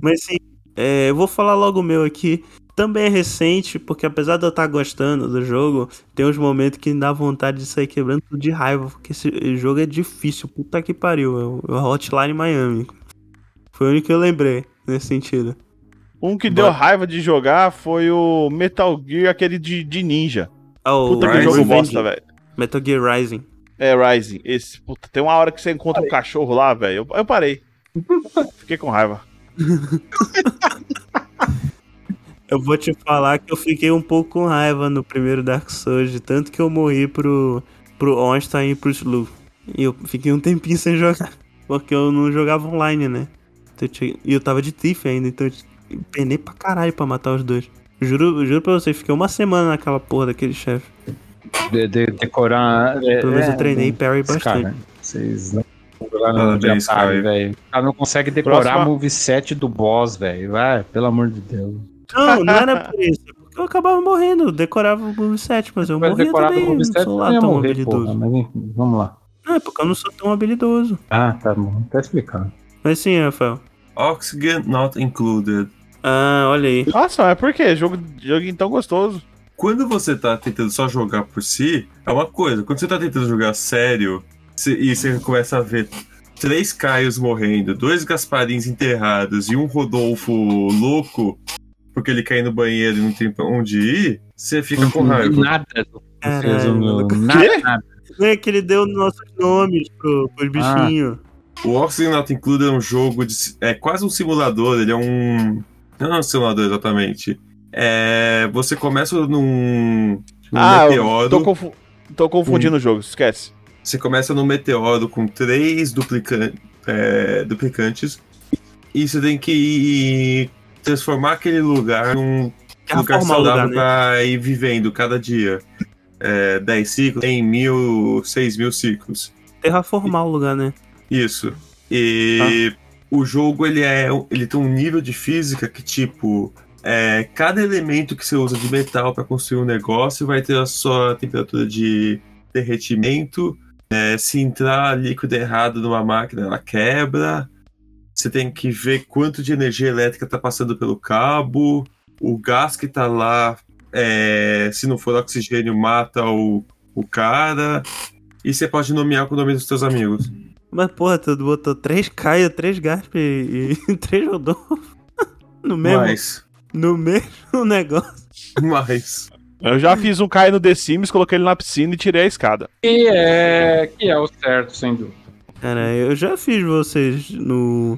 Mas sim, é, eu vou falar logo o meu aqui. Também é recente, porque apesar de eu estar gostando do jogo, tem uns momentos que dá vontade de sair quebrando tudo de raiva, porque esse jogo é difícil, puta que pariu. É o é o Hotline Miami. Foi o único que eu lembrei nesse sentido. Um que deu raiva de jogar foi o Metal Gear, aquele de, de ninja. Ah, o Puta que Rising. jogo Rising. bosta, velho. Metal Gear Rising. É, Rising. Esse, puta, tem uma hora que você encontra um cachorro lá, velho. Eu, eu parei. Fiquei com raiva. Eu vou te falar que eu fiquei um pouco com raiva no primeiro Dark Souls, de tanto que eu morri pro, pro Onstein e pro Slu. E eu fiquei um tempinho sem <laughs> jogar, porque eu não jogava online, né? Então eu tinha- e eu tava de Thief ainda, então eu t- penei pra caralho pra matar os dois. Juro, juro pra vocês, fiquei uma semana naquela porra daquele chefe. De, de- decorar. é, Pelo menos é, eu treinei parry Esse bastante. Cara, né? vocês não jogaram Parabéns, de Caio. Atari, velho. O cara não consegue decorar Próxima. o moveset do boss, velho. Vai, pelo amor de Deus. Não, não <laughs> era por isso. é Porque eu acabava morrendo, eu decorava o Move 7, mas eu Vai morria decorar também. do eu Não moveset, sou não lá ia tão morrer, habilidoso. porra. Mas enfim, vamos lá. Não, é porque eu não sou tão habilidoso. Ah, tá bom. Tá explicado. Mas sim, Rafael. Oxygen not included. Ah, olha aí. Nossa, mas por quê? Jogo, jogo então gostoso. Quando você tá tentando só jogar por si, é uma coisa. Quando você tá tentando jogar sério cê- e você começa a ver três Caios morrendo, dois Gasparins enterrados e um Rodolfo louco porque ele cai no banheiro e não tem pra onde ir, você fica com raiva. Nada do que você Caralho, resumiu. maluco. Nada, nada. Não é que ele deu nossos nomes pro, pros bichinhos. O Oxygen Not Included é um jogo de. si- É quase um simulador, ele é um. Não é um simulador exatamente. É. Você começa num. num ah, eu Tipo, meteoro. tô, confu- tô confundindo o jogo, esquece. Você começa no meteoro com três duplican- é, duplicantes. E você tem que ir transformar aquele lugar num É a lugar forma o lugar, saudável né? pra ir vivendo cada dia. É, 10 ciclos, tem mil, 6 mil ciclos. Terraformar o lugar, né? Isso. E o jogo ele é ele tem um nível de física que tipo é, cada elemento que você usa de metal para construir um negócio vai ter a sua temperatura de derretimento. né? se entrar líquido errado numa máquina, ela quebra. Você tem que ver quanto de energia elétrica está passando pelo cabo. O gás que tá lá, é, se não for oxigênio, mata o, o cara. E você pode nomear com o nome dos seus amigos. Mas, porra, tu botou três Caio, três Gasp e, e <laughs> três Rodolfo no mesmo, <laughs> Mas, no mesmo <laughs> negócio. mas. Eu já fiz um Caio no The Sims, coloquei ele na piscina e tirei a escada. Que é, que é o certo, sem dúvida. Cara, eu já fiz vocês no.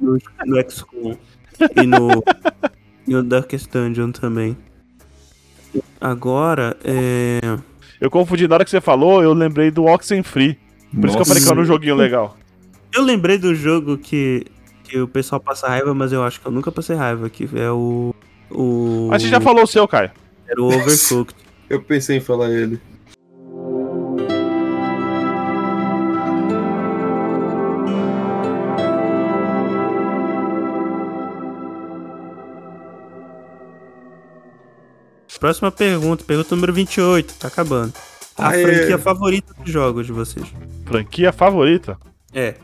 no, no XCOM e no. e no Darkest Dungeon também. Agora, é. Eu confundi, na hora que você falou, eu lembrei do Oxenfree. Por isso que eu falei que era um joguinho legal. Eu lembrei do jogo que. que o pessoal passa raiva, mas eu acho que eu nunca passei raiva, que é o. O. Mas você já falou o seu, Caio. Era o Overcooked. Eu pensei em falar ele. Próxima pergunta, pergunta número 28, tá acabando. A Aê. franquia favorita dos jogos de vocês? Franquia favorita. É.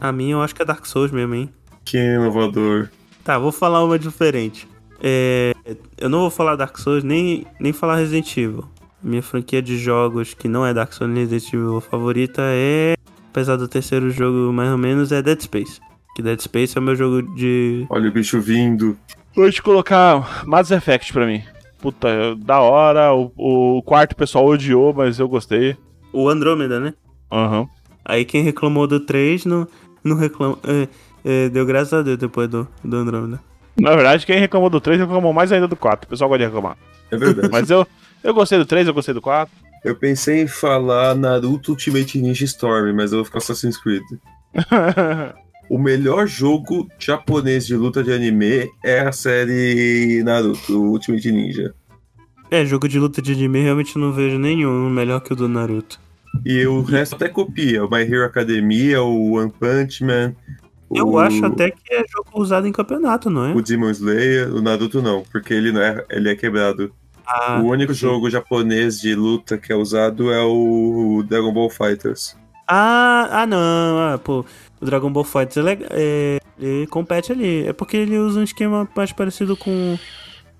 A minha eu acho que é Dark Souls mesmo, hein? Que é inovador. Tá, vou falar uma diferente. É, eu não vou falar Dark Souls nem, nem falar Resident Evil. Minha franquia de jogos que não é Dark Souls nem Resident Evil favorita é. Apesar do terceiro jogo, mais ou menos, é Dead Space. Que Dead Space é o meu jogo de. Olha o bicho vindo. Vou te colocar Mass Effect pra mim. puta, da hora. O, o quarto pessoal odiou, mas eu gostei. O Andrômeda, né? Aham. Aí quem reclamou do 3 não, não reclamou. é, é, deu graças a Deus depois do, do Andrômeda. Na verdade, quem reclamou do 3 reclamou mais ainda do 4. O pessoal gosta de reclamar. É <laughs> verdade. Mas eu, eu gostei do 3, eu gostei do 4. eu pensei em falar Naruto Ultimate Ninja Storm, mas eu vou ficar Assassin's Creed. O melhor jogo japonês de luta de anime é a série Naruto Ultimate Ninja. É, jogo de luta de anime realmente não vejo nenhum melhor que o do Naruto. E o resto até copia. O My Hero Academia, o One Punch Man. Eu o- acho até que é jogo usado em campeonato, não é? O Demon Slayer, o Naruto não, porque ele não é, ele é quebrado. Ah, o único sim. jogo japonês de luta que é usado é o Dragon Ball Fighters. Ah, ah não, ah, pô, o Dragon Ball Fighters é legal, é, ele compete ali. É porque ele usa um esquema mais parecido com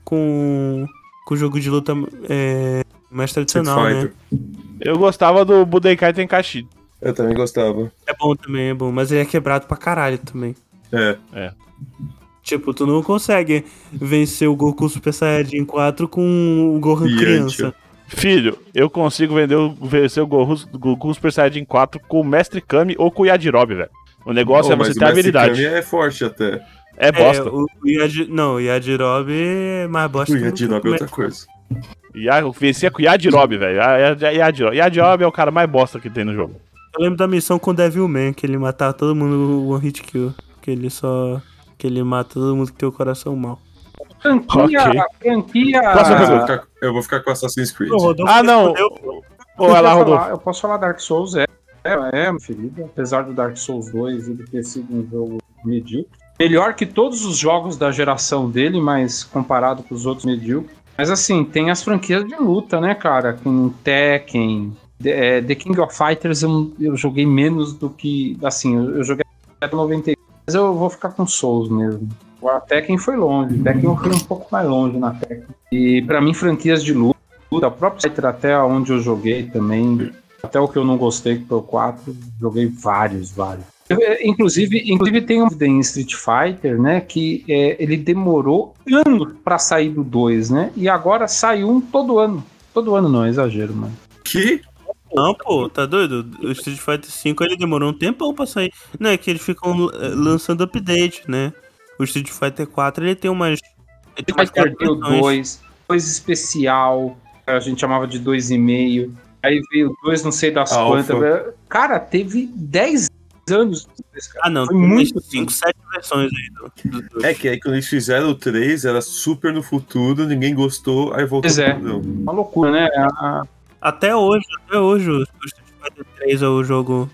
com com o jogo de luta é, mais Street tradicional, né? Fighter. <laughs> Eu gostava do Budokai Tenkaichi. Eu também gostava. É bom também, é bom, mas ele é quebrado pra caralho também. É. Tipo, tu não consegue vencer o Goku Super Saiyajin 4 com o Gohan Gigante. criança. Filho, eu consigo vender o, vencer o Goku, Goku Super Saiyajin 4 com o Mestre Kami ou com o Yajirobe, velho. O Pô, negócio é você Oh, mas ter o Messi Kami habilidade. É... é forte até. bosta. É, o Yaji, não, o Yajirobe é mais bosta. O que- Yadinob é outra coisa. Ya- Eu vencia com o Yajirobe, velho. Ya- Ya- Yajirobe. Yajirobe é o cara mais bosta que tem no jogo. Eu lembro da missão com o Devilman, que ele matava todo mundo o One Hit Kill. Que ele só. Que ele mata todo mundo que tem o coração mal. Franquia. Ok. franquia Próxima Eu vou pergunta. ficar- eu vou ficar com Assassin's Creed. Ah, não. <laughs> Ou ela, eu, posso Rodolfo. falar, eu posso falar Dark Souls, é. É, é, meu filho. Apesar do Dark Souls 2 ele ter sido um jogo medíocre. Melhor que todos os jogos da geração dele, mas comparado com os outros medíocres. Mas assim, tem as franquias de luta, né, cara? Com Tekken. The, é, The King of Fighters eu, eu joguei menos do que. Assim, eu, eu joguei até 90. Mas eu vou ficar com Souls mesmo. A Tekken foi longe. Tekken eu fui um pouco mais longe na Tekken. E pra mim, franquias de luta tudo. A própria Fighter, até onde eu joguei também, até o que eu não gostei, que foi o 4, joguei vários, vários. Eu, eh, inclusive, inclusive tem um em Street Fighter, né, que eh, ele demorou anos pra sair do 2, né? E agora sai um todo ano. Todo ano não, é exagero, mano. Que? Não, pô, tá doido? O Street Fighter V ele demorou um tempão pra sair. Não, é que eles ficam eh, lançando update, né? O Street Fighter 4 ele tem umas. Ele tem umas Fighter deu atualizações. 2, 2 especial, a gente chamava de 2,5. Aí veio 2, não sei das Ah, Alpha. quantas. Cara, teve 10 anos. desse, cara. Ah, não, Foi tem muito 5, 7 versões aí do, do, do- É que aí quando eles fizeram o 3, era super no futuro, ninguém gostou, aí voltou Pois é. pro não. Uma loucura, né? A- a- Até hoje, até hoje, o Street Fighter 3 é o jogo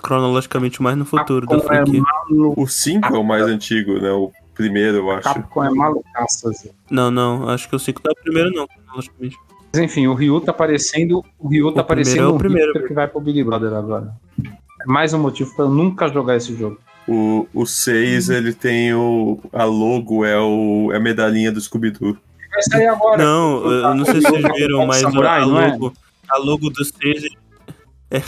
cronologicamente mais no futuro da Capcom é franquia. malu- O 5 é o mais antigo, né? O primeiro, eu acho. Capcom é malucaça. Zé. Não, não, acho que o 5 não é o primeiro, não, cronologicamente. Mas enfim, o Ryu tá aparecendo. O Ryu O primeiro é tá aparecendo o primeiro, que vai pro Big Brother agora. É mais um motivo pra eu nunca jogar esse jogo. O, o 6, ele tem o. A logo é, o, é a medalhinha do Scooby-Doo. Vai sair agora. Não, eu eu não sei se vocês viram, mas Samurai, a não é? logo, a logo do 6. <laughs> é,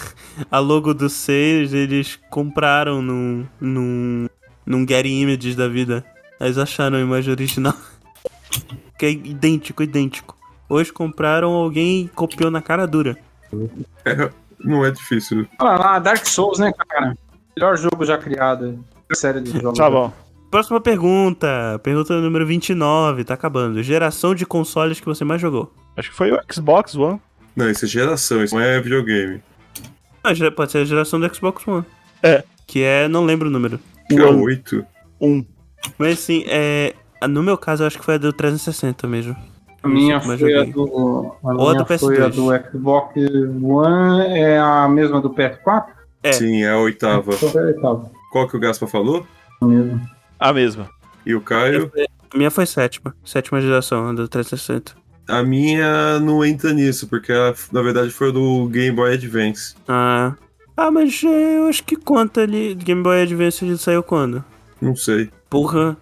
a logo do 6 eles compraram num, num, num Getty Images da vida. Eles acharam a imagem original. <laughs> Que é idêntico, idêntico. Hoje compraram, alguém copiou na cara dura. Não é difícil. Olha lá, Dark Souls, né, cara? Melhor jogo já criado. Série de jogos. Tá bom. Próxima pergunta. Pergunta número 29, tá acabando. Geração de consoles que você mais jogou? Acho que foi o Xbox One. Não, isso é geração, isso não é videogame. Ah, gera- Pode ser a geração do Xbox One. É. Que é, não lembro o número. Que é One. 8. Um. Mas assim, é. No meu caso, eu acho que foi a do 360 mesmo. A minha Mas foi a joguei. do. A Ou a minha do PS2. foi a do Xbox One. É a mesma do PS4? É. Sim, é a oitava. Então, Qual que o Gaspa falou? A mesma. E o Caio? A minha foi sétima. Sétima geração a do 360. A minha não entra nisso, porque ela, na verdade foi do Game Boy Advance. Ah. Ah, mas é, eu acho que conta ali. Game Boy Advance ele saiu quando? Não sei. Porra.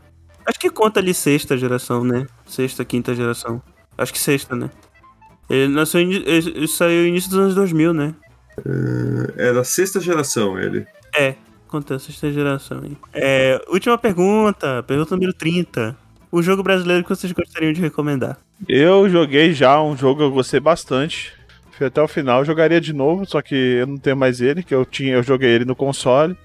Acho que conta ali sexta geração, né? Sexta, quinta geração. Acho que sexta, né? Ele nasceu. ini- Ele ele saiu início dos anos 2000, né? É da sexta geração ele. É, conta a sexta geração, hein? É, última pergunta, pergunta número 30. o jogo brasileiro que vocês gostariam de recomendar. Eu joguei já um jogo que eu gostei bastante. Fui até o final, jogaria de novo, só que eu não tenho mais ele, que eu tinha, eu joguei ele no console,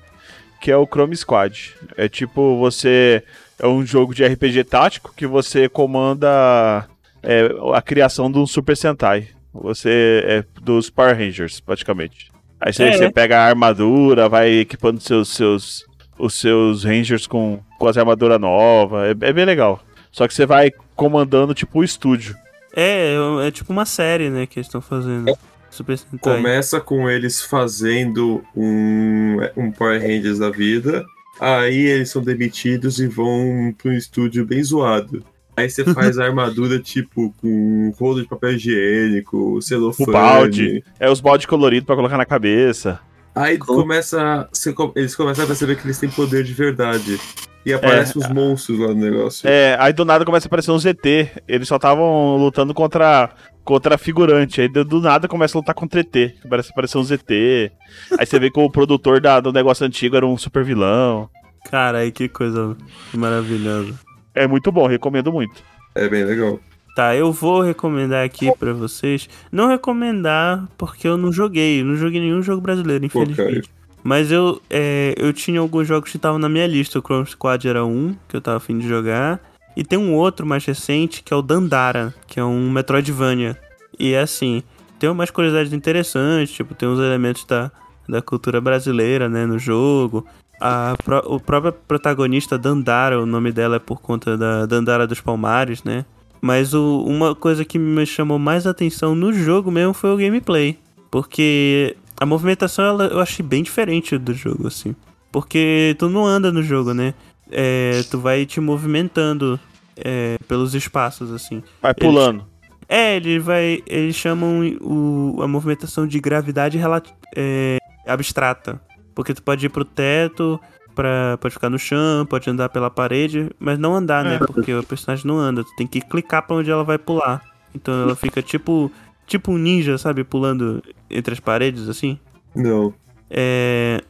que é o Chrome Squad. É tipo, você é um jogo de RPG tático que você comanda é, a criação de um Super Sentai. Você é dos Power Rangers, praticamente. Aí você, É, você né? pega a armadura, vai equipando seus, seus, os seus Rangers com, com as armaduras novas. É, é bem legal. Só que você vai comandando tipo o estúdio. É, é, é tipo uma série, né, que eles estão fazendo. Super Sentai. Começa com eles fazendo um, um Power Rangers da vida. Aí eles são demitidos e vão pra um estúdio bem zoado. Aí você faz a armadura, tipo, com rolo de papel higiênico, celofane. Com balde. É os balde coloridos pra colocar na cabeça. Aí começa. você co- Eles começam a perceber que eles têm poder de verdade. E aparecem os monstros lá no negócio. É, aí do nada começa a aparecer um ZT. Eles só estavam lutando contra contra figurante. Aí do, do nada começa a lutar contra ET. Começa a aparecer um ZT. Aí você vê que o produtor da- do negócio antigo era um super vilão. Cara, aí que coisa maravilhosa. É muito bom, recomendo muito. É bem legal. Tá, eu vou recomendar aqui pra vocês. Não recomendar porque eu não joguei, eu não joguei nenhum jogo brasileiro, Pô, infelizmente. Mas eu, é, eu tinha alguns jogos que estavam na minha lista. O Chrome Squad era um que eu tava afim de jogar. E tem um outro mais recente que é o Dandara, que é um Metroidvania. E é assim, tem umas curiosidades interessantes, tipo, tem uns elementos da, da cultura brasileira, né, no jogo. A, pró- o próprio protagonista Dandara, o nome dela é por conta da Dandara dos Palmares, né? Mas o- uma coisa que me chamou mais atenção no jogo mesmo foi o gameplay. Porque a movimentação ela, eu achei bem diferente do jogo, assim. Porque tu não anda no jogo, né? É, tu vai te movimentando é, pelos espaços, assim. Vai Eles- pulando. É, ele vai. Eles chamam o, a movimentação de gravidade relati- é, abstrata. Porque tu pode ir pro teto, pra, pode ficar no chão, pode andar pela parede, mas não andar, né? Porque o personagem não anda. Tu tem que clicar pra onde ela vai pular. Então ela fica tipo. Tipo um ninja, sabe? Pulando entre as paredes, assim. Não. É,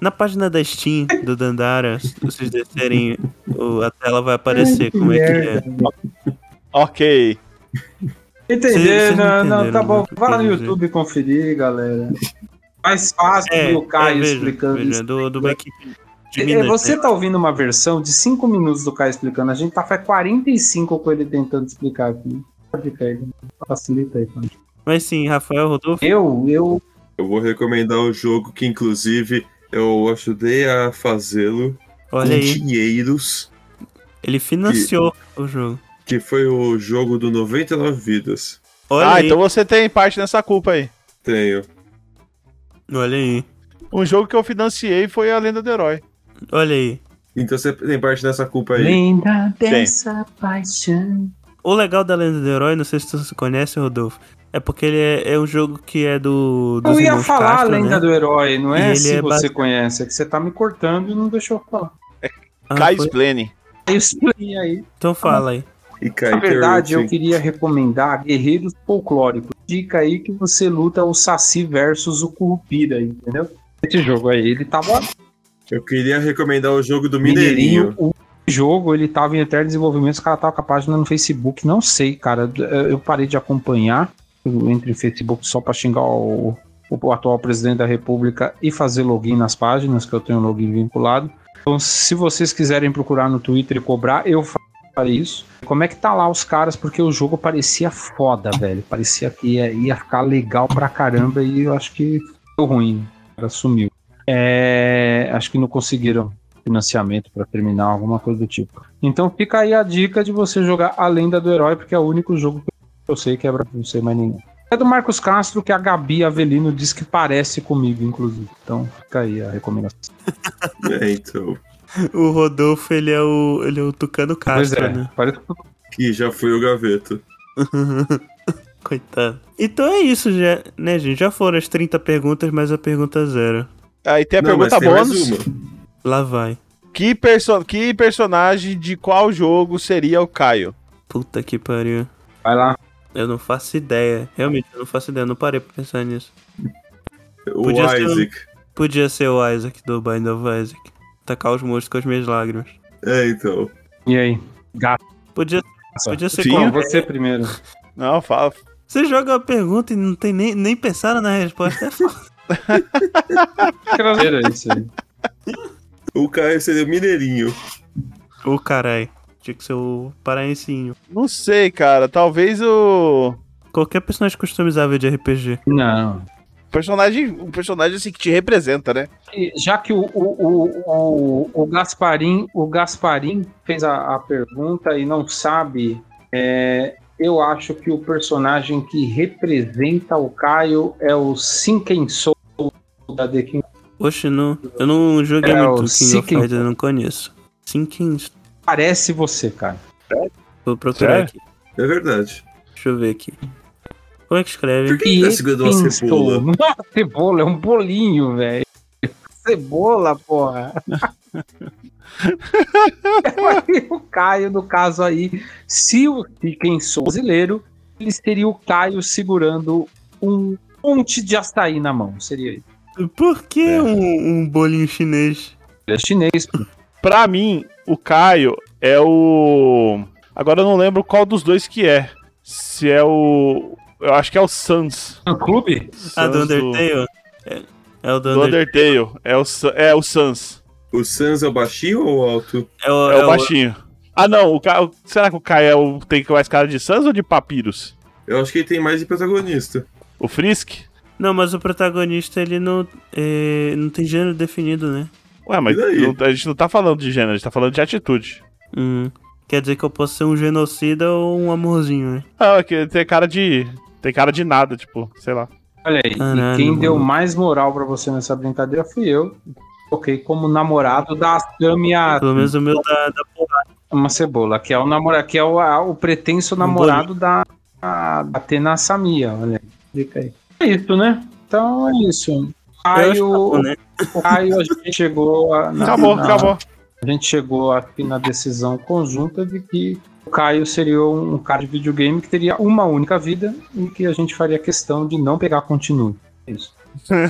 na página da Steam do Dandara, se vocês descerem, o- a tela vai aparecer como é que é. Ok. Vocês não Entendendo, não, não, entenderam, tá bom. né, o que Vai lá no eu quis YouTube conferir, galera. Mais fácil do que o Caio é. veja, explicando veja, isso. do, do back de É, Minas, você né? tá ouvindo uma versão de 5 minutos do Caio explicando. A gente tá faz 45 com ele tentando explicar aqui. Pode pegar. Facilita aí, mano. Mas sim, Rafael Rodolfo. Eu, eu. Eu vou recomendar o jogo que, inclusive, eu ajudei a fazê-lo Olha com aí, dinheiros. ele financiou o jogo. Que foi o jogo do 99 Vidas. Olha ah, aí, então você tem parte nessa culpa aí. Tenho. olha aí, Um jogo que eu financiei foi a Lenda do Herói. olha aí. Então você tem parte dessa culpa aí. Lenda Tem. dessa paixão. O legal da Lenda do Herói, não sei se tu se conhece, Rodolfo, é porque ele é, é um jogo que é do dos Eu ia irmãos falar Castro, a lenda né? do herói, não E é ele se é você base- conhece, é que você tá me cortando e não deixou eu falar. Ah, Caio foi? Splane. Aí eu expliquei aí. Então fala aí. E cai Na verdade, eu interrupting. queria recomendar Guerreiros Folclóricos. Dica aí que você luta o Saci versus o Curupira, entendeu? Esse jogo aí, ele tava eu queria recomendar o jogo do Mineirinho. mineirinho. O jogo, ele tava em eterno desenvolvimento, os caras estavam com a página no Facebook, não sei, cara. Eu parei de acompanhar eu entrei no Facebook só pra xingar o, o atual presidente da república e fazer login nas páginas, que eu tenho login vinculado. Então, se vocês quiserem procurar no Twitter e cobrar, eu fa- farei isso. Como é que tá lá os caras? Porque o jogo parecia foda, velho. Parecia que ia, ia ficar legal pra caramba e eu acho que deu ruim. O cara sumiu. É, acho que não conseguiram financiamento pra terminar, alguma coisa do tipo. Então fica aí a dica de você jogar A Lenda do Herói, porque é o único jogo que eu sei que é pra não sei mais ninguém. É do Marcos Castro, que a Gabi Avelino diz que parece comigo, inclusive. Então fica aí a recomendação. É, então. O Rodolfo, ele é o, ele é o Tucano Castro, pois é, né? parece que Que já foi o Gaveto. Coitado. Então é isso, já, né, gente? Já foram as 30 perguntas, mais a pergunta é zero. Aí tem a Não, mas pergunta tem mais bônus. uma. Lá vai. Que, perso que personagem de qual jogo seria o Caio? Puta que pariu. vai lá. Eu não faço ideia. Realmente, eu não faço ideia. Eu não parei pra pensar nisso. O Podia ser um- Isaac. Podia ser o Isaac do Bind of Isaac. Tacar os monstros com as minhas lágrimas. É, então. E aí? Gato. Podia, podia ser Sim. qual. Bom, você primeiro. Não, fala. Você joga a pergunta e não tem nem, nem pensaram na <laughs> resposta. <laughs> Craseira isso aí. O Caio seria o Mineirinho. Ô, carai. Tinha que ser o paraencinho. Não sei, cara. Talvez o. Qualquer personagem customizável de RPG. Não. Personagem. Um personagem assim que te representa, né? E já que o, o, o, o, o Gasparim, o Gasparim fez a, a pergunta e não sabe, é, eu acho que o personagem que representa o Caio é o Sinken Soul da The King. Oxe, não, eu não joguei É, muito o King of Sinking. Fighters, eu não conheço. Sinking, Parece você, cara. vou procurar Sério? aqui. É verdade. Deixa eu ver aqui. Como é que escreve? Por que ele tá segurando uma cebola? Nossa, <laughs> cebola é um bolinho, velho. Cebola, porra. Aí <laughs> o Caio, no caso aí, se o quem sou brasileiro, ele seria o Caio segurando um monte de açaí na mão. Seria ele. Por que um, um bolinho chinês? Ele é chinês. Pra mim, o Caio é o. Agora eu não lembro qual dos dois que é. Se é o. Eu acho que é o Sans. No clube? Ah, do Sans Undertale? É, é o do, Do Undertale. Undertale. É o, Sa- é o Sans. O Sans é o baixinho ou o alto? É o, É o baixinho. Ah, não. O Ca... o- Será que o Caio é o... tem mais cara de Sans ou de Papyrus? Eu acho que ele tem mais de protagonista. O Frisk? Não, mas o protagonista, ele não, é, não tem gênero definido, né? Ué, mas E daí? não- a gente não tá falando de gênero, a gente tá falando de atitude. Uhum. Hum, quer dizer que eu posso ser um genocida ou um amorzinho, né? Ah, é que ele tem cara de. Tem cara de nada, tipo, sei lá. Olha aí. Caralho, e quem mano. deu mais moral pra você nessa brincadeira fui eu. Coloquei como namorado da Ah, Samia Pelo menos o meu da, da porrada. Uma cebola, que é o namorado, que é o, a- o pretenso namorado da, a, da Atena Samia, olha aí. Dica aí. É isso, né? Então é isso. Aí escapou, o, né? o Caio, a gente chegou a. não, acabou, não. acabou. A gente chegou aqui na decisão conjunta de que o Caio seria um cara de videogame que teria uma única vida e que a gente faria questão de não pegar continue. É Isso.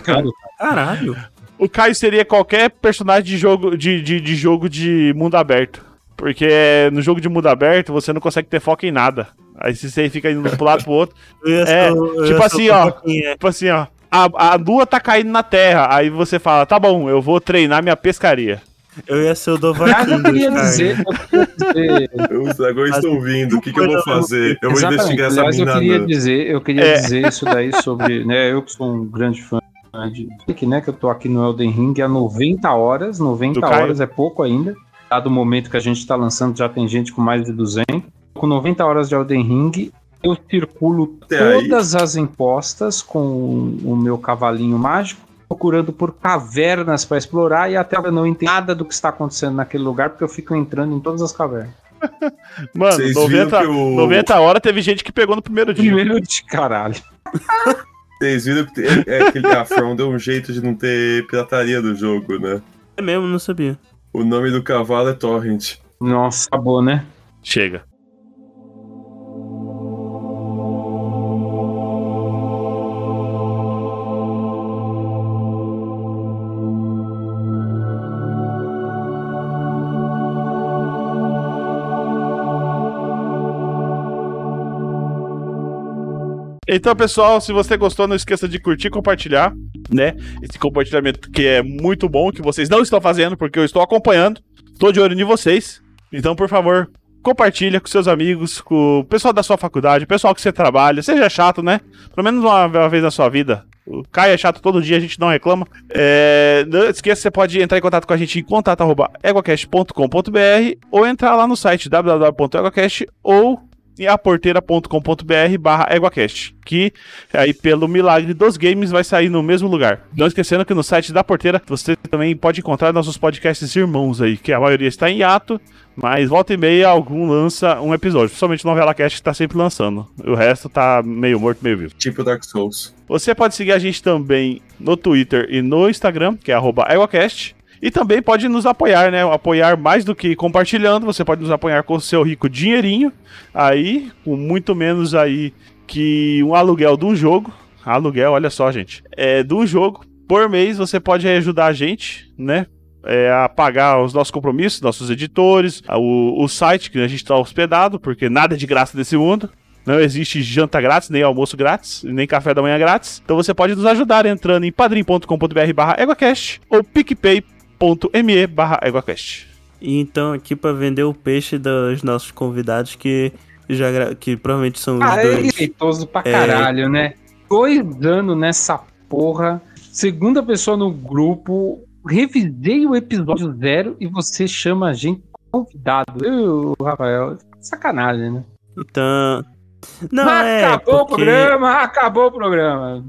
Claro, Caralho. O Caio seria qualquer personagem de jogo de, de, de jogo de mundo aberto. Porque no jogo de mundo aberto você não consegue ter foco em nada. Aí se você fica indo um pro lado pro outro, Eu ia É, ser o- eu tipo ia assim, ser o ó. Papaquinha. tipo assim, ó. A, a lua tá caindo na terra. Aí você fala, tá bom, eu vou treinar minha pescaria. Eu ia ser o Mas Dovahkiin eu dos queria caras. dizer, eu queria dizer Os dragões estão vindo. O que, que eu vou fazer? Eu vou investigar essa Aliás, mina. eu queria anã. dizer, eu queria É. dizer isso daí sobre, né, eu que sou um grande fã de Rick, né, que eu tô aqui no Elden Ring há 90 horas, 90 Do Caio. horas é pouco ainda, dado o momento que a gente tá lançando, já tem gente com mais de 200, com 90 horas de Elden Ring, eu circulo Até aí. todas as encostas com o meu cavalinho mágico, procurando por cavernas pra explorar e até agora eu não entendo nada do que está acontecendo naquele lugar, porque eu fico entrando em todas as cavernas. Mano, Vocês viram 90, que o. 90 horas teve gente que pegou no primeiro dia. Primeiro de caralho. Vocês viram que é, é aquele cafrão deu um jeito de não ter pirataria do jogo, né? É mesmo, não sabia. O nome do cavalo é Torrent. Nossa, acabou, né? Chega. Então, pessoal, se você gostou, não esqueça de curtir e compartilhar, né? Esse compartilhamento que é muito bom, que vocês não estão fazendo, porque eu estou acompanhando. Tô de olho em vocês. Então, por favor, compartilha com seus amigos, com o pessoal da sua faculdade, o pessoal que você trabalha. Seja chato, né? Pelo menos uma, uma vez na sua vida. O Caio é chato todo dia, a gente não reclama. É, não esqueça, você pode entrar em contato com a gente em contato.eguacast.com.br ou entrar lá no site www.eguacast ou em aporteira.com.br barra Eguacast, que aí pelo milagre dos games vai sair no mesmo lugar. Não esquecendo que no site da Porteira você também pode encontrar nossos podcasts irmãos aí, que a maioria está em hiato, mas volta e meia algum lança um episódio, principalmente o Novela Cast que tá sempre lançando. O resto tá meio morto, meio vivo. Tipo Dark Souls. Você pode seguir a gente também no Twitter e no Instagram, que é arroba EguaCast. E também pode nos apoiar, né? Apoiar mais do que compartilhando. Você pode nos apoiar com o seu rico dinheirinho. Aí, com muito menos aí que um aluguel de um jogo. Aluguel, olha só, gente. É de um jogo por mês você pode ajudar a gente, né? é, a pagar os nossos compromissos, nossos editores, a- o, o site que a gente está hospedado, porque nada é de graça nesse mundo. Não existe janta grátis, nem almoço grátis, nem café da manhã grátis. Então você pode nos ajudar entrando em padrim.com.br barra EguaCast ou picpay.me barra EguaCast. E então aqui pra vender o peixe dos nossos convidados que já gra- que provavelmente são os Ah, é dois. respeitoso pra É. caralho, né? Dois anos nessa porra. Segunda pessoa no grupo. Revisei o episódio zero e você chama a gente convidado. Eu, Rafael, sacanagem, né? Então, não é acabou o porque programa, acabou o programa.